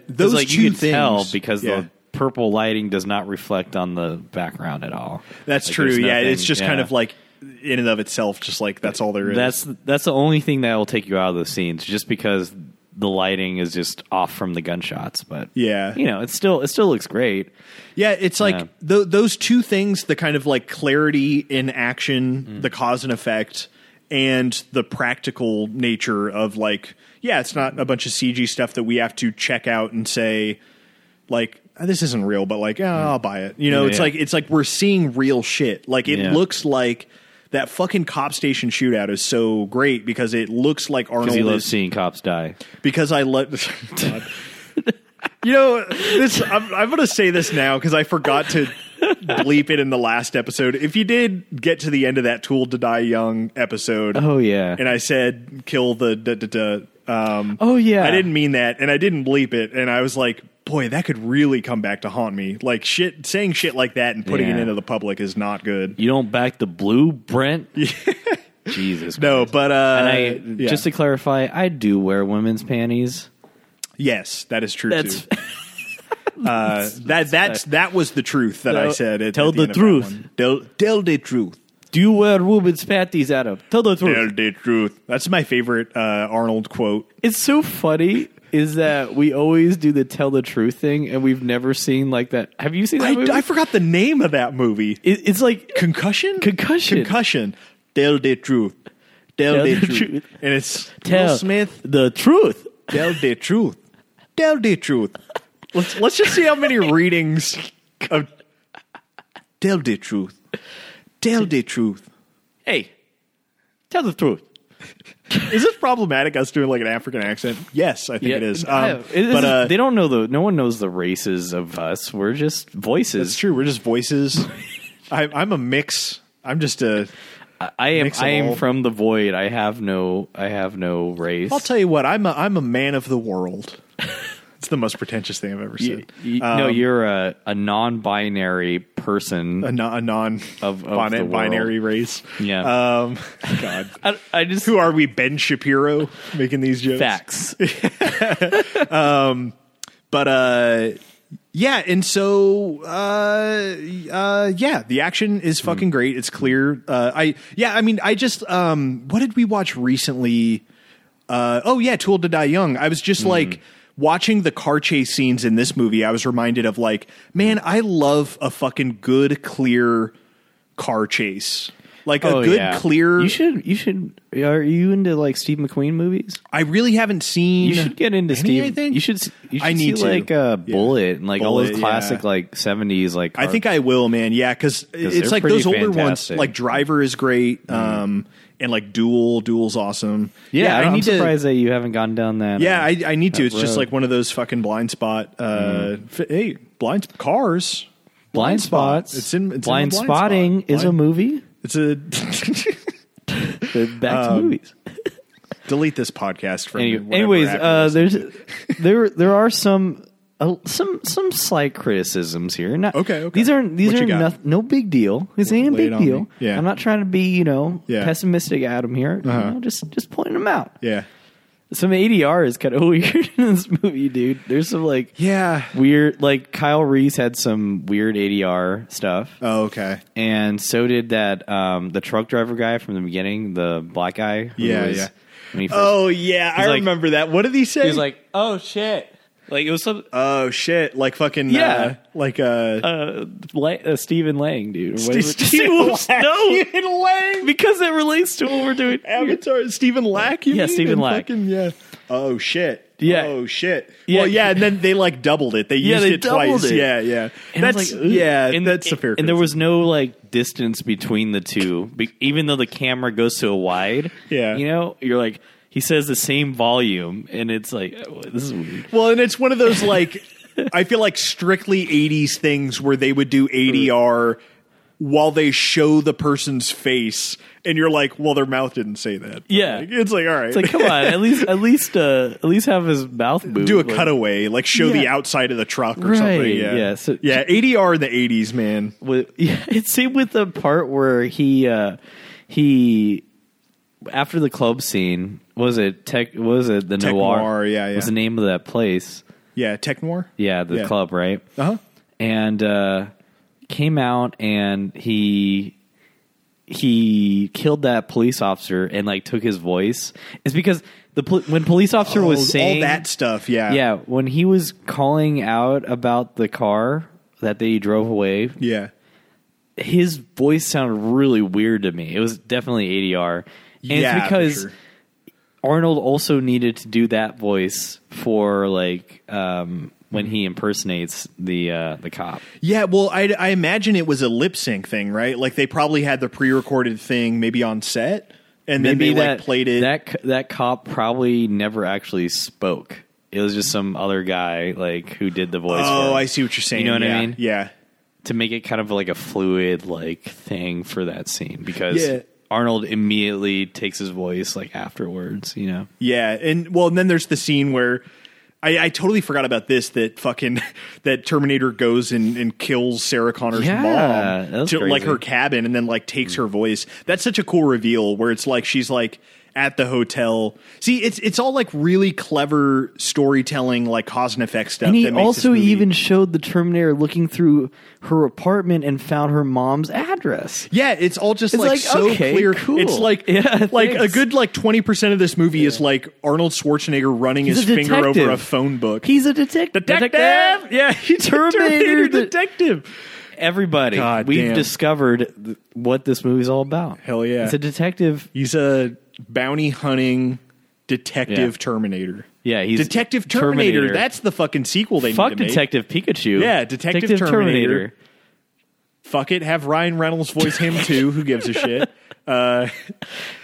[SPEAKER 1] 'Cause,
[SPEAKER 2] those
[SPEAKER 1] like
[SPEAKER 2] two
[SPEAKER 1] you can
[SPEAKER 2] things
[SPEAKER 1] tell because
[SPEAKER 2] Yeah.
[SPEAKER 1] the purple lighting does not reflect on the background at all.
[SPEAKER 2] that's
[SPEAKER 1] Like,
[SPEAKER 2] true.
[SPEAKER 1] there's
[SPEAKER 2] yeah,
[SPEAKER 1] nothing-
[SPEAKER 2] it's just kind
[SPEAKER 1] yeah.
[SPEAKER 2] of like in and of itself, just like that's all there is.
[SPEAKER 1] That's that's the only thing that will take you out of those scenes, just because the lighting is just off from the gunshots. But
[SPEAKER 2] Yeah.
[SPEAKER 1] you know, it still it still looks great.
[SPEAKER 2] yeah, it's like
[SPEAKER 1] Yeah.
[SPEAKER 2] tho- those two things: the kind of like clarity in action, the
[SPEAKER 1] Mm.
[SPEAKER 2] cause and effect, and the practical nature of like, yeah, it's not a bunch of CG stuff that we have to check out and say, like "Ah, this isn't real, but like yeah, I'll buy it. You know,
[SPEAKER 1] Mm. Yeah,
[SPEAKER 2] it's
[SPEAKER 1] yeah.
[SPEAKER 2] like it's like we're seeing real shit. Like it
[SPEAKER 1] Yeah.
[SPEAKER 2] looks like that fucking cop station shootout is so great because it looks like Arnold
[SPEAKER 1] Because you love
[SPEAKER 2] is
[SPEAKER 1] seeing cops die.
[SPEAKER 2] because I let. God. You know, this I'm, I'm going to say this now because I forgot to bleep it in the last episode. If you did get to the end of that "Tool to Die Young" episode,
[SPEAKER 1] Oh yeah.
[SPEAKER 2] and I said kill the da, da, da, um
[SPEAKER 1] Oh, yeah.
[SPEAKER 2] I didn't mean that and I didn't bleep it and I was like boy that could really come back to haunt me like shit saying shit like that and putting it
[SPEAKER 1] Yeah.
[SPEAKER 2] into the public is not good
[SPEAKER 1] you don't back the blue, Brent. Jesus.
[SPEAKER 2] no
[SPEAKER 1] Christ.
[SPEAKER 2] but uh
[SPEAKER 1] And I
[SPEAKER 2] yeah.
[SPEAKER 1] just to clarify, I do wear women's panties.
[SPEAKER 2] yes that is true
[SPEAKER 1] That's
[SPEAKER 2] too uh, that that's that was the truth that I
[SPEAKER 1] No,
[SPEAKER 2] said at,
[SPEAKER 1] tell
[SPEAKER 2] at
[SPEAKER 1] the
[SPEAKER 2] end of that
[SPEAKER 1] truth.
[SPEAKER 2] one. tell tell the truth
[SPEAKER 1] do you wear women's panties, Adam? Tell the truth.
[SPEAKER 2] tell the truth that's my favorite uh Arnold quote
[SPEAKER 1] It's so funny is that we always do the tell the truth thing, and we've never seen like that. Have you seen that
[SPEAKER 2] I,
[SPEAKER 1] movie?
[SPEAKER 2] I forgot the name of that movie
[SPEAKER 1] It- it's like
[SPEAKER 2] Concussion?
[SPEAKER 1] Concussion.
[SPEAKER 2] Concussion. Tell the truth. Tell, the, truth. And it's Will Smith.
[SPEAKER 1] the truth.
[SPEAKER 2] Tell the truth. Tell the truth. Let's let's just see how many readings of Tell the truth. Tell the truth.
[SPEAKER 1] Hey, tell the truth.
[SPEAKER 2] Is this problematic us doing like an African accent? Yes, I think it is. Um,
[SPEAKER 1] I- it-
[SPEAKER 2] but uh,
[SPEAKER 1] they don't know the. No one knows the races of us. We're just
[SPEAKER 2] it's
[SPEAKER 1] voices.
[SPEAKER 2] true. We're just voices. I, I'm a mix. I'm just a.
[SPEAKER 1] I, I am.
[SPEAKER 2] Mix 'em
[SPEAKER 1] I am
[SPEAKER 2] all.
[SPEAKER 1] from the void. I have no. I have no race.
[SPEAKER 2] I'll tell you what. I'm a. I'm a man of the world. It's the most pretentious thing I've ever said.
[SPEAKER 1] you. you- no,
[SPEAKER 2] Um,
[SPEAKER 1] you're a, a non-binary person.
[SPEAKER 2] a non, a non
[SPEAKER 1] Of- of
[SPEAKER 2] bina-
[SPEAKER 1] the world.
[SPEAKER 2] binary race.
[SPEAKER 1] Yeah.
[SPEAKER 2] Um, God.
[SPEAKER 1] I, I just
[SPEAKER 2] Who are we, Ben Shapiro, making these jokes?
[SPEAKER 1] facts.
[SPEAKER 2] But uh, Yeah, and so uh, uh, yeah, the action is
[SPEAKER 1] Hmm.
[SPEAKER 2] fucking great. It's clear. Uh, I yeah, I mean, I just um, what did we watch recently? Uh, oh yeah, Tool to Die Young. I was
[SPEAKER 1] Hmm.
[SPEAKER 2] just like watching the car chase scenes in this movie. I was reminded of like, man,
[SPEAKER 1] Hmm.
[SPEAKER 2] I love a fucking good clear car chase. Like a good
[SPEAKER 1] Oh, yeah.
[SPEAKER 2] clear.
[SPEAKER 1] You should. You should. Are you into like Steve McQueen movies?
[SPEAKER 2] I really haven't seen.
[SPEAKER 1] You should get into
[SPEAKER 2] any,
[SPEAKER 1] Steve.
[SPEAKER 2] I think
[SPEAKER 1] You should. s- You should
[SPEAKER 2] I need
[SPEAKER 1] see
[SPEAKER 2] to.
[SPEAKER 1] like uh, Bullet and like all
[SPEAKER 2] Bullet,
[SPEAKER 1] those classic
[SPEAKER 2] yeah.
[SPEAKER 1] like seventies like.
[SPEAKER 2] I think I will, man. Yeah, because
[SPEAKER 1] they're
[SPEAKER 2] it's like
[SPEAKER 1] pretty
[SPEAKER 2] those older ones.
[SPEAKER 1] fantastic. Mm-hmm.
[SPEAKER 2] Like Driver is great, um, and like Duel, Duel's awesome.
[SPEAKER 1] Yeah, I
[SPEAKER 2] I'm
[SPEAKER 1] am
[SPEAKER 2] to.
[SPEAKER 1] surprised that you haven't gone down that.
[SPEAKER 2] Yeah,
[SPEAKER 1] uh,
[SPEAKER 2] I, I need to. It's just
[SPEAKER 1] road. Mm-hmm.
[SPEAKER 2] like one of those fucking blind spot. Uh, f- hey, blind sp- cars.
[SPEAKER 1] blind spots.
[SPEAKER 2] It's in it's
[SPEAKER 1] blind
[SPEAKER 2] in the blind
[SPEAKER 1] spotting
[SPEAKER 2] spot.
[SPEAKER 1] is a
[SPEAKER 2] Blind-
[SPEAKER 1] movie.
[SPEAKER 2] It's a
[SPEAKER 1] Back to movies.
[SPEAKER 2] delete this podcast for
[SPEAKER 1] Any-
[SPEAKER 2] Um, whatever
[SPEAKER 1] anyways,
[SPEAKER 2] happened.
[SPEAKER 1] uh, there's there there are some uh, some some slight criticisms here. Not,
[SPEAKER 2] Okay, okay.
[SPEAKER 1] These aren't these
[SPEAKER 2] What you
[SPEAKER 1] are
[SPEAKER 2] got?
[SPEAKER 1] noth- no big deal. This ain't a
[SPEAKER 2] lay it
[SPEAKER 1] big
[SPEAKER 2] on me.
[SPEAKER 1] deal.
[SPEAKER 2] Yeah.
[SPEAKER 1] I'm not trying to be you know
[SPEAKER 2] Yeah. Uh-huh.
[SPEAKER 1] pessimistic, Adam. Here, You know, just just pointing them out.
[SPEAKER 2] yeah,
[SPEAKER 1] Some ADR is kind of weird in this movie, dude. There's some like
[SPEAKER 2] yeah.
[SPEAKER 1] weird like Kyle Reese had some weird ADR stuff,
[SPEAKER 2] Oh, okay.
[SPEAKER 1] and so did that um the truck driver guy from the beginning, the black guy. who
[SPEAKER 2] Yeah,
[SPEAKER 1] was-
[SPEAKER 2] yeah.
[SPEAKER 1] when he first-
[SPEAKER 2] Oh yeah, I
[SPEAKER 1] like-
[SPEAKER 2] remember that. What did he say?
[SPEAKER 1] he was like, oh shit. Like it was some
[SPEAKER 2] oh shit, like fucking
[SPEAKER 1] Yeah.
[SPEAKER 2] uh, like uh,
[SPEAKER 1] uh, La- uh Stephen Lang, dude. or
[SPEAKER 2] Steve-
[SPEAKER 1] whatever.
[SPEAKER 2] Stephen Lang.
[SPEAKER 1] no,
[SPEAKER 2] Stephen Lang.
[SPEAKER 1] because it relates to what we're doing. here.
[SPEAKER 2] Avatar, Stephen Lack. You
[SPEAKER 1] Yeah,
[SPEAKER 2] mean?
[SPEAKER 1] Stephen
[SPEAKER 2] And
[SPEAKER 1] Lack.
[SPEAKER 2] Fucking, yeah. Oh shit.
[SPEAKER 1] Yeah.
[SPEAKER 2] Oh shit.
[SPEAKER 1] Yeah.
[SPEAKER 2] Well, yeah, and then they like doubled it. They
[SPEAKER 1] Yeah,
[SPEAKER 2] used
[SPEAKER 1] they
[SPEAKER 2] it twice.
[SPEAKER 1] doubled it.
[SPEAKER 2] Yeah, yeah.
[SPEAKER 1] And I was
[SPEAKER 2] that's
[SPEAKER 1] like, "Ooh."
[SPEAKER 2] yeah. that's a fair.
[SPEAKER 1] And there
[SPEAKER 2] criticism.
[SPEAKER 1] was no like distance between the two, be- even though the camera goes to a wide.
[SPEAKER 2] Yeah.
[SPEAKER 1] you know, you're like he says the same volume, and it's like oh, this is weird.
[SPEAKER 2] well, and it's one of those like I feel like strictly '80s things where they would do ADR while they show the person's face, and you're like, well, their mouth didn't say that.
[SPEAKER 1] Yeah.
[SPEAKER 2] Like, it's like all right.
[SPEAKER 1] It's like come on, at least at least uh at least have his mouth move.
[SPEAKER 2] do a
[SPEAKER 1] like-
[SPEAKER 2] cutaway, like show the
[SPEAKER 1] Yeah.
[SPEAKER 2] outside of the truck or
[SPEAKER 1] Right,
[SPEAKER 2] something. Yeah,
[SPEAKER 1] yeah, so-
[SPEAKER 2] yeah. ADR in the '80s, man.
[SPEAKER 1] with yeah, it seemed with the part where he uh he after the club scene was it tech was it the
[SPEAKER 2] Tech
[SPEAKER 1] noir,
[SPEAKER 2] Noir, yeah, yeah.
[SPEAKER 1] was the name of that place
[SPEAKER 2] Yeah, tech noir.
[SPEAKER 1] yeah the
[SPEAKER 2] Yeah.
[SPEAKER 1] club right
[SPEAKER 2] Uh huh.
[SPEAKER 1] and uh came out and he he killed that police officer and like took his voice it's because the pol- when police officer
[SPEAKER 2] Oh, all,
[SPEAKER 1] was saying
[SPEAKER 2] all that stuff. Yeah,
[SPEAKER 1] yeah when he was calling out about the car that they drove away
[SPEAKER 2] yeah.
[SPEAKER 1] his voice sounded really weird to me. It was definitely ADR. And
[SPEAKER 2] Yeah, for
[SPEAKER 1] it's because
[SPEAKER 2] sure.
[SPEAKER 1] Arnold also needed to do that voice for like um when he impersonates the uh the cop.
[SPEAKER 2] Yeah, well, I, I imagine it was a lip sync thing, right? Like they probably had the pre-recorded thing maybe on set, and
[SPEAKER 1] Maybe
[SPEAKER 2] then they
[SPEAKER 1] that
[SPEAKER 2] like played it.
[SPEAKER 1] that c- that cop probably never actually spoke. It was just some other guy like who did the voice for
[SPEAKER 2] oh,
[SPEAKER 1] him
[SPEAKER 2] I see what you're saying.
[SPEAKER 1] You know what I
[SPEAKER 2] yeah,
[SPEAKER 1] mean?
[SPEAKER 2] Yeah,
[SPEAKER 1] to make it kind of like a fluid like thing for that scene because
[SPEAKER 2] Yeah.
[SPEAKER 1] Arnold immediately takes his voice like afterwards, you know.
[SPEAKER 2] yeah, and well, and then there's the scene where. I, I totally forgot about this. That fucking that Terminator goes and, and kills Sarah Connor's
[SPEAKER 1] Yeah, that
[SPEAKER 2] mom
[SPEAKER 1] was
[SPEAKER 2] to like
[SPEAKER 1] crazy.
[SPEAKER 2] her cabin, and then like takes her voice. That's such a cool reveal where it's like she's like at the hotel. See, it's it's all like really clever storytelling, like cause and effect stuff.
[SPEAKER 1] And he
[SPEAKER 2] that makes this
[SPEAKER 1] also
[SPEAKER 2] movie-
[SPEAKER 1] even showed the Terminator looking through her apartment and found her mom's address.
[SPEAKER 2] Yeah, it's all just
[SPEAKER 1] It's
[SPEAKER 2] like,
[SPEAKER 1] like,
[SPEAKER 2] so
[SPEAKER 1] okay,
[SPEAKER 2] clear.
[SPEAKER 1] cool.
[SPEAKER 2] It's like
[SPEAKER 1] Yeah,
[SPEAKER 2] like a
[SPEAKER 1] thanks.
[SPEAKER 2] good like twenty percent of this movie is like Arnold Schwarzenegger running
[SPEAKER 1] He's
[SPEAKER 2] his
[SPEAKER 1] a
[SPEAKER 2] finger over
[SPEAKER 1] detective.
[SPEAKER 2] a phone book.
[SPEAKER 1] He's a detec- detective.
[SPEAKER 2] Yeah, he's a
[SPEAKER 1] Terminator de-
[SPEAKER 2] detective.
[SPEAKER 1] Everybody,
[SPEAKER 2] God
[SPEAKER 1] we've
[SPEAKER 2] damn.
[SPEAKER 1] discovered th- what this movie's all about.
[SPEAKER 2] Hell yeah.
[SPEAKER 1] It's a detective.
[SPEAKER 2] He's a bounty hunting detective
[SPEAKER 1] Yeah.
[SPEAKER 2] Terminator.
[SPEAKER 1] Yeah, he's
[SPEAKER 2] Detective Terminator. That's the fucking sequel they
[SPEAKER 1] fuck
[SPEAKER 2] need to
[SPEAKER 1] Detective Pikachu.
[SPEAKER 2] Yeah, Detective Terminator. make. Fuck it. Have Ryan Reynolds voice him too. Who gives a shit? Uh,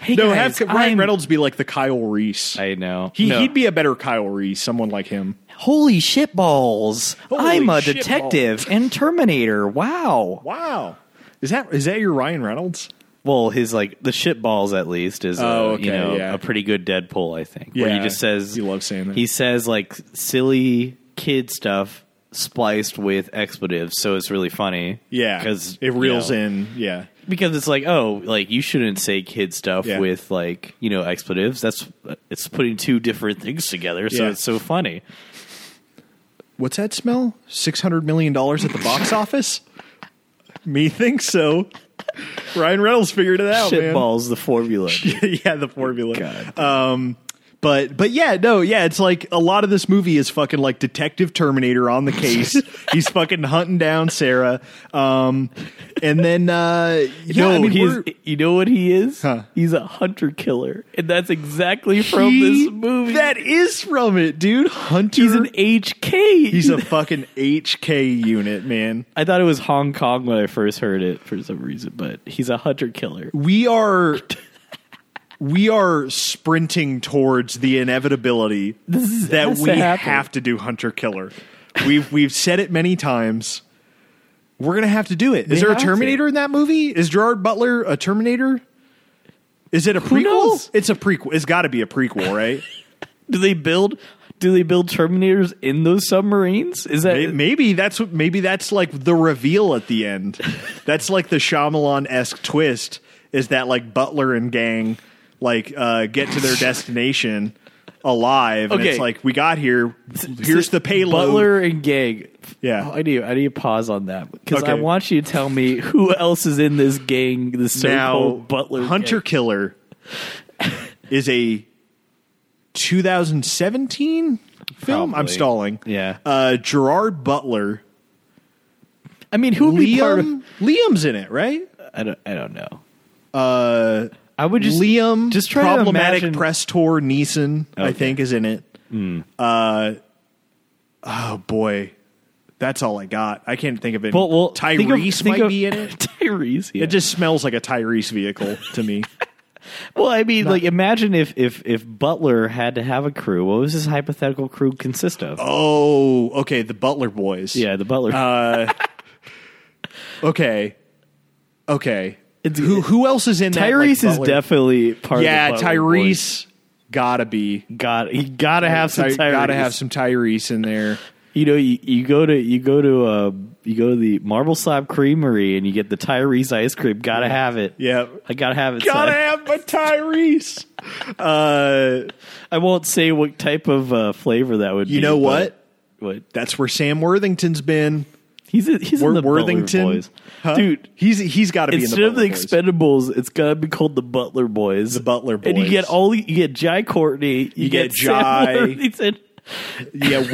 [SPEAKER 1] Hey
[SPEAKER 2] no,
[SPEAKER 1] guys,
[SPEAKER 2] have Ryan
[SPEAKER 1] I'm-
[SPEAKER 2] Reynolds be like the Kyle Reese.
[SPEAKER 1] I know.
[SPEAKER 2] he,
[SPEAKER 1] No.
[SPEAKER 2] He'd be a better Kyle Reese, someone like him.
[SPEAKER 1] holy shit balls.
[SPEAKER 2] Holy
[SPEAKER 1] I'm a
[SPEAKER 2] shit
[SPEAKER 1] detective and Terminator. Wow.
[SPEAKER 2] Wow. Is that is that your Ryan Reynolds?
[SPEAKER 1] Well, his like the shit balls at least is uh,
[SPEAKER 2] Oh, okay,
[SPEAKER 1] you know
[SPEAKER 2] yeah.
[SPEAKER 1] a pretty good Deadpool, I think. Where
[SPEAKER 2] Yeah,
[SPEAKER 1] he just says
[SPEAKER 2] he loves saying that.
[SPEAKER 1] He says like silly kid stuff spliced with expletives, so it's really funny.
[SPEAKER 2] Yeah.
[SPEAKER 1] because
[SPEAKER 2] it reels in. Yeah.
[SPEAKER 1] because it's like oh, like you shouldn't say kid stuff
[SPEAKER 2] Yeah.
[SPEAKER 1] with like you know expletives. That's it's putting two different things together, so
[SPEAKER 2] Yeah.
[SPEAKER 1] it's so funny.
[SPEAKER 2] what's that smell? Six hundred million dollars at the box office? Me think so. Ryan Reynolds figured it out, Oh, man.
[SPEAKER 1] Shitballs the formula.
[SPEAKER 2] yeah, the formula.
[SPEAKER 1] God.
[SPEAKER 2] Um, but but yeah, no, yeah, it's like a lot of this movie is fucking like Detective Terminator on the case. He's fucking hunting down Sarah, um, and then uh, yeah,
[SPEAKER 1] no,
[SPEAKER 2] I mean,
[SPEAKER 1] he's,
[SPEAKER 2] we're-
[SPEAKER 1] you know what he is?
[SPEAKER 2] Huh.
[SPEAKER 1] He's a hunter killer, and that's exactly from
[SPEAKER 2] He-
[SPEAKER 1] this movie.
[SPEAKER 2] That is from it, dude. Hunter.
[SPEAKER 1] he's an HK.
[SPEAKER 2] he's a fucking HK unit, man.
[SPEAKER 1] I thought it was Hong Kong when I first heard it for some reason, but he's a hunter killer.
[SPEAKER 2] we are we are sprinting towards the inevitability
[SPEAKER 1] is-
[SPEAKER 2] that
[SPEAKER 1] has to
[SPEAKER 2] we
[SPEAKER 1] happen.
[SPEAKER 2] have to do hunter killer. We've we've said it many times. We're gonna have to do it.
[SPEAKER 1] They
[SPEAKER 2] Is there a
[SPEAKER 1] have to.
[SPEAKER 2] Terminator in that movie? Is Gerard Butler a Terminator? Is it a prequel?
[SPEAKER 1] knows?
[SPEAKER 2] It's a prequel. It's got to be a prequel, right?
[SPEAKER 1] Do they build? Do they build Terminators in those submarines? Is that
[SPEAKER 2] May- maybe that's what. Maybe that's like the reveal at the end. That's like the Shyamalan esque twist. Is that like Butler and gang like uh, get to their destination alive? And it's
[SPEAKER 1] Okay.
[SPEAKER 2] like we got here. Here's the payload.
[SPEAKER 1] Butler and gang.
[SPEAKER 2] Yeah.
[SPEAKER 1] Oh, I need I need to pause on that because I
[SPEAKER 2] Okay.
[SPEAKER 1] want you to tell me who else is in this gang. This
[SPEAKER 2] now
[SPEAKER 1] so-called Butler
[SPEAKER 2] Hunter
[SPEAKER 1] gang.
[SPEAKER 2] Killer is a 2017 film. I'm
[SPEAKER 1] Probably.
[SPEAKER 2] stalling.
[SPEAKER 1] Yeah.
[SPEAKER 2] uh, Gerard Butler.
[SPEAKER 1] I mean, who would be part of?
[SPEAKER 2] Liam. Liam's in it, right?
[SPEAKER 1] I don't. I don't know.
[SPEAKER 2] Uh,
[SPEAKER 1] I would just
[SPEAKER 2] Liam,
[SPEAKER 1] Just try to
[SPEAKER 2] problematic
[SPEAKER 1] imagine-
[SPEAKER 2] press tour Neeson, I
[SPEAKER 1] Okay. Hmm.
[SPEAKER 2] think, is in it. Uh, oh boy, that's all I got. I can't think of it.
[SPEAKER 1] Well, well,
[SPEAKER 2] Tyrese
[SPEAKER 1] think of- think
[SPEAKER 2] might
[SPEAKER 1] of-
[SPEAKER 2] be in it.
[SPEAKER 1] Tyrese. Yeah.
[SPEAKER 2] It just smells like a Tyrese vehicle to me.
[SPEAKER 1] well, I mean, like, imagine if if if Butler had to have a crew. What was his hypothetical crew consist of?
[SPEAKER 2] oh, uh, okay, the Butler Boys.
[SPEAKER 1] yeah, the Butler.
[SPEAKER 2] Okay. Okay.
[SPEAKER 1] It's-
[SPEAKER 2] who who else is in that? like,
[SPEAKER 1] Tyrese is
[SPEAKER 2] Butler-
[SPEAKER 1] definitely part.
[SPEAKER 2] Yeah,
[SPEAKER 1] of the Butler boys.
[SPEAKER 2] Tyrese gotta be.
[SPEAKER 1] Got you. Got to have some.
[SPEAKER 2] Ty-
[SPEAKER 1] Tyrese.
[SPEAKER 2] Gotta have some Tyrese in there.
[SPEAKER 1] You know, you, you go to you go to uh, you go to the Marble Slab Creamery and you get the Tyrese ice cream. Gotta have it.
[SPEAKER 2] Yep.
[SPEAKER 1] I gotta have it.
[SPEAKER 2] gotta
[SPEAKER 1] son.
[SPEAKER 2] have my Tyrese. Uh,
[SPEAKER 1] I won't say what type of uh, flavor that would.
[SPEAKER 2] you
[SPEAKER 1] be,
[SPEAKER 2] know
[SPEAKER 1] but-
[SPEAKER 2] what?
[SPEAKER 1] What
[SPEAKER 2] That's where Sam Worthington's been.
[SPEAKER 1] he's a, he's in the
[SPEAKER 2] Wor- Worthington,
[SPEAKER 1] Butler Boys,
[SPEAKER 2] Huh?
[SPEAKER 1] dude.
[SPEAKER 2] He's he's got to be in the
[SPEAKER 1] Instead of the
[SPEAKER 2] Butler Boys.
[SPEAKER 1] Expendables, it's gotta be called the Butler Boys. The
[SPEAKER 2] Butler
[SPEAKER 1] and you
[SPEAKER 2] Boys.
[SPEAKER 1] get all you get Jai Courtney, you,
[SPEAKER 2] get
[SPEAKER 1] Sam
[SPEAKER 2] Jai.
[SPEAKER 1] Worthington,
[SPEAKER 2] yeah,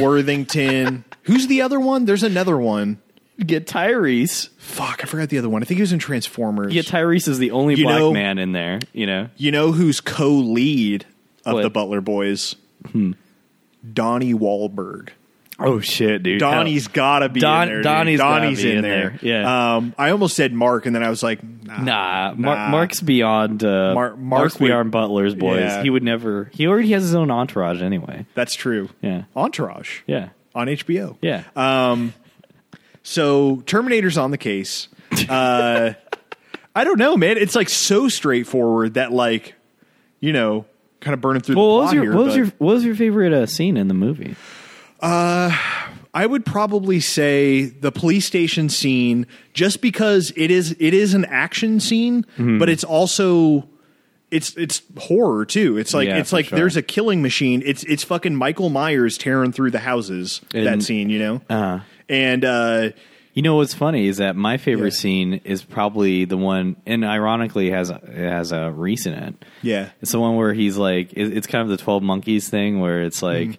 [SPEAKER 2] Worthington. Who's the other one? There's another one.
[SPEAKER 1] you get Tyrese.
[SPEAKER 2] Fuck, I forgot the other one. I think he was in Transformers.
[SPEAKER 1] You get Tyrese is the only
[SPEAKER 2] You
[SPEAKER 1] black
[SPEAKER 2] know-
[SPEAKER 1] man in there. You know,
[SPEAKER 2] you know who's co-lead of
[SPEAKER 1] What? Hmm.
[SPEAKER 2] the Butler Boys? Donnie Wahlberg.
[SPEAKER 1] Oh shit, dude!
[SPEAKER 2] Donnie's gotta be
[SPEAKER 1] Don-
[SPEAKER 2] in there. dude.
[SPEAKER 1] Donnie's gotta
[SPEAKER 2] Donnie's
[SPEAKER 1] be
[SPEAKER 2] in,
[SPEAKER 1] in
[SPEAKER 2] there.
[SPEAKER 1] there. Yeah.
[SPEAKER 2] Um, I almost said Mark, and then I was like, nah.
[SPEAKER 1] nah, Mar-
[SPEAKER 2] Nah.
[SPEAKER 1] Mark's beyond. Uh,
[SPEAKER 2] Mar- Mark
[SPEAKER 1] Mark's
[SPEAKER 2] would-
[SPEAKER 1] beyond Butler's boys.
[SPEAKER 2] Yeah.
[SPEAKER 1] He would never. He already has his own entourage anyway.
[SPEAKER 2] That's true.
[SPEAKER 1] Yeah.
[SPEAKER 2] Entourage.
[SPEAKER 1] Yeah,
[SPEAKER 2] On HBO.
[SPEAKER 1] yeah.
[SPEAKER 2] So Terminator's on the case. Uh, I don't know, man. It's like so straightforward that like, you know, kind of burning through
[SPEAKER 1] well,
[SPEAKER 2] the
[SPEAKER 1] what
[SPEAKER 2] plot
[SPEAKER 1] was your
[SPEAKER 2] here.
[SPEAKER 1] what was
[SPEAKER 2] but
[SPEAKER 1] your what was your favorite uh, scene in the movie?
[SPEAKER 2] I would probably say the police station scene, just because it is it is an action scene,
[SPEAKER 1] Mm-hmm.
[SPEAKER 2] but it's also it's it's horror too. It's like
[SPEAKER 1] Yeah,
[SPEAKER 2] it's
[SPEAKER 1] for
[SPEAKER 2] like
[SPEAKER 1] sure.
[SPEAKER 2] there's a killing machine. It's it's fucking Michael Myers tearing through the houses. that
[SPEAKER 1] And-
[SPEAKER 2] scene, you know,
[SPEAKER 1] Uh-huh.
[SPEAKER 2] and uh,
[SPEAKER 1] You know what's funny is that my favorite
[SPEAKER 2] Yeah.
[SPEAKER 1] scene is probably the one, and ironically has it has a Reese in it.
[SPEAKER 2] yeah,
[SPEAKER 1] It's the one where he's like, it- it's kind of the Twelve Monkeys thing, where it's
[SPEAKER 2] Mm-hmm.
[SPEAKER 1] like,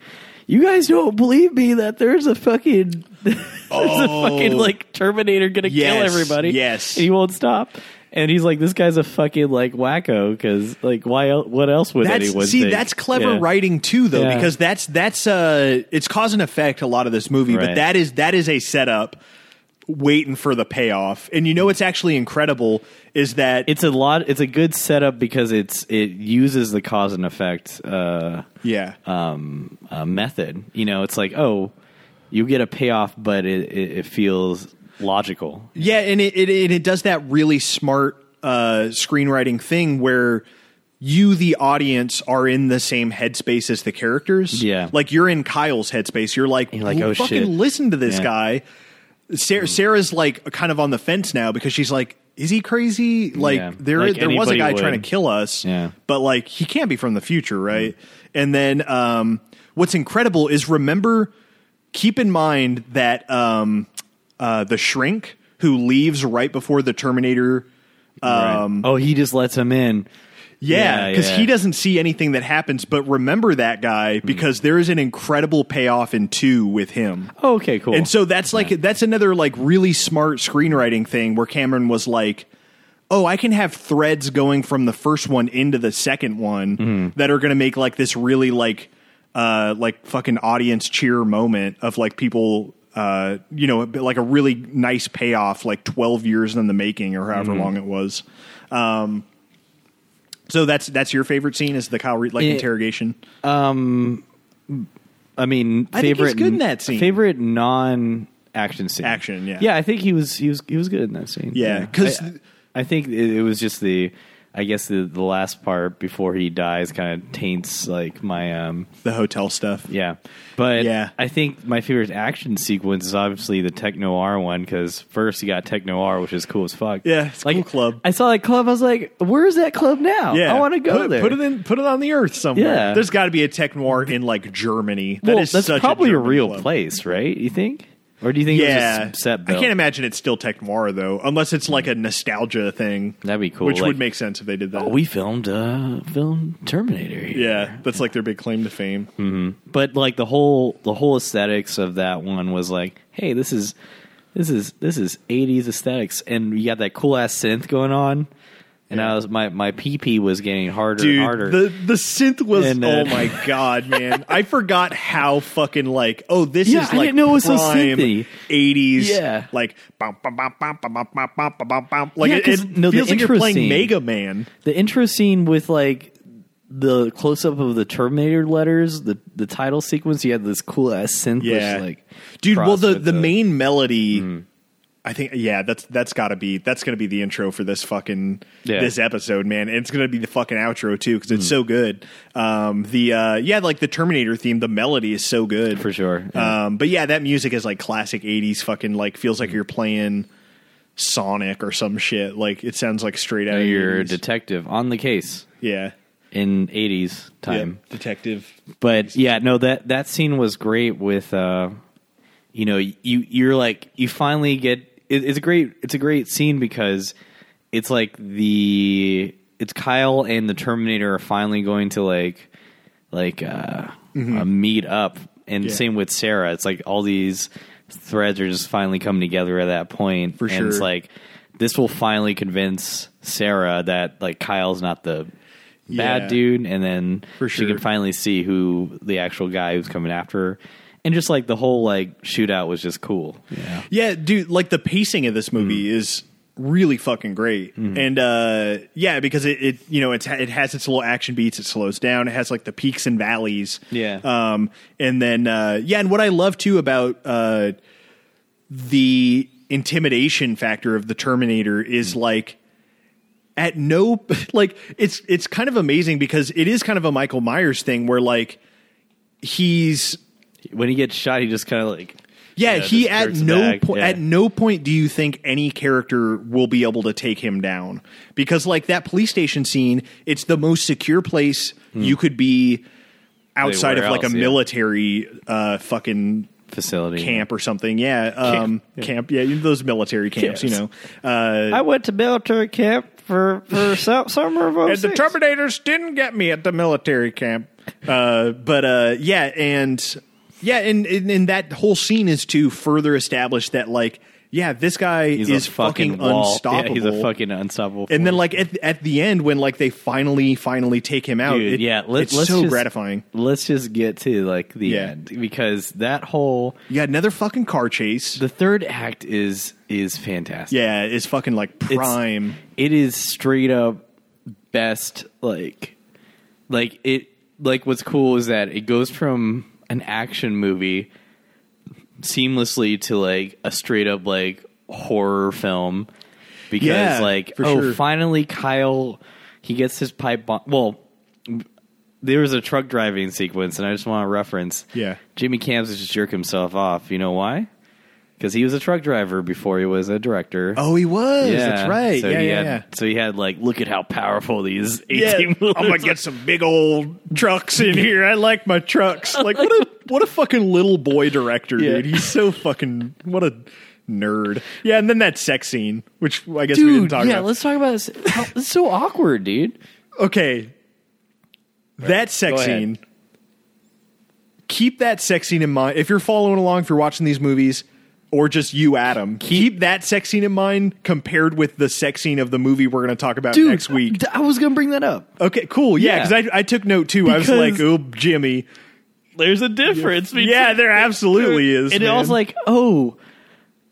[SPEAKER 1] you guys don't believe me that there's a fucking, there's a fucking like Terminator gonna kill
[SPEAKER 2] Oh. Yes,
[SPEAKER 1] everybody.
[SPEAKER 2] yes.
[SPEAKER 1] and he won't stop. And he's like, this guy's a fucking like wacko because like why? el- What else would
[SPEAKER 2] that's
[SPEAKER 1] anyone
[SPEAKER 2] see
[SPEAKER 1] think?
[SPEAKER 2] that's clever
[SPEAKER 1] Yeah.
[SPEAKER 2] writing too though
[SPEAKER 1] Yeah.
[SPEAKER 2] because that's that's uh it's cause and effect a lot of this movie but
[SPEAKER 1] Right.
[SPEAKER 2] that is that is a setup waiting for the payoff and you know what's actually incredible is that
[SPEAKER 1] It's a lot. It's a good setup because it's it uses the cause and effect. Uh,
[SPEAKER 2] yeah
[SPEAKER 1] um, uh, method. You know, it's like, oh, you get a payoff, but it, it, it feels logical.
[SPEAKER 2] Yeah, and it, it it it does that really smart uh, screenwriting thing where you, the audience, are in the same headspace as the characters.
[SPEAKER 1] Yeah.
[SPEAKER 2] like you're in Kyle's headspace. You're like,
[SPEAKER 1] You're like,
[SPEAKER 2] "Ooh,
[SPEAKER 1] oh,
[SPEAKER 2] fucking
[SPEAKER 1] shit."
[SPEAKER 2] listen to this
[SPEAKER 1] Yeah. Mm.
[SPEAKER 2] guy. Sarah, Sarah's like kind of on the fence now because she's like, is he crazy? Like
[SPEAKER 1] Yeah.
[SPEAKER 2] there
[SPEAKER 1] Like
[SPEAKER 2] there was a
[SPEAKER 1] anybody
[SPEAKER 2] guy
[SPEAKER 1] would.
[SPEAKER 2] trying to kill us.
[SPEAKER 1] Yeah.
[SPEAKER 2] But like he can't be from the future, right? And then um, what's incredible is remember keep in mind that um, uh, the shrink who leaves right before the Terminator. Um,
[SPEAKER 1] oh, he just lets him in.
[SPEAKER 2] Yeah,
[SPEAKER 1] Yeah,
[SPEAKER 2] because
[SPEAKER 1] yeah. Hmm.
[SPEAKER 2] he doesn't see anything that happens. But remember that guy because there is an incredible payoff in two with him.
[SPEAKER 1] Oh, okay, cool.
[SPEAKER 2] And so that's like that's another like really smart screenwriting thing where Cameron was like, "Oh, I can have threads going from the first one into the second one
[SPEAKER 1] Mm-hmm.
[SPEAKER 2] that are going to make like this really like uh like fucking audience cheer moment of like people uh you know like a really nice payoff like 12 years in the making or however
[SPEAKER 1] Mm-hmm.
[SPEAKER 2] long it was. Um so that's that's your favorite scene is the Kyle Reed like
[SPEAKER 1] Yeah.
[SPEAKER 2] interrogation.
[SPEAKER 1] I mean,
[SPEAKER 2] I think he's
[SPEAKER 1] favorite
[SPEAKER 2] good in that scene.
[SPEAKER 1] Favorite non action scene.
[SPEAKER 2] Action, yeah.
[SPEAKER 1] yeah. I think he was he was he was good in that scene.
[SPEAKER 2] Yeah, 'cause-
[SPEAKER 1] I, I think it, it was just the I guess the, the last part before he dies kind of taints like my um
[SPEAKER 2] The hotel stuff.
[SPEAKER 1] yeah. But
[SPEAKER 2] Yeah.
[SPEAKER 1] I think my favorite action sequence is obviously the Techno R one because first you got Techno R, which is cool as fuck.
[SPEAKER 2] Yeah, it's a
[SPEAKER 1] like
[SPEAKER 2] cool club.
[SPEAKER 1] I saw that club. I was like, where is that club now?
[SPEAKER 2] Yeah,
[SPEAKER 1] I want to go
[SPEAKER 2] put,
[SPEAKER 1] there.
[SPEAKER 2] Put it in, put it on the earth somewhere.
[SPEAKER 1] Yeah.
[SPEAKER 2] there's got to be a tech noir in like Germany. That
[SPEAKER 1] well,
[SPEAKER 2] is
[SPEAKER 1] that's
[SPEAKER 2] such
[SPEAKER 1] probably a,
[SPEAKER 2] German
[SPEAKER 1] real
[SPEAKER 2] club.
[SPEAKER 1] place, right? You think, or do you think it
[SPEAKER 2] Yeah,
[SPEAKER 1] was just set?
[SPEAKER 2] I
[SPEAKER 1] built?
[SPEAKER 2] can't imagine it's still tech noir though, unless it's like a nostalgia thing.
[SPEAKER 1] That'd be cool,
[SPEAKER 2] Which
[SPEAKER 1] like- oh,
[SPEAKER 2] would make sense if they did that.
[SPEAKER 1] we filmed uh film Terminator. here.
[SPEAKER 2] yeah, that's like their big claim to fame.
[SPEAKER 1] Hmm. But like the whole the whole aesthetics of that one was like, hey, this is this is this is eighties aesthetics and you got that cool ass synth going on. And I was my my PP was getting harder and harder.
[SPEAKER 2] Dude, the the synth was
[SPEAKER 1] And, uh,
[SPEAKER 2] oh my god, man! I forgot how fucking like oh this
[SPEAKER 1] Yeah,
[SPEAKER 2] is
[SPEAKER 1] I
[SPEAKER 2] like
[SPEAKER 1] didn't know it was so synthy.
[SPEAKER 2] prime eighties
[SPEAKER 1] Yeah.
[SPEAKER 2] like bum, bum, bum, bum, bum, bum, bum, bum, bum, bum. like
[SPEAKER 1] Yeah,
[SPEAKER 2] it,
[SPEAKER 1] 'cause,
[SPEAKER 2] it
[SPEAKER 1] no, the
[SPEAKER 2] feels like you're
[SPEAKER 1] intro
[SPEAKER 2] playing
[SPEAKER 1] scene-
[SPEAKER 2] Mega Man.
[SPEAKER 1] the intro scene with like the close up of the Terminator letters, the the title sequence, you had this cool ass synth which,
[SPEAKER 2] yeah
[SPEAKER 1] like
[SPEAKER 2] dude well
[SPEAKER 1] crossed
[SPEAKER 2] the,
[SPEAKER 1] with Mm.
[SPEAKER 2] the main melody i think yeah that's that's gotta be that's gonna be the intro for this fucking
[SPEAKER 1] Yeah. Mm.
[SPEAKER 2] this episode man and it's gonna be the fucking outro too because it's so good um the uh yeah like the terminator theme the melody is so good
[SPEAKER 1] for sure.
[SPEAKER 2] um but yeah that music is like classic 80s fucking like feels
[SPEAKER 1] Mm.
[SPEAKER 2] like you're playing sonic or some shit like it sounds like straight out of
[SPEAKER 1] You're
[SPEAKER 2] your
[SPEAKER 1] a detective on the case
[SPEAKER 2] yeah
[SPEAKER 1] in eighties time.
[SPEAKER 2] yeah detective
[SPEAKER 1] but yeah, no that that scene was great. With uh, you know, you you're like you finally get it, it's a great it's a great scene because it's like the it's Kyle and the Terminator are finally going to like like uh, uh meet up, and
[SPEAKER 2] Mm-hmm. Yeah.
[SPEAKER 1] same with Sarah. It's like all these threads are just finally coming together at that point.
[SPEAKER 2] For
[SPEAKER 1] and it's
[SPEAKER 2] sure.
[SPEAKER 1] like this will finally convince Sarah that like Kyle's not the
[SPEAKER 2] Yeah.
[SPEAKER 1] bad dude and then
[SPEAKER 2] For
[SPEAKER 1] she
[SPEAKER 2] sure.
[SPEAKER 1] can finally see who the actual guy who's coming after her and just like the whole like shootout was just cool yeah
[SPEAKER 2] Yeah, dude, like the pacing of this movie is really fucking great. And uh yeah, because it, it you know, it's it has its little action beats, it slows down, it has like the peaks and valleys.
[SPEAKER 1] Yeah.
[SPEAKER 2] Um and then uh yeah, and what I love too about uh the intimidation factor of the Terminator is like at no like it's it's kind of amazing because it is kind of a Michael Myers thing where like he's
[SPEAKER 1] when he gets shot he just kind of like
[SPEAKER 2] yeah,
[SPEAKER 1] Yeah,
[SPEAKER 2] he
[SPEAKER 1] just
[SPEAKER 2] at
[SPEAKER 1] jerks
[SPEAKER 2] no
[SPEAKER 1] back,
[SPEAKER 2] point
[SPEAKER 1] yeah.
[SPEAKER 2] at no point do you think any character will be able to take him down because like that police station scene, it's the most secure place you could be outside of
[SPEAKER 1] Hmm. Anywhere
[SPEAKER 2] like
[SPEAKER 1] else,
[SPEAKER 2] a
[SPEAKER 1] yeah.
[SPEAKER 2] military uh fucking
[SPEAKER 1] facility
[SPEAKER 2] camp or something. Yeah, um camp, yeah, those military camps, you
[SPEAKER 1] Yes.
[SPEAKER 2] know. Uh
[SPEAKER 1] i went to military camp for for su- summer of
[SPEAKER 2] and the
[SPEAKER 1] 06.
[SPEAKER 2] Terminators didn't get me at the military camp. Uh, but uh, yeah, and yeah, and, and and that whole scene is to further establish that like, yeah, this guy
[SPEAKER 1] he's
[SPEAKER 2] is
[SPEAKER 1] a fucking,
[SPEAKER 2] fucking,
[SPEAKER 1] wall.
[SPEAKER 2] unstoppable.
[SPEAKER 1] yeah, he's a fucking unstoppable
[SPEAKER 2] and then
[SPEAKER 1] force.
[SPEAKER 2] like at at the end when like they finally finally take him out,
[SPEAKER 1] Dude,
[SPEAKER 2] it-
[SPEAKER 1] yeah let,
[SPEAKER 2] it's
[SPEAKER 1] let's
[SPEAKER 2] so
[SPEAKER 1] just,
[SPEAKER 2] gratifying.
[SPEAKER 1] let's just get to like the
[SPEAKER 2] Yeah.
[SPEAKER 1] end because that whole
[SPEAKER 2] You got another fucking car chase.
[SPEAKER 1] the third act is is fantastic
[SPEAKER 2] yeah, is fucking like
[SPEAKER 1] It's-
[SPEAKER 2] prime.
[SPEAKER 1] It is straight up best like like it like what's cool is that it goes from an action movie seamlessly to like a straight up like horror film because
[SPEAKER 2] Yeah,
[SPEAKER 1] like
[SPEAKER 2] for
[SPEAKER 1] oh
[SPEAKER 2] sure.
[SPEAKER 1] finally Kyle he gets his pipe bomb well there was a truck driving sequence and I just want to reference
[SPEAKER 2] Yeah.
[SPEAKER 1] Jimmy Cams just jerk himself off you know why because he was a truck driver before he was a director
[SPEAKER 2] Oh, he was. That's right.
[SPEAKER 1] so
[SPEAKER 2] yeah,
[SPEAKER 1] he
[SPEAKER 2] yeah,
[SPEAKER 1] had,
[SPEAKER 2] yeah.
[SPEAKER 1] So he had like, look at how powerful these
[SPEAKER 2] Yeah,
[SPEAKER 1] eighteen.
[SPEAKER 2] I'm gonna get some big old trucks in here. I like my trucks. Like what? A, what a fucking little boy director,
[SPEAKER 1] Yeah.
[SPEAKER 2] dude. He's so fucking what a nerd. Yeah, and then that sex scene, which I guess we didn't
[SPEAKER 1] dude.
[SPEAKER 2] talk
[SPEAKER 1] Yeah,
[SPEAKER 2] about.
[SPEAKER 1] let's talk about this. How, it's so awkward, dude.
[SPEAKER 2] okay. That
[SPEAKER 1] Go
[SPEAKER 2] sex
[SPEAKER 1] ahead.
[SPEAKER 2] scene. Keep that sex scene in mind. If you're following along, if you're watching these movies, or just you, Adam, keep, that sex scene in mind compared with the sex scene of the movie we're going to talk about
[SPEAKER 1] Dude,
[SPEAKER 2] next week.
[SPEAKER 1] I was gonna bring that up.
[SPEAKER 2] Okay, cool. Yeah,
[SPEAKER 1] Yeah.
[SPEAKER 2] because I, I took note too. I was
[SPEAKER 1] Because-
[SPEAKER 2] like, oh, Jimmy.
[SPEAKER 1] There's a difference.
[SPEAKER 2] Yeah, there absolutely is.
[SPEAKER 1] and it
[SPEAKER 2] man.
[SPEAKER 1] was like, oh,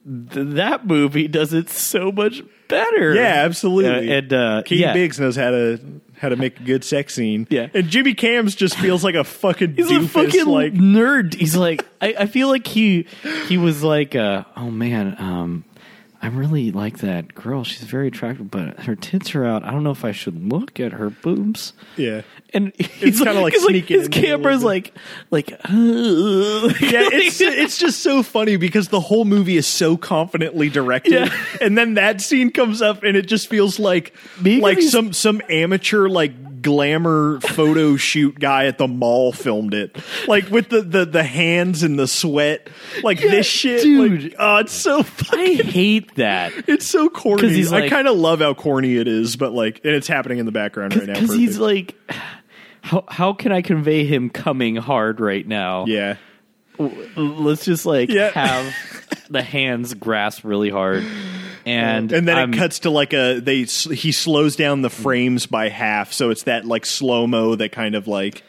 [SPEAKER 1] th- that movie does it so much better.
[SPEAKER 2] Yeah, absolutely.
[SPEAKER 1] Uh, and uh,
[SPEAKER 2] Keith
[SPEAKER 1] yeah.
[SPEAKER 2] Biggs knows how to how to make a good sex scene.
[SPEAKER 1] Yeah.
[SPEAKER 2] and Jimmy Cams just feels like a fucking
[SPEAKER 1] He's
[SPEAKER 2] doofus.
[SPEAKER 1] a fucking
[SPEAKER 2] like
[SPEAKER 1] nerd. He's like, I, I feel like he he was like, uh, oh man, um, I really like that girl. She's very attractive, but her tits are out. I don't know if I should look at her boobs.
[SPEAKER 2] yeah,
[SPEAKER 1] And he's
[SPEAKER 2] kinda
[SPEAKER 1] kind of
[SPEAKER 2] like
[SPEAKER 1] like,
[SPEAKER 2] sneaking
[SPEAKER 1] his
[SPEAKER 2] in there a little
[SPEAKER 1] camera's
[SPEAKER 2] bit.
[SPEAKER 1] like, like, uh, yeah,
[SPEAKER 2] yeah. It's it's just so funny because the whole movie is so confidently directed,
[SPEAKER 1] Yeah.
[SPEAKER 2] and then that scene comes up, and it just feels like
[SPEAKER 1] Being
[SPEAKER 2] like
[SPEAKER 1] these-
[SPEAKER 2] some some amateur like glamour photo shoot guy at the mall filmed it, like with the the, the hands and the sweat, like this shit,
[SPEAKER 1] dude.
[SPEAKER 2] Like, oh, it's so funny.
[SPEAKER 1] I hate that.
[SPEAKER 2] It's so corny.
[SPEAKER 1] 'Cause he's
[SPEAKER 2] I
[SPEAKER 1] like-
[SPEAKER 2] kind of love how corny it is, but like, and it's happening in the background right now.
[SPEAKER 1] because he's
[SPEAKER 2] perfect.
[SPEAKER 1] like how how can i convey him coming hard right now
[SPEAKER 2] yeah,
[SPEAKER 1] W- let's just like
[SPEAKER 2] Yeah.
[SPEAKER 1] have the hands grasp really hard and
[SPEAKER 2] and then
[SPEAKER 1] I'm-
[SPEAKER 2] it cuts to like a they s- he slows down the frames by half, so it's that like slow mo that kind of like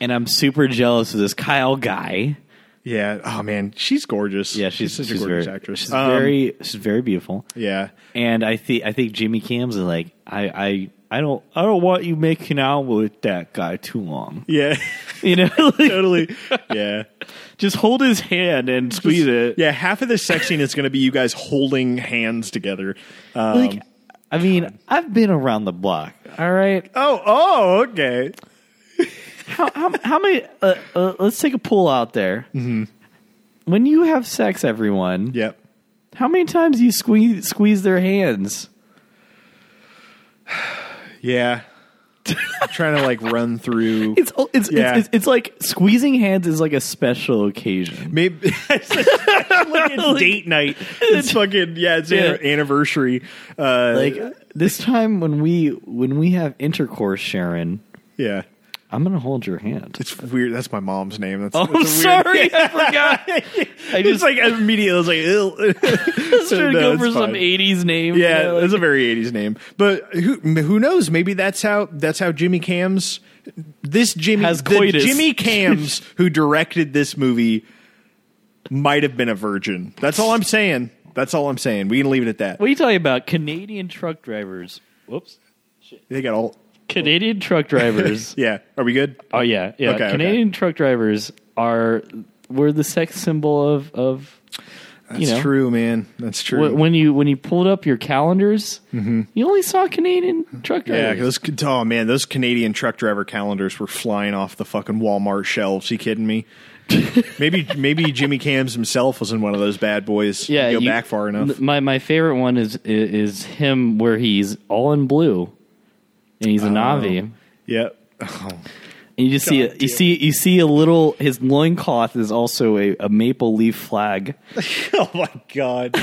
[SPEAKER 1] and i'm super jealous of this kyle guy
[SPEAKER 2] yeah. Oh man, she's gorgeous.
[SPEAKER 1] yeah she's,
[SPEAKER 2] such
[SPEAKER 1] she's
[SPEAKER 2] a gorgeous
[SPEAKER 1] very,
[SPEAKER 2] actress.
[SPEAKER 1] she's
[SPEAKER 2] Um,
[SPEAKER 1] very she's very beautiful
[SPEAKER 2] yeah.
[SPEAKER 1] and i think i think jimmy cams is like i i I don't. I don't want you making out with that guy too long.
[SPEAKER 2] Yeah,
[SPEAKER 1] You know, Like,
[SPEAKER 2] totally. Yeah,
[SPEAKER 1] just hold his hand and squeeze it.
[SPEAKER 2] yeah. Half of this sex scene is going to be you guys holding hands together. Um,
[SPEAKER 1] Like, I mean, I've been around the block. All right,
[SPEAKER 2] oh, oh, okay.
[SPEAKER 1] how, how, how many? Uh, uh, let's take a poll out there.
[SPEAKER 2] Mm-hmm.
[SPEAKER 1] When you have sex, everyone,
[SPEAKER 2] Yep.
[SPEAKER 1] how many times do you squeeze squeeze their hands?
[SPEAKER 2] Yeah. I'm trying to like run through.
[SPEAKER 1] It's oh, it's,
[SPEAKER 2] Yeah.
[SPEAKER 1] it's it's it's like squeezing hands is like a special occasion.
[SPEAKER 2] Maybe it's like it's date night. It's fucking yeah. It's an-
[SPEAKER 1] Yeah.
[SPEAKER 2] anniversary. Uh,
[SPEAKER 1] Like this time when we when we have intercourse, Sharon,
[SPEAKER 2] yeah,
[SPEAKER 1] I'm gonna hold your hand.
[SPEAKER 2] it's weird. That's my mom's name. That's,
[SPEAKER 1] Oh,
[SPEAKER 2] that's a
[SPEAKER 1] I'm
[SPEAKER 2] weird-
[SPEAKER 1] sorry, I forgot. I
[SPEAKER 2] It's
[SPEAKER 1] just
[SPEAKER 2] like immediately. I was like, Ew.
[SPEAKER 1] was trying to
[SPEAKER 2] no,
[SPEAKER 1] go
[SPEAKER 2] it's
[SPEAKER 1] for some
[SPEAKER 2] fine.
[SPEAKER 1] '80s name.
[SPEAKER 2] yeah,
[SPEAKER 1] you know, like-
[SPEAKER 2] it's a very '80s name. But who who knows? Maybe that's how that's how Jimmy Cams. This Jimmy
[SPEAKER 1] Has
[SPEAKER 2] the
[SPEAKER 1] coitus.
[SPEAKER 2] Jimmy Cams who directed this movie might have been a virgin. That's all I'm saying. That's all I'm saying. We can leave it at that.
[SPEAKER 1] what are you talking about? Canadian truck drivers. Whoops.
[SPEAKER 2] They got all.
[SPEAKER 1] Canadian truck drivers.
[SPEAKER 2] Yeah. Are we good?
[SPEAKER 1] Oh yeah, yeah.
[SPEAKER 2] Okay, okay.
[SPEAKER 1] Canadian truck drivers are were the sex symbol of of you
[SPEAKER 2] That's
[SPEAKER 1] know
[SPEAKER 2] true, man. That's true.
[SPEAKER 1] wh- when you when you pulled up your calendars, you only saw Canadian truck
[SPEAKER 2] Mm-hmm. yeah,
[SPEAKER 1] drivers.
[SPEAKER 2] 'cause those oh man, those Canadian truck driver calendars were flying off the fucking Walmart shelves. You kidding me? maybe maybe Jimmy Cams himself was in one of those bad boys.
[SPEAKER 1] yeah,
[SPEAKER 2] you go
[SPEAKER 1] you-
[SPEAKER 2] back far enough.
[SPEAKER 1] th- My my favorite one is i- is him where he's all in blue, and he's a
[SPEAKER 2] Oh.
[SPEAKER 1] Navi. And
[SPEAKER 2] yeah,
[SPEAKER 1] you just see a,
[SPEAKER 2] God
[SPEAKER 1] you
[SPEAKER 2] damn.
[SPEAKER 1] see you see a little his loincloth is also a, a maple leaf flag.
[SPEAKER 2] oh my god!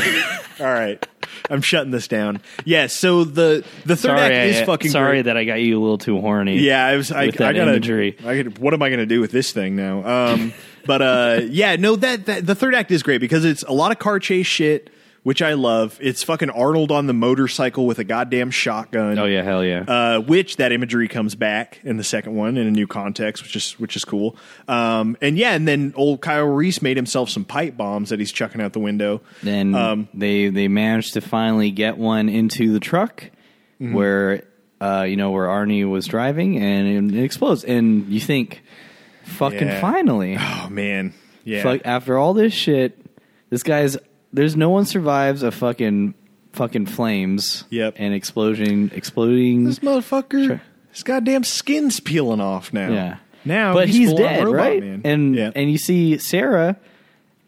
[SPEAKER 2] All right, I'm shutting this down. Yeah, so the the third
[SPEAKER 1] Sorry,
[SPEAKER 2] act is
[SPEAKER 1] I-
[SPEAKER 2] fucking
[SPEAKER 1] sorry
[SPEAKER 2] great.
[SPEAKER 1] that I got you a little too horny.
[SPEAKER 2] Yeah, I was. I,
[SPEAKER 1] with that
[SPEAKER 2] I gotta.
[SPEAKER 1] imagery.
[SPEAKER 2] I could, what am I gonna do with this thing now? Um, but uh, yeah, no. That, that the third act is great because it's a lot of car chase shit, which I love. It's fucking Arnold on the motorcycle with a goddamn shotgun.
[SPEAKER 1] Oh yeah, hell yeah.
[SPEAKER 2] Uh, which that imagery comes back in the second one in a new context, which is which is cool. Um, and yeah, and then old Kyle Reese made himself some pipe bombs that he's chucking out the window. Um,
[SPEAKER 1] Then they they managed to finally get one into the truck
[SPEAKER 2] Mm-hmm.
[SPEAKER 1] where uh, you know where Arnie was driving, and it, it explodes. And you think, fucking
[SPEAKER 2] Yeah.
[SPEAKER 1] finally,
[SPEAKER 2] Oh man, yeah,
[SPEAKER 1] Fuck, after all this shit, this guy's there's no one survives a fucking fucking flames.
[SPEAKER 2] Yep.
[SPEAKER 1] and explosion exploding.
[SPEAKER 2] this motherfucker,
[SPEAKER 1] Sure.
[SPEAKER 2] his goddamn skin's peeling off now.
[SPEAKER 1] Yeah.
[SPEAKER 2] now,
[SPEAKER 1] but he's,
[SPEAKER 2] full-on
[SPEAKER 1] dead,
[SPEAKER 2] robot
[SPEAKER 1] right?
[SPEAKER 2] man.
[SPEAKER 1] And
[SPEAKER 2] yeah.
[SPEAKER 1] and you see Sarah,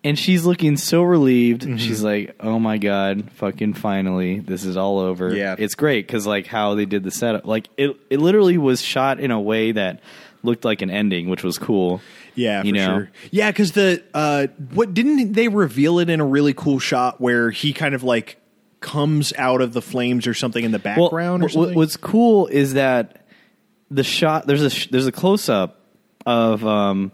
[SPEAKER 1] and she's looking so relieved.
[SPEAKER 2] Mm-hmm.
[SPEAKER 1] She's like, "Oh my god, fucking finally, this is all over."
[SPEAKER 2] Yeah.
[SPEAKER 1] it's great because like how they did the setup, like it it literally was shot in a way that looked like an ending, which was cool.
[SPEAKER 2] Yeah,
[SPEAKER 1] You
[SPEAKER 2] for
[SPEAKER 1] know?
[SPEAKER 2] sure. Yeah, because the uh, what didn't they reveal it in a really cool shot where he kind of like comes out of the flames or something in the
[SPEAKER 1] what-
[SPEAKER 2] background or
[SPEAKER 1] what-
[SPEAKER 2] something?
[SPEAKER 1] what's cool is that the shot there's a sh- there's a close up of um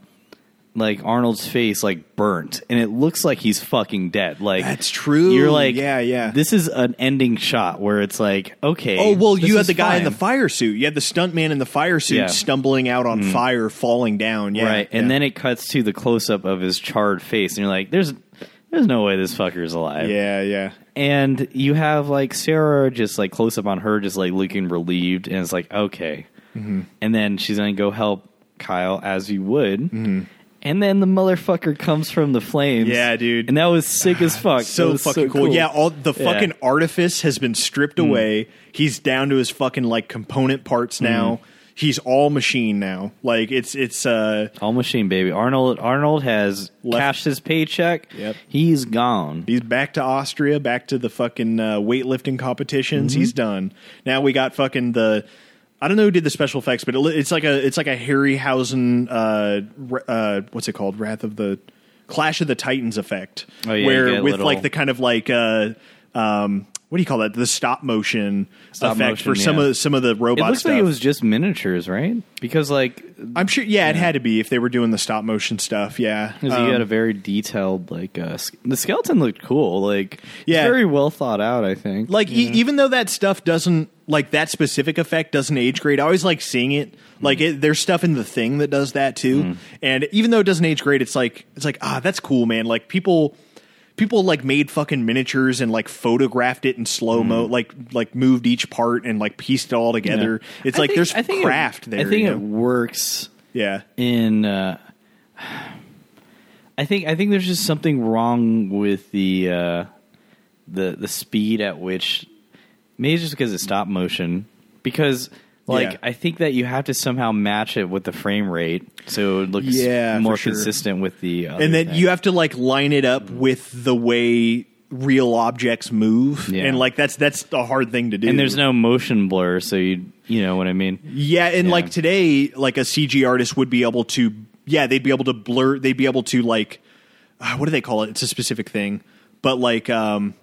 [SPEAKER 1] like Arnold's face like burnt and it looks like he's fucking dead. Like
[SPEAKER 2] That's true.
[SPEAKER 1] You're like
[SPEAKER 2] Yeah, yeah.
[SPEAKER 1] This is an ending shot where it's like okay.
[SPEAKER 2] oh well,
[SPEAKER 1] this
[SPEAKER 2] you had
[SPEAKER 1] is
[SPEAKER 2] the guy in the
[SPEAKER 1] fine.
[SPEAKER 2] fire suit. You had the stunt man in the fire suit
[SPEAKER 1] Yeah. Mm-hmm.
[SPEAKER 2] stumbling out on fire, falling down. Yeah,
[SPEAKER 1] right, and
[SPEAKER 2] yeah.
[SPEAKER 1] then it cuts to the close up of his charred face and you're like there's there's no way this fucker's alive.
[SPEAKER 2] yeah, yeah.
[SPEAKER 1] And you have like Sarah just like close up on her, just like looking relieved, and it's like okay.
[SPEAKER 2] Mm-hmm.
[SPEAKER 1] And then she's gonna go help Kyle as you would. And then the motherfucker comes from the flames.
[SPEAKER 2] Mm-hmm. Yeah, dude.
[SPEAKER 1] And that was sick as fuck. That
[SPEAKER 2] so
[SPEAKER 1] was
[SPEAKER 2] fucking cool. Yeah, all the
[SPEAKER 1] Yeah.
[SPEAKER 2] fucking artifice has been stripped away. He's down to his fucking like component parts now. He's all machine now. Like it's it's uh
[SPEAKER 1] all machine baby. Arnold Arnold has
[SPEAKER 2] Left.
[SPEAKER 1] cashed his paycheck.
[SPEAKER 2] Yep.
[SPEAKER 1] He's gone.
[SPEAKER 2] he's back to Austria, back to the fucking uh, weightlifting competitions. He's
[SPEAKER 1] Mm-hmm.
[SPEAKER 2] done. Now we got fucking the I don't know who did the special effects, but it, li- it's like a it's like a Harryhausen uh re- uh what's it called? Wrath of the Clash of the Titans effect.
[SPEAKER 1] Oh, yeah, you
[SPEAKER 2] where
[SPEAKER 1] get a
[SPEAKER 2] with
[SPEAKER 1] little-
[SPEAKER 2] like the kind of like uh um what do you call that? The stop motion
[SPEAKER 1] Stop
[SPEAKER 2] effect
[SPEAKER 1] motion,
[SPEAKER 2] for some
[SPEAKER 1] yeah.
[SPEAKER 2] of some of the
[SPEAKER 1] it
[SPEAKER 2] robot
[SPEAKER 1] looks
[SPEAKER 2] stuff.
[SPEAKER 1] like it was just miniatures, right? Because like
[SPEAKER 2] I'm sure. Yeah, it had to be if they were doing the stop motion stuff. Yeah,
[SPEAKER 1] 'cause
[SPEAKER 2] Um,
[SPEAKER 1] you had a very detailed like uh, sk- the skeleton looked cool. Like
[SPEAKER 2] Yeah.
[SPEAKER 1] it's very well thought out. I think.
[SPEAKER 2] like e- even though that stuff doesn't like that specific effect doesn't age great. I always like seeing it. Like
[SPEAKER 1] Mm-hmm.
[SPEAKER 2] it, there's stuff in the thing that does that too. And even though it doesn't age great, it's like it's like ah, that's cool, man. Like people. People like made fucking miniatures and like photographed it in slow mo,
[SPEAKER 1] Mm-hmm.
[SPEAKER 2] like like moved each part and like pieced it all together. It's
[SPEAKER 1] I
[SPEAKER 2] like
[SPEAKER 1] think-
[SPEAKER 2] there's
[SPEAKER 1] I think it-
[SPEAKER 2] craft there.
[SPEAKER 1] I think
[SPEAKER 2] you
[SPEAKER 1] it
[SPEAKER 2] know?
[SPEAKER 1] works
[SPEAKER 2] yeah,
[SPEAKER 1] in. Uh, I think I think there's just something wrong with the uh, the the speed at which maybe it's just because it's stop motion because like
[SPEAKER 2] Yeah.
[SPEAKER 1] I think that you have to somehow match it with the frame rate so it looks
[SPEAKER 2] Yeah, for
[SPEAKER 1] more
[SPEAKER 2] sure.
[SPEAKER 1] consistent with the other
[SPEAKER 2] and then
[SPEAKER 1] thing.
[SPEAKER 2] you have to like line it up
[SPEAKER 1] Mm-hmm.
[SPEAKER 2] with the way real objects move
[SPEAKER 1] Yeah.
[SPEAKER 2] and like that's that's a hard thing to do
[SPEAKER 1] and there's no motion blur so you you know what I mean
[SPEAKER 2] yeah and
[SPEAKER 1] Yeah.
[SPEAKER 2] like today like a cg artist would be able to yeah they'd be able to blur they'd be able to like uh, what do they call it it's a specific thing but like um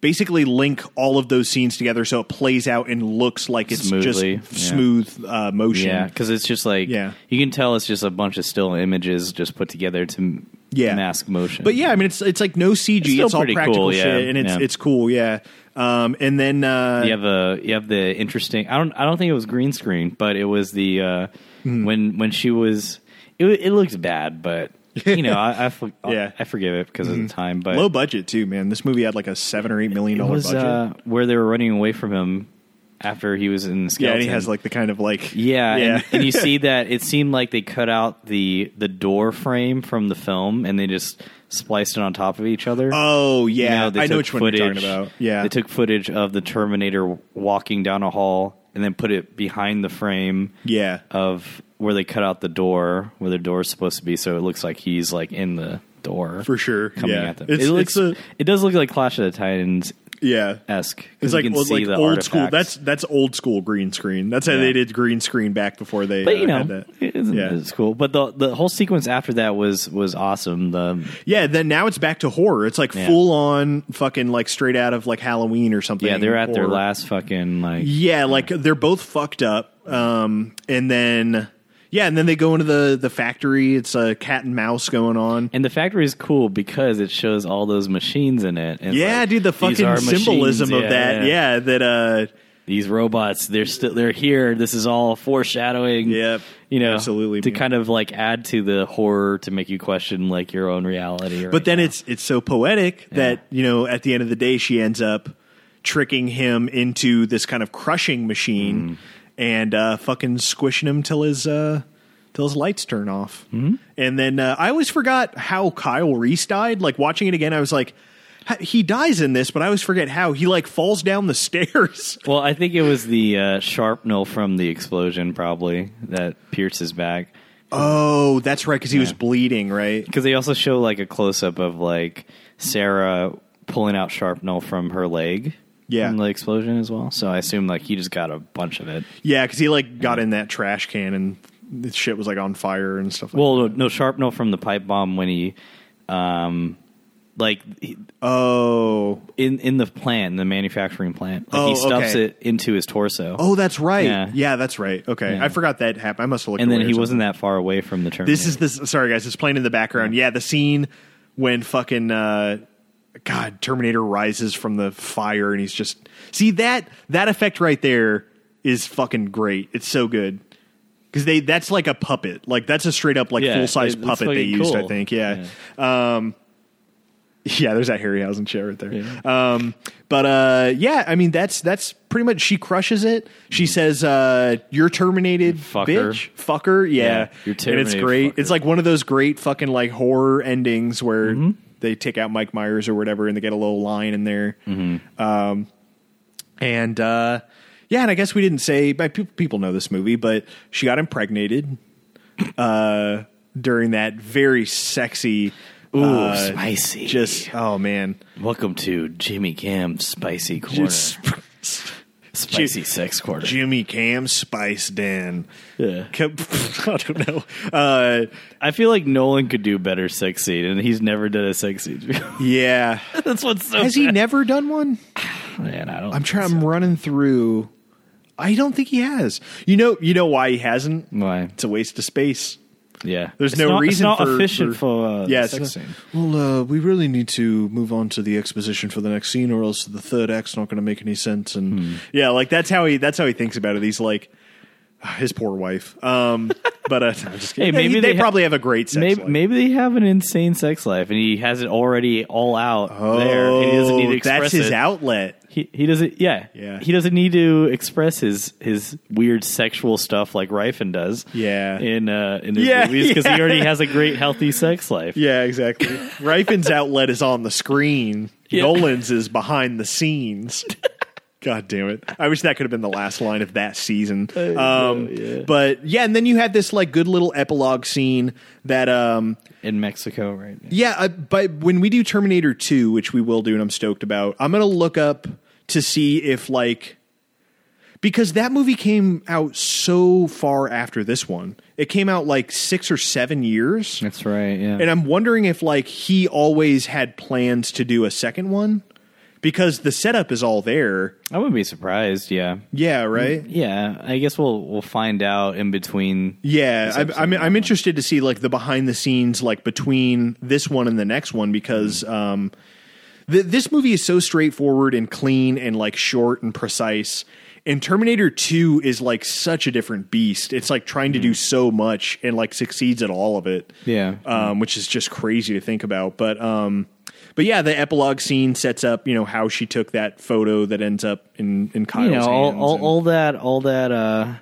[SPEAKER 2] basically link all of those scenes together so it plays out and looks like it's
[SPEAKER 1] Smoothly,
[SPEAKER 2] just
[SPEAKER 1] yeah.
[SPEAKER 2] smooth uh, motion
[SPEAKER 1] yeah because it's just like
[SPEAKER 2] Yeah.
[SPEAKER 1] you can tell it's just a bunch of still images just put together to m-
[SPEAKER 2] Yeah.
[SPEAKER 1] mask motion
[SPEAKER 2] But yeah, I mean, it's it's like no CG.
[SPEAKER 1] still
[SPEAKER 2] It's, all
[SPEAKER 1] pretty
[SPEAKER 2] practical
[SPEAKER 1] cool, yeah,
[SPEAKER 2] shit, and it's
[SPEAKER 1] yeah.
[SPEAKER 2] it's cool. Yeah. Um, and then uh,
[SPEAKER 1] you have a you have the interesting i don't i don't think it was green screen but it was the uh
[SPEAKER 2] Hmm.
[SPEAKER 1] when when she was it, wa- it looks bad but you know i I, for,
[SPEAKER 2] Yeah. Hmm.
[SPEAKER 1] I forgive it because of the time but
[SPEAKER 2] low budget too, man. This movie had like a seven or eight million
[SPEAKER 1] it
[SPEAKER 2] dollar
[SPEAKER 1] was
[SPEAKER 2] budget.
[SPEAKER 1] uh where they were running away from him after he was in the
[SPEAKER 2] yeah,
[SPEAKER 1] skeleton.
[SPEAKER 2] and he has like the kind of like
[SPEAKER 1] yeah,
[SPEAKER 2] yeah,
[SPEAKER 1] And, and you see that it seemed like they cut out the the door frame from the film and they just spliced it on top of each other
[SPEAKER 2] oh
[SPEAKER 1] you
[SPEAKER 2] yeah,
[SPEAKER 1] they
[SPEAKER 2] I know
[SPEAKER 1] took
[SPEAKER 2] which one you're talking about. Yeah,
[SPEAKER 1] they took footage of the Terminator walking down a hall and then put it behind the frame
[SPEAKER 2] yeah,
[SPEAKER 1] of where they cut out the door, where the door's supposed to be, so it looks like he's like in the door
[SPEAKER 2] for sure.
[SPEAKER 1] coming
[SPEAKER 2] yeah,
[SPEAKER 1] at them.
[SPEAKER 2] It's,
[SPEAKER 1] it looks,
[SPEAKER 2] it's
[SPEAKER 1] it does look like Clash of the Titans
[SPEAKER 2] a yeah.
[SPEAKER 1] esque.
[SPEAKER 2] It's like, well, like old school. That's that's old school green screen. That's how
[SPEAKER 1] Yeah.
[SPEAKER 2] they did green screen back before they.
[SPEAKER 1] but you
[SPEAKER 2] uh,
[SPEAKER 1] know,
[SPEAKER 2] had that.
[SPEAKER 1] it's,
[SPEAKER 2] Yeah.
[SPEAKER 1] it's cool. But the the whole sequence after that was was awesome. The
[SPEAKER 2] Yeah, then now it's back to horror. It's like
[SPEAKER 1] Yeah.
[SPEAKER 2] full on fucking like straight out of like Halloween or something.
[SPEAKER 1] yeah, they're at their
[SPEAKER 2] Or-
[SPEAKER 1] last fucking like
[SPEAKER 2] Yeah, like they're both fucked up. Um, and then yeah, and then they go into the the factory. It's a cat and mouse going on.
[SPEAKER 1] And the factory is cool because it shows all those machines in it. And it's
[SPEAKER 2] Yeah,
[SPEAKER 1] like,
[SPEAKER 2] dude, the
[SPEAKER 1] these are
[SPEAKER 2] fucking symbolism
[SPEAKER 1] machines.
[SPEAKER 2] of that. Yeah, that uh,
[SPEAKER 1] these robots—they're still—they're here. This is all foreshadowing.
[SPEAKER 2] Yep.
[SPEAKER 1] you know,
[SPEAKER 2] Absolutely,
[SPEAKER 1] to
[SPEAKER 2] man.
[SPEAKER 1] kind of like add to the horror to make you question like your own reality. Right
[SPEAKER 2] but then it's it's so poetic that you know at the end of the day she ends up tricking him into this kind of crushing machine and uh, fucking squishing him till his uh, till his lights turn off. And then uh, I always forgot how Kyle Reese died. Like watching it again, I was like. "H- He dies in this, but I always forget how he like falls down the stairs.
[SPEAKER 1] well, I think it was the uh, shrapnel from the explosion probably that pierced his back.
[SPEAKER 2] Oh, that's right, because he was bleeding, right?
[SPEAKER 1] because they also show like a close up of like Sarah pulling out shrapnel from her leg.
[SPEAKER 2] Yeah.
[SPEAKER 1] from the explosion as well. So I assume like he just got a bunch of it.
[SPEAKER 2] Yeah, because he like got in that trash can and the shit was like on fire and stuff. like
[SPEAKER 1] Well, no, no Sharpnel from the pipe bomb when he, um, like he-
[SPEAKER 2] Oh,
[SPEAKER 1] in in the plant, the manufacturing plant, like
[SPEAKER 2] Oh,
[SPEAKER 1] he stuffs
[SPEAKER 2] okay.
[SPEAKER 1] it into his torso,
[SPEAKER 2] oh, that's right.
[SPEAKER 1] Yeah.
[SPEAKER 2] Yeah, that's right. Okay,
[SPEAKER 1] Yeah.
[SPEAKER 2] I forgot that happened. I must have looked.
[SPEAKER 1] and then
[SPEAKER 2] away or
[SPEAKER 1] he
[SPEAKER 2] something.
[SPEAKER 1] wasn't that far away from the Terminator.
[SPEAKER 2] This is this. Sorry, guys, it's playing in the background. Yeah, the scene when fucking uh, God Terminator rises from the fire and he's just see that that effect right there is fucking great. It's so good because they that's like a puppet. Like that's a straight up like
[SPEAKER 1] Yeah,
[SPEAKER 2] full size
[SPEAKER 1] it- it's
[SPEAKER 2] puppet they
[SPEAKER 1] fucking
[SPEAKER 2] used. I
[SPEAKER 1] cool.
[SPEAKER 2] think. Yeah. Um, yeah, there's that Harryhausen shit right there. Um, but uh, yeah, I mean that's that's pretty much. She crushes it. She says, uh, "You're terminated,
[SPEAKER 1] Mm-hmm. Fucker.
[SPEAKER 2] bitch, fucker." Yeah,
[SPEAKER 1] Yeah, you're
[SPEAKER 2] and it's
[SPEAKER 1] terminated,
[SPEAKER 2] great.
[SPEAKER 1] fucker.
[SPEAKER 2] It's like one of those great fucking like horror endings where
[SPEAKER 1] Mm-hmm.
[SPEAKER 2] they take out Mike Myers or whatever, and they get a little line in there.
[SPEAKER 1] Mm-hmm.
[SPEAKER 2] Um, and uh, yeah, and I guess we didn't say, but pe- people know this movie, but she got impregnated uh, during that very sexy,
[SPEAKER 1] Ooh,
[SPEAKER 2] uh,
[SPEAKER 1] spicy.
[SPEAKER 2] Just oh man,
[SPEAKER 1] Welcome to Jimmy Cam's spicy corner,
[SPEAKER 2] just
[SPEAKER 1] spicy sex corner.
[SPEAKER 2] Jimmy Cam Spice Den.
[SPEAKER 1] Yeah.
[SPEAKER 2] Come- I don't know. Uh,
[SPEAKER 1] I feel like Nolan could do better sex scene, and he's never done a sex scene.
[SPEAKER 2] yeah.
[SPEAKER 1] That's what's so.
[SPEAKER 2] Has he
[SPEAKER 1] bad.
[SPEAKER 2] never done one?
[SPEAKER 1] Man, I don't.
[SPEAKER 2] I'm trying. I'm running through. I don't think he has. You know. You know why he hasn't?
[SPEAKER 1] Why?
[SPEAKER 2] It's a waste of space.
[SPEAKER 1] Yeah.
[SPEAKER 2] There's
[SPEAKER 1] It's
[SPEAKER 2] no
[SPEAKER 1] not-
[SPEAKER 2] reason
[SPEAKER 1] It's not
[SPEAKER 2] for
[SPEAKER 1] efficient for, uh,
[SPEAKER 2] yeah,
[SPEAKER 1] the sex
[SPEAKER 2] it's not-
[SPEAKER 1] scene.
[SPEAKER 2] Well, uh, we really need to move on to the exposition for the next scene, or else the third act's not going to make any sense. And
[SPEAKER 1] Hmm.
[SPEAKER 2] yeah, like that's how he that's how he thinks about it. He's like ah, his poor wife. Um, but uh, I'm just kidding.
[SPEAKER 1] Hey, maybe
[SPEAKER 2] they,
[SPEAKER 1] they ha-
[SPEAKER 2] probably have a great sex.
[SPEAKER 1] Maybe,
[SPEAKER 2] life.
[SPEAKER 1] maybe they have an insane sex life, and he has it already all out there. And he doesn't need to
[SPEAKER 2] Oh,
[SPEAKER 1] express
[SPEAKER 2] that's his
[SPEAKER 1] it.
[SPEAKER 2] outlet.
[SPEAKER 1] He, he doesn't. Yeah,
[SPEAKER 2] Yeah.
[SPEAKER 1] He doesn't need to express his his weird sexual stuff like Rifen does.
[SPEAKER 2] Yeah.
[SPEAKER 1] In uh in his
[SPEAKER 2] Yeah,
[SPEAKER 1] movies because he
[SPEAKER 2] yeah.
[SPEAKER 1] already has a great healthy sex life.
[SPEAKER 2] Yeah, exactly. Rifen's outlet is on the screen.
[SPEAKER 1] Yeah.
[SPEAKER 2] Nolan's is behind the scenes. God damn it. I wish that could have been the last line of that season. Um, But yeah, and then you had this like good little epilogue scene that um,
[SPEAKER 1] In Mexico, right? now.
[SPEAKER 2] yeah, I, but when we do Terminator 2, which we will do and I'm stoked about, I'm going to look up to see if like because that movie came out so far after this one. It came out like 6 or 7 years.
[SPEAKER 1] That's right. Yeah.
[SPEAKER 2] And I'm wondering if like he always had plans to do a second one because the setup is all there.
[SPEAKER 1] I wouldn't be surprised. Yeah.
[SPEAKER 2] Yeah, right?
[SPEAKER 1] Yeah. I guess we'll we'll find out in between.
[SPEAKER 2] Yeah,
[SPEAKER 1] This
[SPEAKER 2] I,
[SPEAKER 1] episode
[SPEAKER 2] I'm
[SPEAKER 1] and that
[SPEAKER 2] I'm interested to see like the behind the scenes like between this one and the next one because um, th- this movie is so straightforward and clean and like short and precise. And Terminator Two is like such a different beast. It's like trying to do so much and like succeeds at all of it.
[SPEAKER 1] Mm. Yeah.
[SPEAKER 2] um, which is just crazy to think about. But um, but yeah, the epilogue scene sets up you know how she took that photo that ends up in in Kyle's
[SPEAKER 1] you know, all,
[SPEAKER 2] hands.
[SPEAKER 1] all,
[SPEAKER 2] and-
[SPEAKER 1] all that, all that, uh,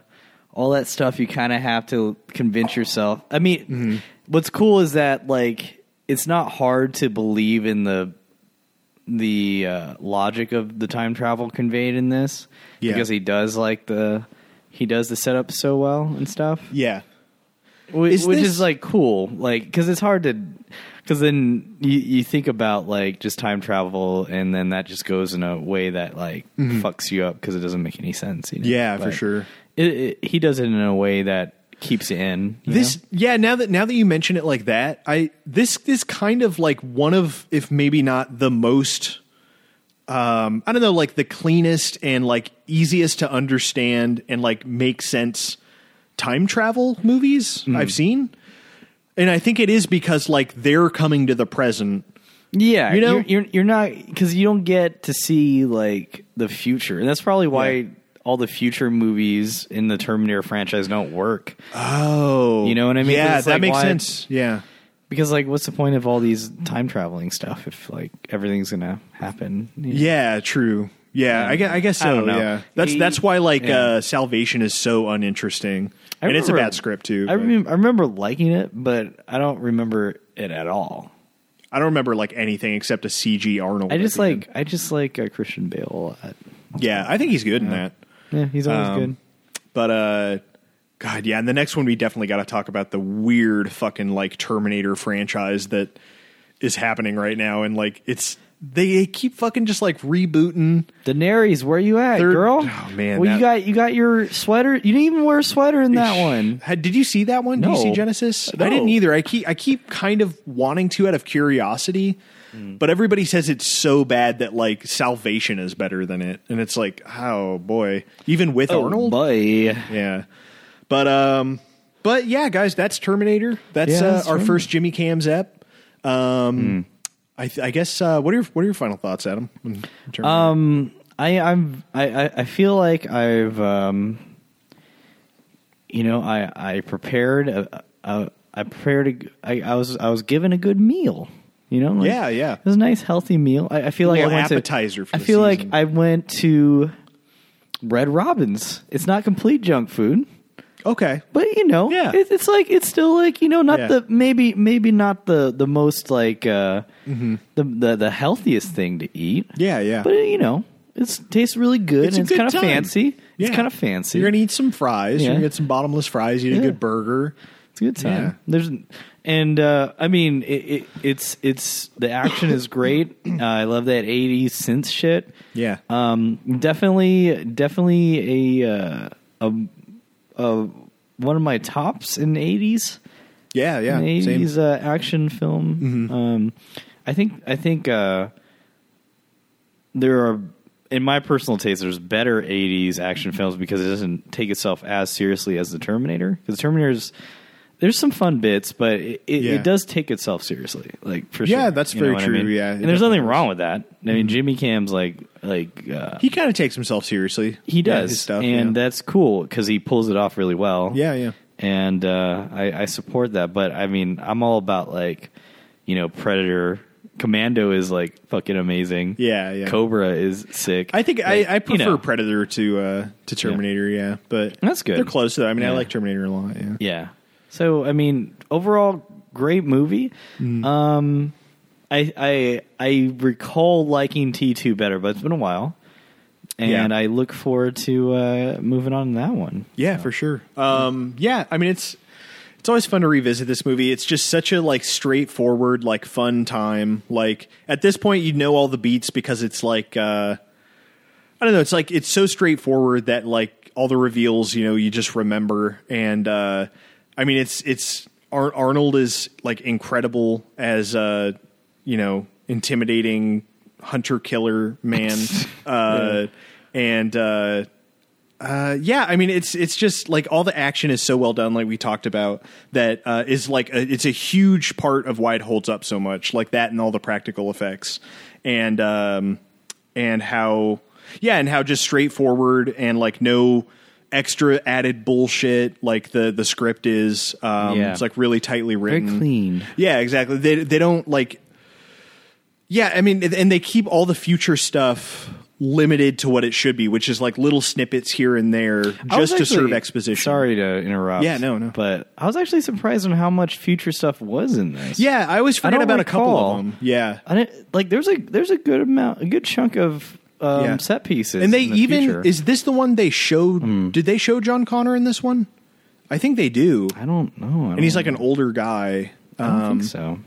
[SPEAKER 1] all that stuff. You kind of have to convince yourself. I mean,
[SPEAKER 2] Mm-hmm.
[SPEAKER 1] what's cool is that like it's not hard to believe in the the uh, logic of the time travel conveyed in this
[SPEAKER 2] Yeah.
[SPEAKER 1] because he does like the he does the setup so well and stuff
[SPEAKER 2] yeah.
[SPEAKER 1] which,
[SPEAKER 2] Is
[SPEAKER 1] which
[SPEAKER 2] this-
[SPEAKER 1] is like cool like because it's hard to because then you, you think about like just time travel and then that just goes in a way that like fucks you up because it doesn't make any sense you know?
[SPEAKER 2] Mm-hmm. Yeah, for
[SPEAKER 1] But
[SPEAKER 2] sure.
[SPEAKER 1] it, it, he does it in a way that keeps you in you
[SPEAKER 2] This
[SPEAKER 1] know?
[SPEAKER 2] yeah, now that now that you mention it like that, I this is kind of like one of if maybe not the most um I don't know, like the cleanest and like easiest to understand and like make sense time travel movies I've seen. And I think it is because like they're coming to the present.
[SPEAKER 1] yeah
[SPEAKER 2] You
[SPEAKER 1] you
[SPEAKER 2] know-
[SPEAKER 1] know you're, you're, you're not because you don't get to see like the future and that's probably why
[SPEAKER 2] Yeah.
[SPEAKER 1] all the future movies in the terminator franchise don't work
[SPEAKER 2] Oh.
[SPEAKER 1] You know what I mean?
[SPEAKER 2] Yeah,
[SPEAKER 1] It's
[SPEAKER 2] that
[SPEAKER 1] like,
[SPEAKER 2] makes
[SPEAKER 1] why-
[SPEAKER 2] sense. Yeah.
[SPEAKER 1] because like what's the point of all these time traveling stuff if like everything's gonna happen you know?
[SPEAKER 2] Yeah, true. Yeah, I guess, I guess so.
[SPEAKER 1] I don't know.
[SPEAKER 2] Yeah, that's
[SPEAKER 1] He-
[SPEAKER 2] that's why like
[SPEAKER 1] yeah.
[SPEAKER 2] uh, Salvation is so uninteresting,
[SPEAKER 1] I
[SPEAKER 2] and it's a
[SPEAKER 1] remember-
[SPEAKER 2] bad script too.
[SPEAKER 1] I,
[SPEAKER 2] but-
[SPEAKER 1] remem- I remember liking it, but I don't remember it at all.
[SPEAKER 2] I don't remember like anything except a CG Arnold.
[SPEAKER 1] I
[SPEAKER 2] at
[SPEAKER 1] just
[SPEAKER 2] the end.
[SPEAKER 1] like I just like uh, Christian Bale a lot.
[SPEAKER 2] yeah, I think he's good in that.
[SPEAKER 1] Yeah, he's always
[SPEAKER 2] Um,
[SPEAKER 1] good.
[SPEAKER 2] But uh God, yeah, and the next one we definitely got to talk about the weird fucking like Terminator franchise that is happening right now, and like it's they, they keep fucking just like rebooting.
[SPEAKER 1] Daenerys, where you at,
[SPEAKER 2] Third-
[SPEAKER 1] girl?
[SPEAKER 2] Oh, man,
[SPEAKER 1] well, you
[SPEAKER 2] that-
[SPEAKER 1] got you got your sweater. You didn't even wear a sweater in that one.
[SPEAKER 2] Had- Did you see that one? Did you see
[SPEAKER 1] No.
[SPEAKER 2] Genesis?
[SPEAKER 1] No.
[SPEAKER 2] I didn't either. I keep I keep kind of wanting to out of curiosity,
[SPEAKER 1] Mm.
[SPEAKER 2] but everybody says it's so bad that like Salvation is better than it, and it's like oh boy, even with
[SPEAKER 1] Oh,
[SPEAKER 2] Arnold,
[SPEAKER 1] boy.
[SPEAKER 2] yeah. But um, but yeah, guys, that's Terminator. That's,
[SPEAKER 1] Yeah,
[SPEAKER 2] uh,
[SPEAKER 1] that's Hmm.
[SPEAKER 2] our
[SPEAKER 1] Terminator.
[SPEAKER 2] first Jimmy Cam's ep. Um, I, th- I guess uh, what are your what are your final thoughts, Adam? on Terminator?
[SPEAKER 1] Um, I I'm I I- I feel like I've um, you know, I I prepared a, a I prepared a g I I was I was given a good meal. You know, like,
[SPEAKER 2] Yeah, yeah.
[SPEAKER 1] It was a nice, healthy meal. I, I feel like I
[SPEAKER 2] little
[SPEAKER 1] went
[SPEAKER 2] appetizer
[SPEAKER 1] To,
[SPEAKER 2] for
[SPEAKER 1] I
[SPEAKER 2] the
[SPEAKER 1] feel
[SPEAKER 2] season.
[SPEAKER 1] like I went to Red Robin's. It's not complete junk food.
[SPEAKER 2] okay,
[SPEAKER 1] but you know,
[SPEAKER 2] Yeah.
[SPEAKER 1] it, it's like it's still like you know, not
[SPEAKER 2] Yeah.
[SPEAKER 1] the maybe maybe not the the most like uh,
[SPEAKER 2] Mm-hmm.
[SPEAKER 1] the, the the healthiest thing to eat.
[SPEAKER 2] Yeah, yeah.
[SPEAKER 1] But you know, it's tastes really good.
[SPEAKER 2] It's a
[SPEAKER 1] and
[SPEAKER 2] good
[SPEAKER 1] it's kind
[SPEAKER 2] time.
[SPEAKER 1] of fancy.
[SPEAKER 2] Yeah.
[SPEAKER 1] It's kind of fancy.
[SPEAKER 2] You're gonna eat some fries. You're
[SPEAKER 1] Yeah.
[SPEAKER 2] gonna get some bottomless fries. Eat a
[SPEAKER 1] Yeah.
[SPEAKER 2] good burger.
[SPEAKER 1] it's a good time.
[SPEAKER 2] Yeah.
[SPEAKER 1] There's and uh, I mean, it, it, it's it's the action is great. Uh, I love that '80s synth shit.
[SPEAKER 2] Yeah.
[SPEAKER 1] Um, definitely, definitely a uh, a, a one of my tops in the '80s.
[SPEAKER 2] yeah, yeah. Same. Mm-hmm.
[SPEAKER 1] eighties uh, action film. Um, I think I think uh, there are, in my personal taste, there's better eighties action films because it doesn't take itself as seriously as the Terminator. Because Terminator's there's some fun bits, but it, it,
[SPEAKER 2] Yeah.
[SPEAKER 1] it does take itself seriously. Like for
[SPEAKER 2] Yeah,
[SPEAKER 1] sure.
[SPEAKER 2] that's
[SPEAKER 1] You know
[SPEAKER 2] very
[SPEAKER 1] what I
[SPEAKER 2] true,
[SPEAKER 1] mean?
[SPEAKER 2] yeah, it
[SPEAKER 1] and there's nothing
[SPEAKER 2] definitely Mm-hmm.
[SPEAKER 1] wrong with that. I mean, Jimmy Cam's like like uh,
[SPEAKER 2] He kind of takes himself seriously.
[SPEAKER 1] he
[SPEAKER 2] Yeah,
[SPEAKER 1] does,
[SPEAKER 2] his stuff,
[SPEAKER 1] and uh,
[SPEAKER 2] yeah.
[SPEAKER 1] that's cool because he pulls it off really well
[SPEAKER 2] Yeah, yeah.
[SPEAKER 1] and uh, I, I support that. But I mean, I'm all about like, you know, Predator, Commando is like fucking amazing.
[SPEAKER 2] Yeah, yeah.
[SPEAKER 1] Cobra is sick.
[SPEAKER 2] I think
[SPEAKER 1] Like,
[SPEAKER 2] I, I
[SPEAKER 1] you
[SPEAKER 2] prefer
[SPEAKER 1] know,
[SPEAKER 2] Predator to uh, to Terminator. Yeah, but
[SPEAKER 1] That's good.
[SPEAKER 2] They're close though. I mean, I
[SPEAKER 1] Yeah.
[SPEAKER 2] like Terminator a lot. Yeah.
[SPEAKER 1] Yeah. So I mean, overall, great movie.
[SPEAKER 2] Mm.
[SPEAKER 1] Um, I I I recall liking T two better, but it's been a while. And
[SPEAKER 2] Yeah.
[SPEAKER 1] I look forward to uh, moving on to that one.
[SPEAKER 2] Yeah, for sure. Um, yeah, I mean it's it's always fun to revisit this movie. It's just such a like straightforward, like fun time. Like at this point, you know all the beats because it's like uh, I don't know. It's like it's so straightforward that like all the reveals, you know, you just remember. And uh, I mean, it's it's Ar- Arnold is like incredible as uh, you know intimidating hunter killer man. uh, And uh, uh, yeah, I mean it's it's just like all the action is so well done, like we talked about. That uh, is like a, it's a huge part of why it holds up so much, like that and all the practical effects, and um, and how yeah, and how just straightforward and like no extra added bullshit. Like the the script is um,
[SPEAKER 1] Yeah.
[SPEAKER 2] it's like really tightly
[SPEAKER 1] Very
[SPEAKER 2] written,
[SPEAKER 1] clean.
[SPEAKER 2] yeah, exactly. They they don't like. Yeah, I mean, and they keep all the future stuff limited to what it should be, which is like little snippets here and there,
[SPEAKER 1] I was
[SPEAKER 2] just to serve
[SPEAKER 1] actually-
[SPEAKER 2] exposition.
[SPEAKER 1] Sorry to interrupt.
[SPEAKER 2] Yeah, no, no.
[SPEAKER 1] But I was actually surprised on how much future stuff was in this.
[SPEAKER 2] Yeah, I always
[SPEAKER 1] I
[SPEAKER 2] forget
[SPEAKER 1] don't
[SPEAKER 2] about a couple
[SPEAKER 1] recall.
[SPEAKER 2] of them. Yeah,
[SPEAKER 1] I didn't, like there's a there's a good amount, a good chunk of um,
[SPEAKER 2] Yeah.
[SPEAKER 1] set pieces,
[SPEAKER 2] and they
[SPEAKER 1] in the
[SPEAKER 2] even
[SPEAKER 1] future. Hmm.
[SPEAKER 2] is this the one they showed? Did they show John Connor in this one? I think they do,
[SPEAKER 1] I don't know. I don't,
[SPEAKER 2] and he's like an older guy.
[SPEAKER 1] I don't
[SPEAKER 2] Um,
[SPEAKER 1] think so.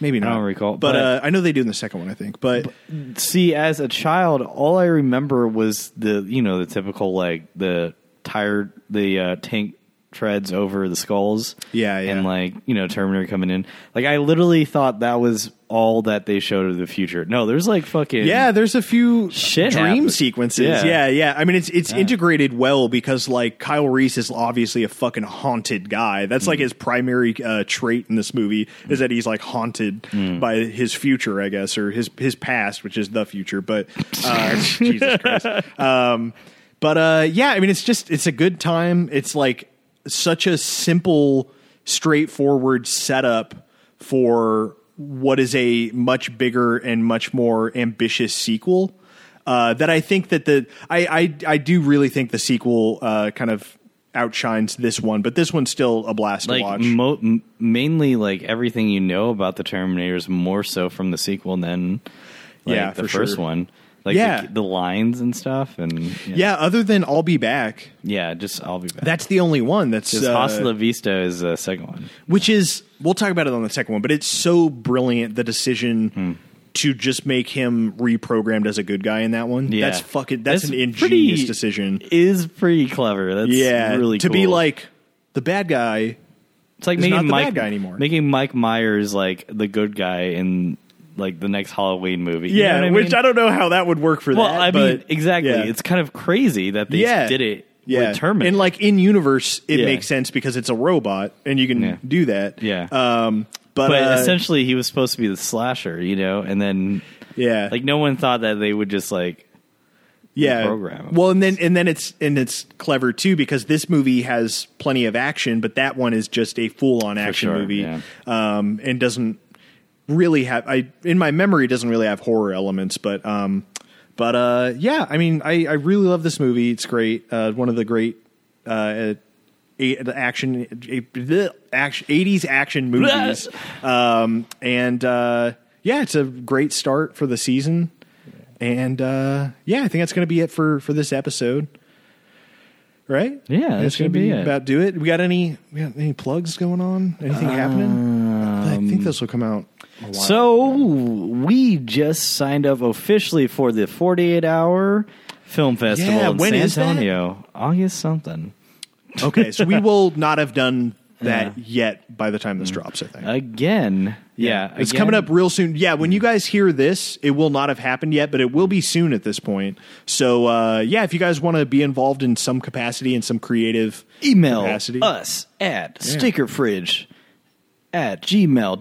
[SPEAKER 2] maybe
[SPEAKER 1] I
[SPEAKER 2] not.
[SPEAKER 1] don't recall,
[SPEAKER 2] but,
[SPEAKER 1] but-
[SPEAKER 2] uh, I know they do in the second one. I think, but,
[SPEAKER 1] See, as a child, all I remember was the you know the typical like the tired the uh, tank treads over the skulls,
[SPEAKER 2] Yeah, yeah.
[SPEAKER 1] and like you know Terminator coming in. Like I literally thought that was all that they showed of the future. No, there's like fucking
[SPEAKER 2] Yeah, there's a few
[SPEAKER 1] Shit
[SPEAKER 2] dream
[SPEAKER 1] happens.
[SPEAKER 2] sequences. Yeah.
[SPEAKER 1] Yeah.
[SPEAKER 2] yeah, I mean, it's it's integrated well because like Kyle Reese is obviously a fucking haunted guy. That's
[SPEAKER 1] Mm.
[SPEAKER 2] like his primary uh, trait in this movie is that he's like haunted
[SPEAKER 1] Mm.
[SPEAKER 2] by his future, I guess, or his his past, which is the future. But uh, Jesus Christ. Um, but uh, yeah, I mean, it's just it's a good time. It's like such a simple, straightforward setup for what is a much bigger and much more ambitious sequel. Uh, that I think that the I I, I do really think the sequel uh, kind of outshines this one, but this one's still a blast to
[SPEAKER 1] like
[SPEAKER 2] watch.
[SPEAKER 1] mo- m- mainly like everything you know about the Terminators more so from the sequel than like,
[SPEAKER 2] Yeah,
[SPEAKER 1] the
[SPEAKER 2] for
[SPEAKER 1] first
[SPEAKER 2] sure.
[SPEAKER 1] one. Like
[SPEAKER 2] Yeah.
[SPEAKER 1] the, the lines and stuff and yeah,
[SPEAKER 2] yeah, other than I'll be back.
[SPEAKER 1] Yeah, just I'll be back.
[SPEAKER 2] That's the only one that's
[SPEAKER 1] Just
[SPEAKER 2] uh,
[SPEAKER 1] Hasta La Vista is the second one.
[SPEAKER 2] which is we'll talk about it on the second one but it's so brilliant the decision to just make him reprogrammed as a good guy in that one.
[SPEAKER 1] Yeah.
[SPEAKER 2] That's fucking that's, an ingenious
[SPEAKER 1] pretty-
[SPEAKER 2] decision.
[SPEAKER 1] Is pretty clever. That's
[SPEAKER 2] Yeah.
[SPEAKER 1] really
[SPEAKER 2] to be
[SPEAKER 1] cool.
[SPEAKER 2] like the bad guy.
[SPEAKER 1] it's like
[SPEAKER 2] he's
[SPEAKER 1] making
[SPEAKER 2] not the
[SPEAKER 1] Mike
[SPEAKER 2] bad guy anymore.
[SPEAKER 1] Making Mike Myers like the good guy in like the next Halloween movie. You know what
[SPEAKER 2] which
[SPEAKER 1] mean?
[SPEAKER 2] I don't know how that would work for
[SPEAKER 1] Well,
[SPEAKER 2] that.
[SPEAKER 1] I
[SPEAKER 2] but
[SPEAKER 1] mean, exactly.
[SPEAKER 2] yeah.
[SPEAKER 1] It's kind of crazy that they did it with Terminator.
[SPEAKER 2] And like in universe, it
[SPEAKER 1] Yeah.
[SPEAKER 2] makes sense because it's a robot and you can
[SPEAKER 1] Yeah.
[SPEAKER 2] do that.
[SPEAKER 1] Yeah.
[SPEAKER 2] Um, but
[SPEAKER 1] but
[SPEAKER 2] uh,
[SPEAKER 1] essentially, he was supposed to be the slasher, you know, and then
[SPEAKER 2] yeah,
[SPEAKER 1] like no one thought that they would just like
[SPEAKER 2] yeah.
[SPEAKER 1] program.
[SPEAKER 2] Well, and then and then it's and it's clever too because this movie has plenty of action, but that one is just a full on action
[SPEAKER 1] sure,
[SPEAKER 2] movie,
[SPEAKER 1] yeah.
[SPEAKER 2] um, and doesn't really have. I in my memory it doesn't really have horror elements, but um, but uh, yeah. I mean, I I really love this movie. It's great. Uh, one of the great. Uh, a- the action, a- bleh, action, 80s action movies. Um, and uh, yeah, it's a great start for the season. And uh, yeah, I think that's going to be it for for this episode. Right?
[SPEAKER 1] Yeah, that
[SPEAKER 2] that's going
[SPEAKER 1] should
[SPEAKER 2] to be,
[SPEAKER 1] be it.
[SPEAKER 2] about do it. We got any we got any plugs going on? Anything happening? I think this will come out. A while.
[SPEAKER 1] Um, So we just signed up officially for the 48 hour film festival
[SPEAKER 2] Yeah,
[SPEAKER 1] in
[SPEAKER 2] when
[SPEAKER 1] San
[SPEAKER 2] is that?
[SPEAKER 1] Antonio, August something.
[SPEAKER 2] okay, so we will not have done that yet by the time this drops. I think.
[SPEAKER 1] Again, yeah,
[SPEAKER 2] it's
[SPEAKER 1] again. Mm-hmm.
[SPEAKER 2] coming up real soon. Yeah, when you guys hear this, it will not have happened yet, but it will be soon at this point. So, uh, yeah, if you guys want to be involved in some capacity and some creative
[SPEAKER 1] Email
[SPEAKER 2] capacity,
[SPEAKER 1] us at stickerfridge at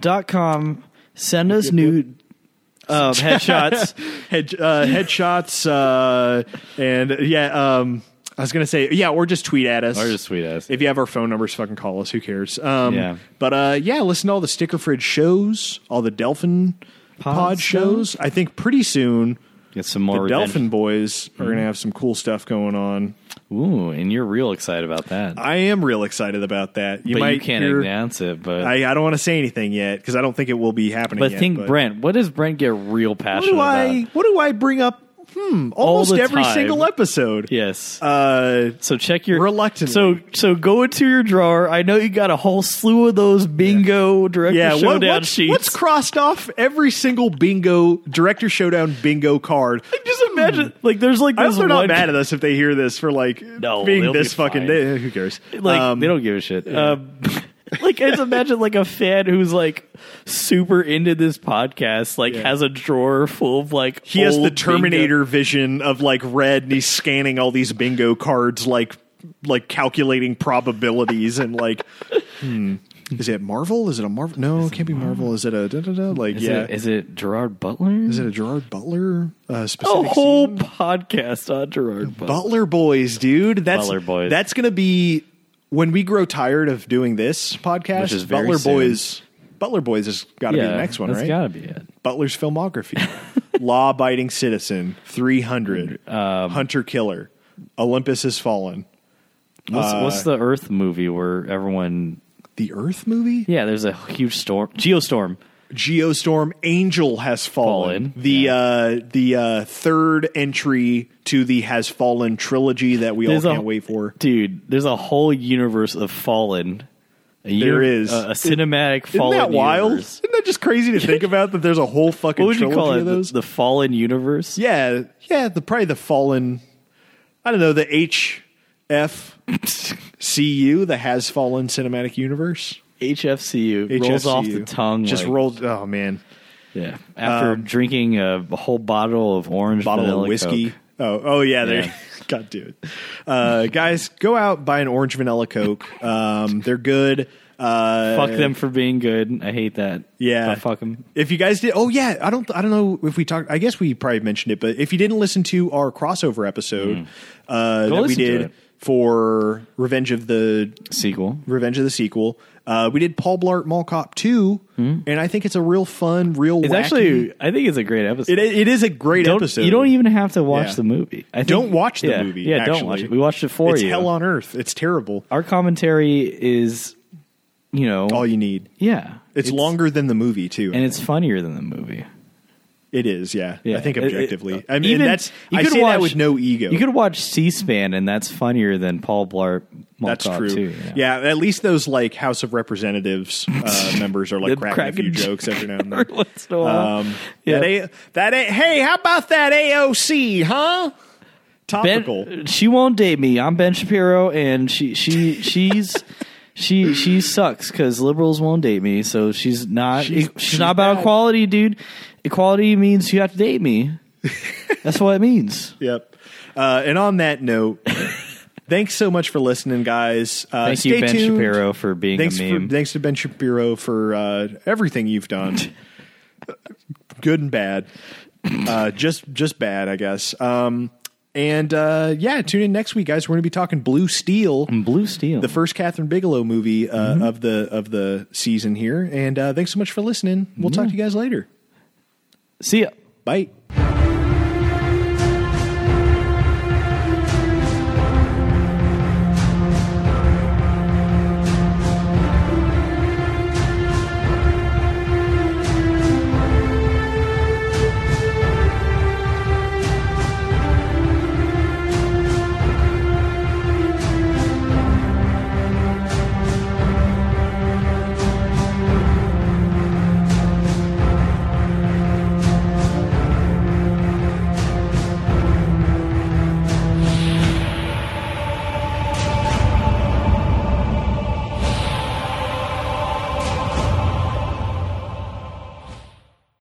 [SPEAKER 1] gmail.com. Send us nude uh, headshots.
[SPEAKER 2] head, uh, headshots, uh, and yeah, um, I was gonna say yeah, or just tweet at us,
[SPEAKER 1] Or just tweet at us.
[SPEAKER 2] If you have our phone numbers, fucking call us. Who cares? Um,
[SPEAKER 1] Yeah.
[SPEAKER 2] But uh, yeah, listen to all the Sticker Fridge shows, all the Delphin
[SPEAKER 1] Pod
[SPEAKER 2] Pod, shows. I think pretty soon.
[SPEAKER 1] Get some more
[SPEAKER 2] The
[SPEAKER 1] revenge. Mm-hmm.
[SPEAKER 2] Delphin Boys are going to have some cool stuff going on.
[SPEAKER 1] Ooh, and you're real excited about that.
[SPEAKER 2] I am real excited about that. You
[SPEAKER 1] but
[SPEAKER 2] might
[SPEAKER 1] you can't
[SPEAKER 2] hear-
[SPEAKER 1] announce it. But
[SPEAKER 2] I, I don't want to say anything yet because I don't think it will be happening.
[SPEAKER 1] but
[SPEAKER 2] yet,
[SPEAKER 1] think Brent. What does Brent get real
[SPEAKER 2] What
[SPEAKER 1] passionate
[SPEAKER 2] do I?
[SPEAKER 1] about?
[SPEAKER 2] What do I bring up? Hmm. Almost
[SPEAKER 1] the
[SPEAKER 2] every
[SPEAKER 1] time.
[SPEAKER 2] single episode.
[SPEAKER 1] Yes.
[SPEAKER 2] Uh.
[SPEAKER 1] So check your
[SPEAKER 2] Reluctantly.
[SPEAKER 1] So so go into your drawer. I know you got a whole slew of those bingo director
[SPEAKER 2] Yeah. What,
[SPEAKER 1] showdown
[SPEAKER 2] what's,
[SPEAKER 1] sheets.
[SPEAKER 2] what's crossed off every single bingo director showdown bingo card?
[SPEAKER 1] just imagine like there's like
[SPEAKER 2] I
[SPEAKER 1] this
[SPEAKER 2] hope they're
[SPEAKER 1] one
[SPEAKER 2] not mad at us if they hear this for like
[SPEAKER 1] No,
[SPEAKER 2] being
[SPEAKER 1] they'll
[SPEAKER 2] this
[SPEAKER 1] be
[SPEAKER 2] fucking.
[SPEAKER 1] fine.
[SPEAKER 2] Day. Who cares?
[SPEAKER 1] like
[SPEAKER 2] Um,
[SPEAKER 1] they don't give a shit. Um, like I just imagine like a fan who's like super into this podcast like
[SPEAKER 2] Yeah.
[SPEAKER 1] has a drawer full of like
[SPEAKER 2] he has the
[SPEAKER 1] old
[SPEAKER 2] Terminator vision of like red, and he's scanning all these bingo cards, like like calculating probabilities, and like, hmm, is it Marvel? Is it a Marvel? No, it can't be Marvel. Is it a da da da? Like,
[SPEAKER 1] bingo- Is,
[SPEAKER 2] yeah,
[SPEAKER 1] it, is it Gerard Butler?
[SPEAKER 2] is it a Gerard Butler uh,
[SPEAKER 1] a
[SPEAKER 2] specific?
[SPEAKER 1] whole
[SPEAKER 2] scene?
[SPEAKER 1] podcast on Gerard Butler?
[SPEAKER 2] Butler Boys, dude. That's
[SPEAKER 1] Butler Boys.
[SPEAKER 2] That's gonna be when we grow tired of doing this podcast.
[SPEAKER 1] Which is very
[SPEAKER 2] Butler
[SPEAKER 1] soon.
[SPEAKER 2] Boys. Butler Boys has got to be the next one,
[SPEAKER 1] that's
[SPEAKER 2] right?
[SPEAKER 1] Gotta be it.
[SPEAKER 2] Butler's filmography: Law Abiding Citizen, 300,
[SPEAKER 1] Um,
[SPEAKER 2] Hunter Killer, Olympus Has Fallen,
[SPEAKER 1] What's,
[SPEAKER 2] Uh,
[SPEAKER 1] what's the Earth movie where everyone?
[SPEAKER 2] The Earth movie,
[SPEAKER 1] Yeah, there's a huge storm, geostorm.
[SPEAKER 2] Geostorm, Angel Has Fallen,
[SPEAKER 1] Fallen,
[SPEAKER 2] the
[SPEAKER 1] yeah.
[SPEAKER 2] uh, the uh, third entry to the Has Fallen trilogy that we
[SPEAKER 1] There's
[SPEAKER 2] all
[SPEAKER 1] a-
[SPEAKER 2] can't wait for.
[SPEAKER 1] Dude, there's a whole universe of Fallen. A
[SPEAKER 2] There is.
[SPEAKER 1] a, a cinematic
[SPEAKER 2] Isn't
[SPEAKER 1] Fallen.
[SPEAKER 2] that wild?
[SPEAKER 1] universe.
[SPEAKER 2] Isn't that just crazy to think about that? There's a whole fucking
[SPEAKER 1] What would you
[SPEAKER 2] trilogy
[SPEAKER 1] call it?
[SPEAKER 2] of those.
[SPEAKER 1] The, the Fallen universe.
[SPEAKER 2] yeah, yeah, the probably the Fallen. I don't know the H F C U, the Has Fallen cinematic universe.
[SPEAKER 1] HFCU, rolls off the
[SPEAKER 2] HFCU.
[SPEAKER 1] tongue.
[SPEAKER 2] Just
[SPEAKER 1] like-
[SPEAKER 2] rolls. Oh man,
[SPEAKER 1] Yeah. After drinking a, whole bottle of orange
[SPEAKER 2] bottle
[SPEAKER 1] vanilla
[SPEAKER 2] of whiskey.
[SPEAKER 1] Coke.
[SPEAKER 2] Oh, oh yeah. There.
[SPEAKER 1] Yeah.
[SPEAKER 2] God, dude. Uh, guys, go out buy an orange vanilla coke. Um, they're good. Uh,
[SPEAKER 1] Fuck them for being good. I hate that.
[SPEAKER 2] Yeah.
[SPEAKER 1] But fuck them.
[SPEAKER 2] If you guys did, oh yeah, I don't, I don't know if we talked. I guess we probably mentioned it, but if you didn't listen to our crossover episode uh, that we
[SPEAKER 1] Hmm. listen to
[SPEAKER 2] did
[SPEAKER 1] it.
[SPEAKER 2] for Revenge of the
[SPEAKER 1] Sequel.
[SPEAKER 2] Revenge of the sequel, uh, we did Paul Blart Mall Cop two, and I think it's a real fun, real.
[SPEAKER 1] Hmm. It's
[SPEAKER 2] wacky-
[SPEAKER 1] actually, I think it's a great episode.
[SPEAKER 2] it, it is a great
[SPEAKER 1] Don't-
[SPEAKER 2] episode.
[SPEAKER 1] You don't even have to watch
[SPEAKER 2] Yeah.
[SPEAKER 1] the movie. I think-
[SPEAKER 2] Don't watch the
[SPEAKER 1] yeah,
[SPEAKER 2] movie.
[SPEAKER 1] Yeah,
[SPEAKER 2] actually.
[SPEAKER 1] don't watch it. We watched it for
[SPEAKER 2] it's
[SPEAKER 1] you.
[SPEAKER 2] Hell on earth. It's terrible.
[SPEAKER 1] Our commentary is, you know,
[SPEAKER 2] All you need.
[SPEAKER 1] yeah,
[SPEAKER 2] It's, longer than the movie too.
[SPEAKER 1] and it's funnier than the movie.
[SPEAKER 2] It is, yeah.
[SPEAKER 1] Yeah.
[SPEAKER 2] I think
[SPEAKER 1] It- it-
[SPEAKER 2] objectively. I mean,
[SPEAKER 1] even-
[SPEAKER 2] that's
[SPEAKER 1] you
[SPEAKER 2] I
[SPEAKER 1] could
[SPEAKER 2] say that
[SPEAKER 1] watch-
[SPEAKER 2] with no ego.
[SPEAKER 1] You could watch C-SPAN, and that's funnier than Paul Blart. Mall
[SPEAKER 2] that's
[SPEAKER 1] Cop
[SPEAKER 2] true.
[SPEAKER 1] 2, you know?
[SPEAKER 2] yeah. at least those like House of Representatives uh, members are like
[SPEAKER 1] Them
[SPEAKER 2] cracking, a few
[SPEAKER 1] cracking
[SPEAKER 2] jokes every now and then.
[SPEAKER 1] Every once in a while.
[SPEAKER 2] Um,
[SPEAKER 1] Yeah.
[SPEAKER 2] That, a, that a, hey, how about that AOC, huh?
[SPEAKER 1] Ben-
[SPEAKER 2] Topical.
[SPEAKER 1] she won't date me. I'm Ben Shapiro, and she she she's she she sucks because liberals won't date me. So she's not e,
[SPEAKER 2] She's-
[SPEAKER 1] she's,
[SPEAKER 2] she's
[SPEAKER 1] not about
[SPEAKER 2] bad.
[SPEAKER 1] equality, dude. Equality means you have to date me. That's what it means.
[SPEAKER 2] Yep. Uh, and on that note, thanks so much for listening, guys. Uh,
[SPEAKER 1] Thank
[SPEAKER 2] stay
[SPEAKER 1] you, Ben
[SPEAKER 2] tuned.
[SPEAKER 1] Shapiro, for being
[SPEAKER 2] Thanks,
[SPEAKER 1] a
[SPEAKER 2] for,
[SPEAKER 1] meme.
[SPEAKER 2] thanks to Ben Shapiro for uh, everything you've done, good and bad. Uh, just just bad, I guess. Um, and uh, yeah, tune in next week, guys. We're going to be talking Blue Steel,
[SPEAKER 1] Blue Steel.
[SPEAKER 2] the first Catherine Bigelow movie uh,
[SPEAKER 1] Mm-hmm.
[SPEAKER 2] of the of the season here. And uh, thanks so much for listening. We'll talk to you guys later.
[SPEAKER 1] See ya.
[SPEAKER 2] Bye.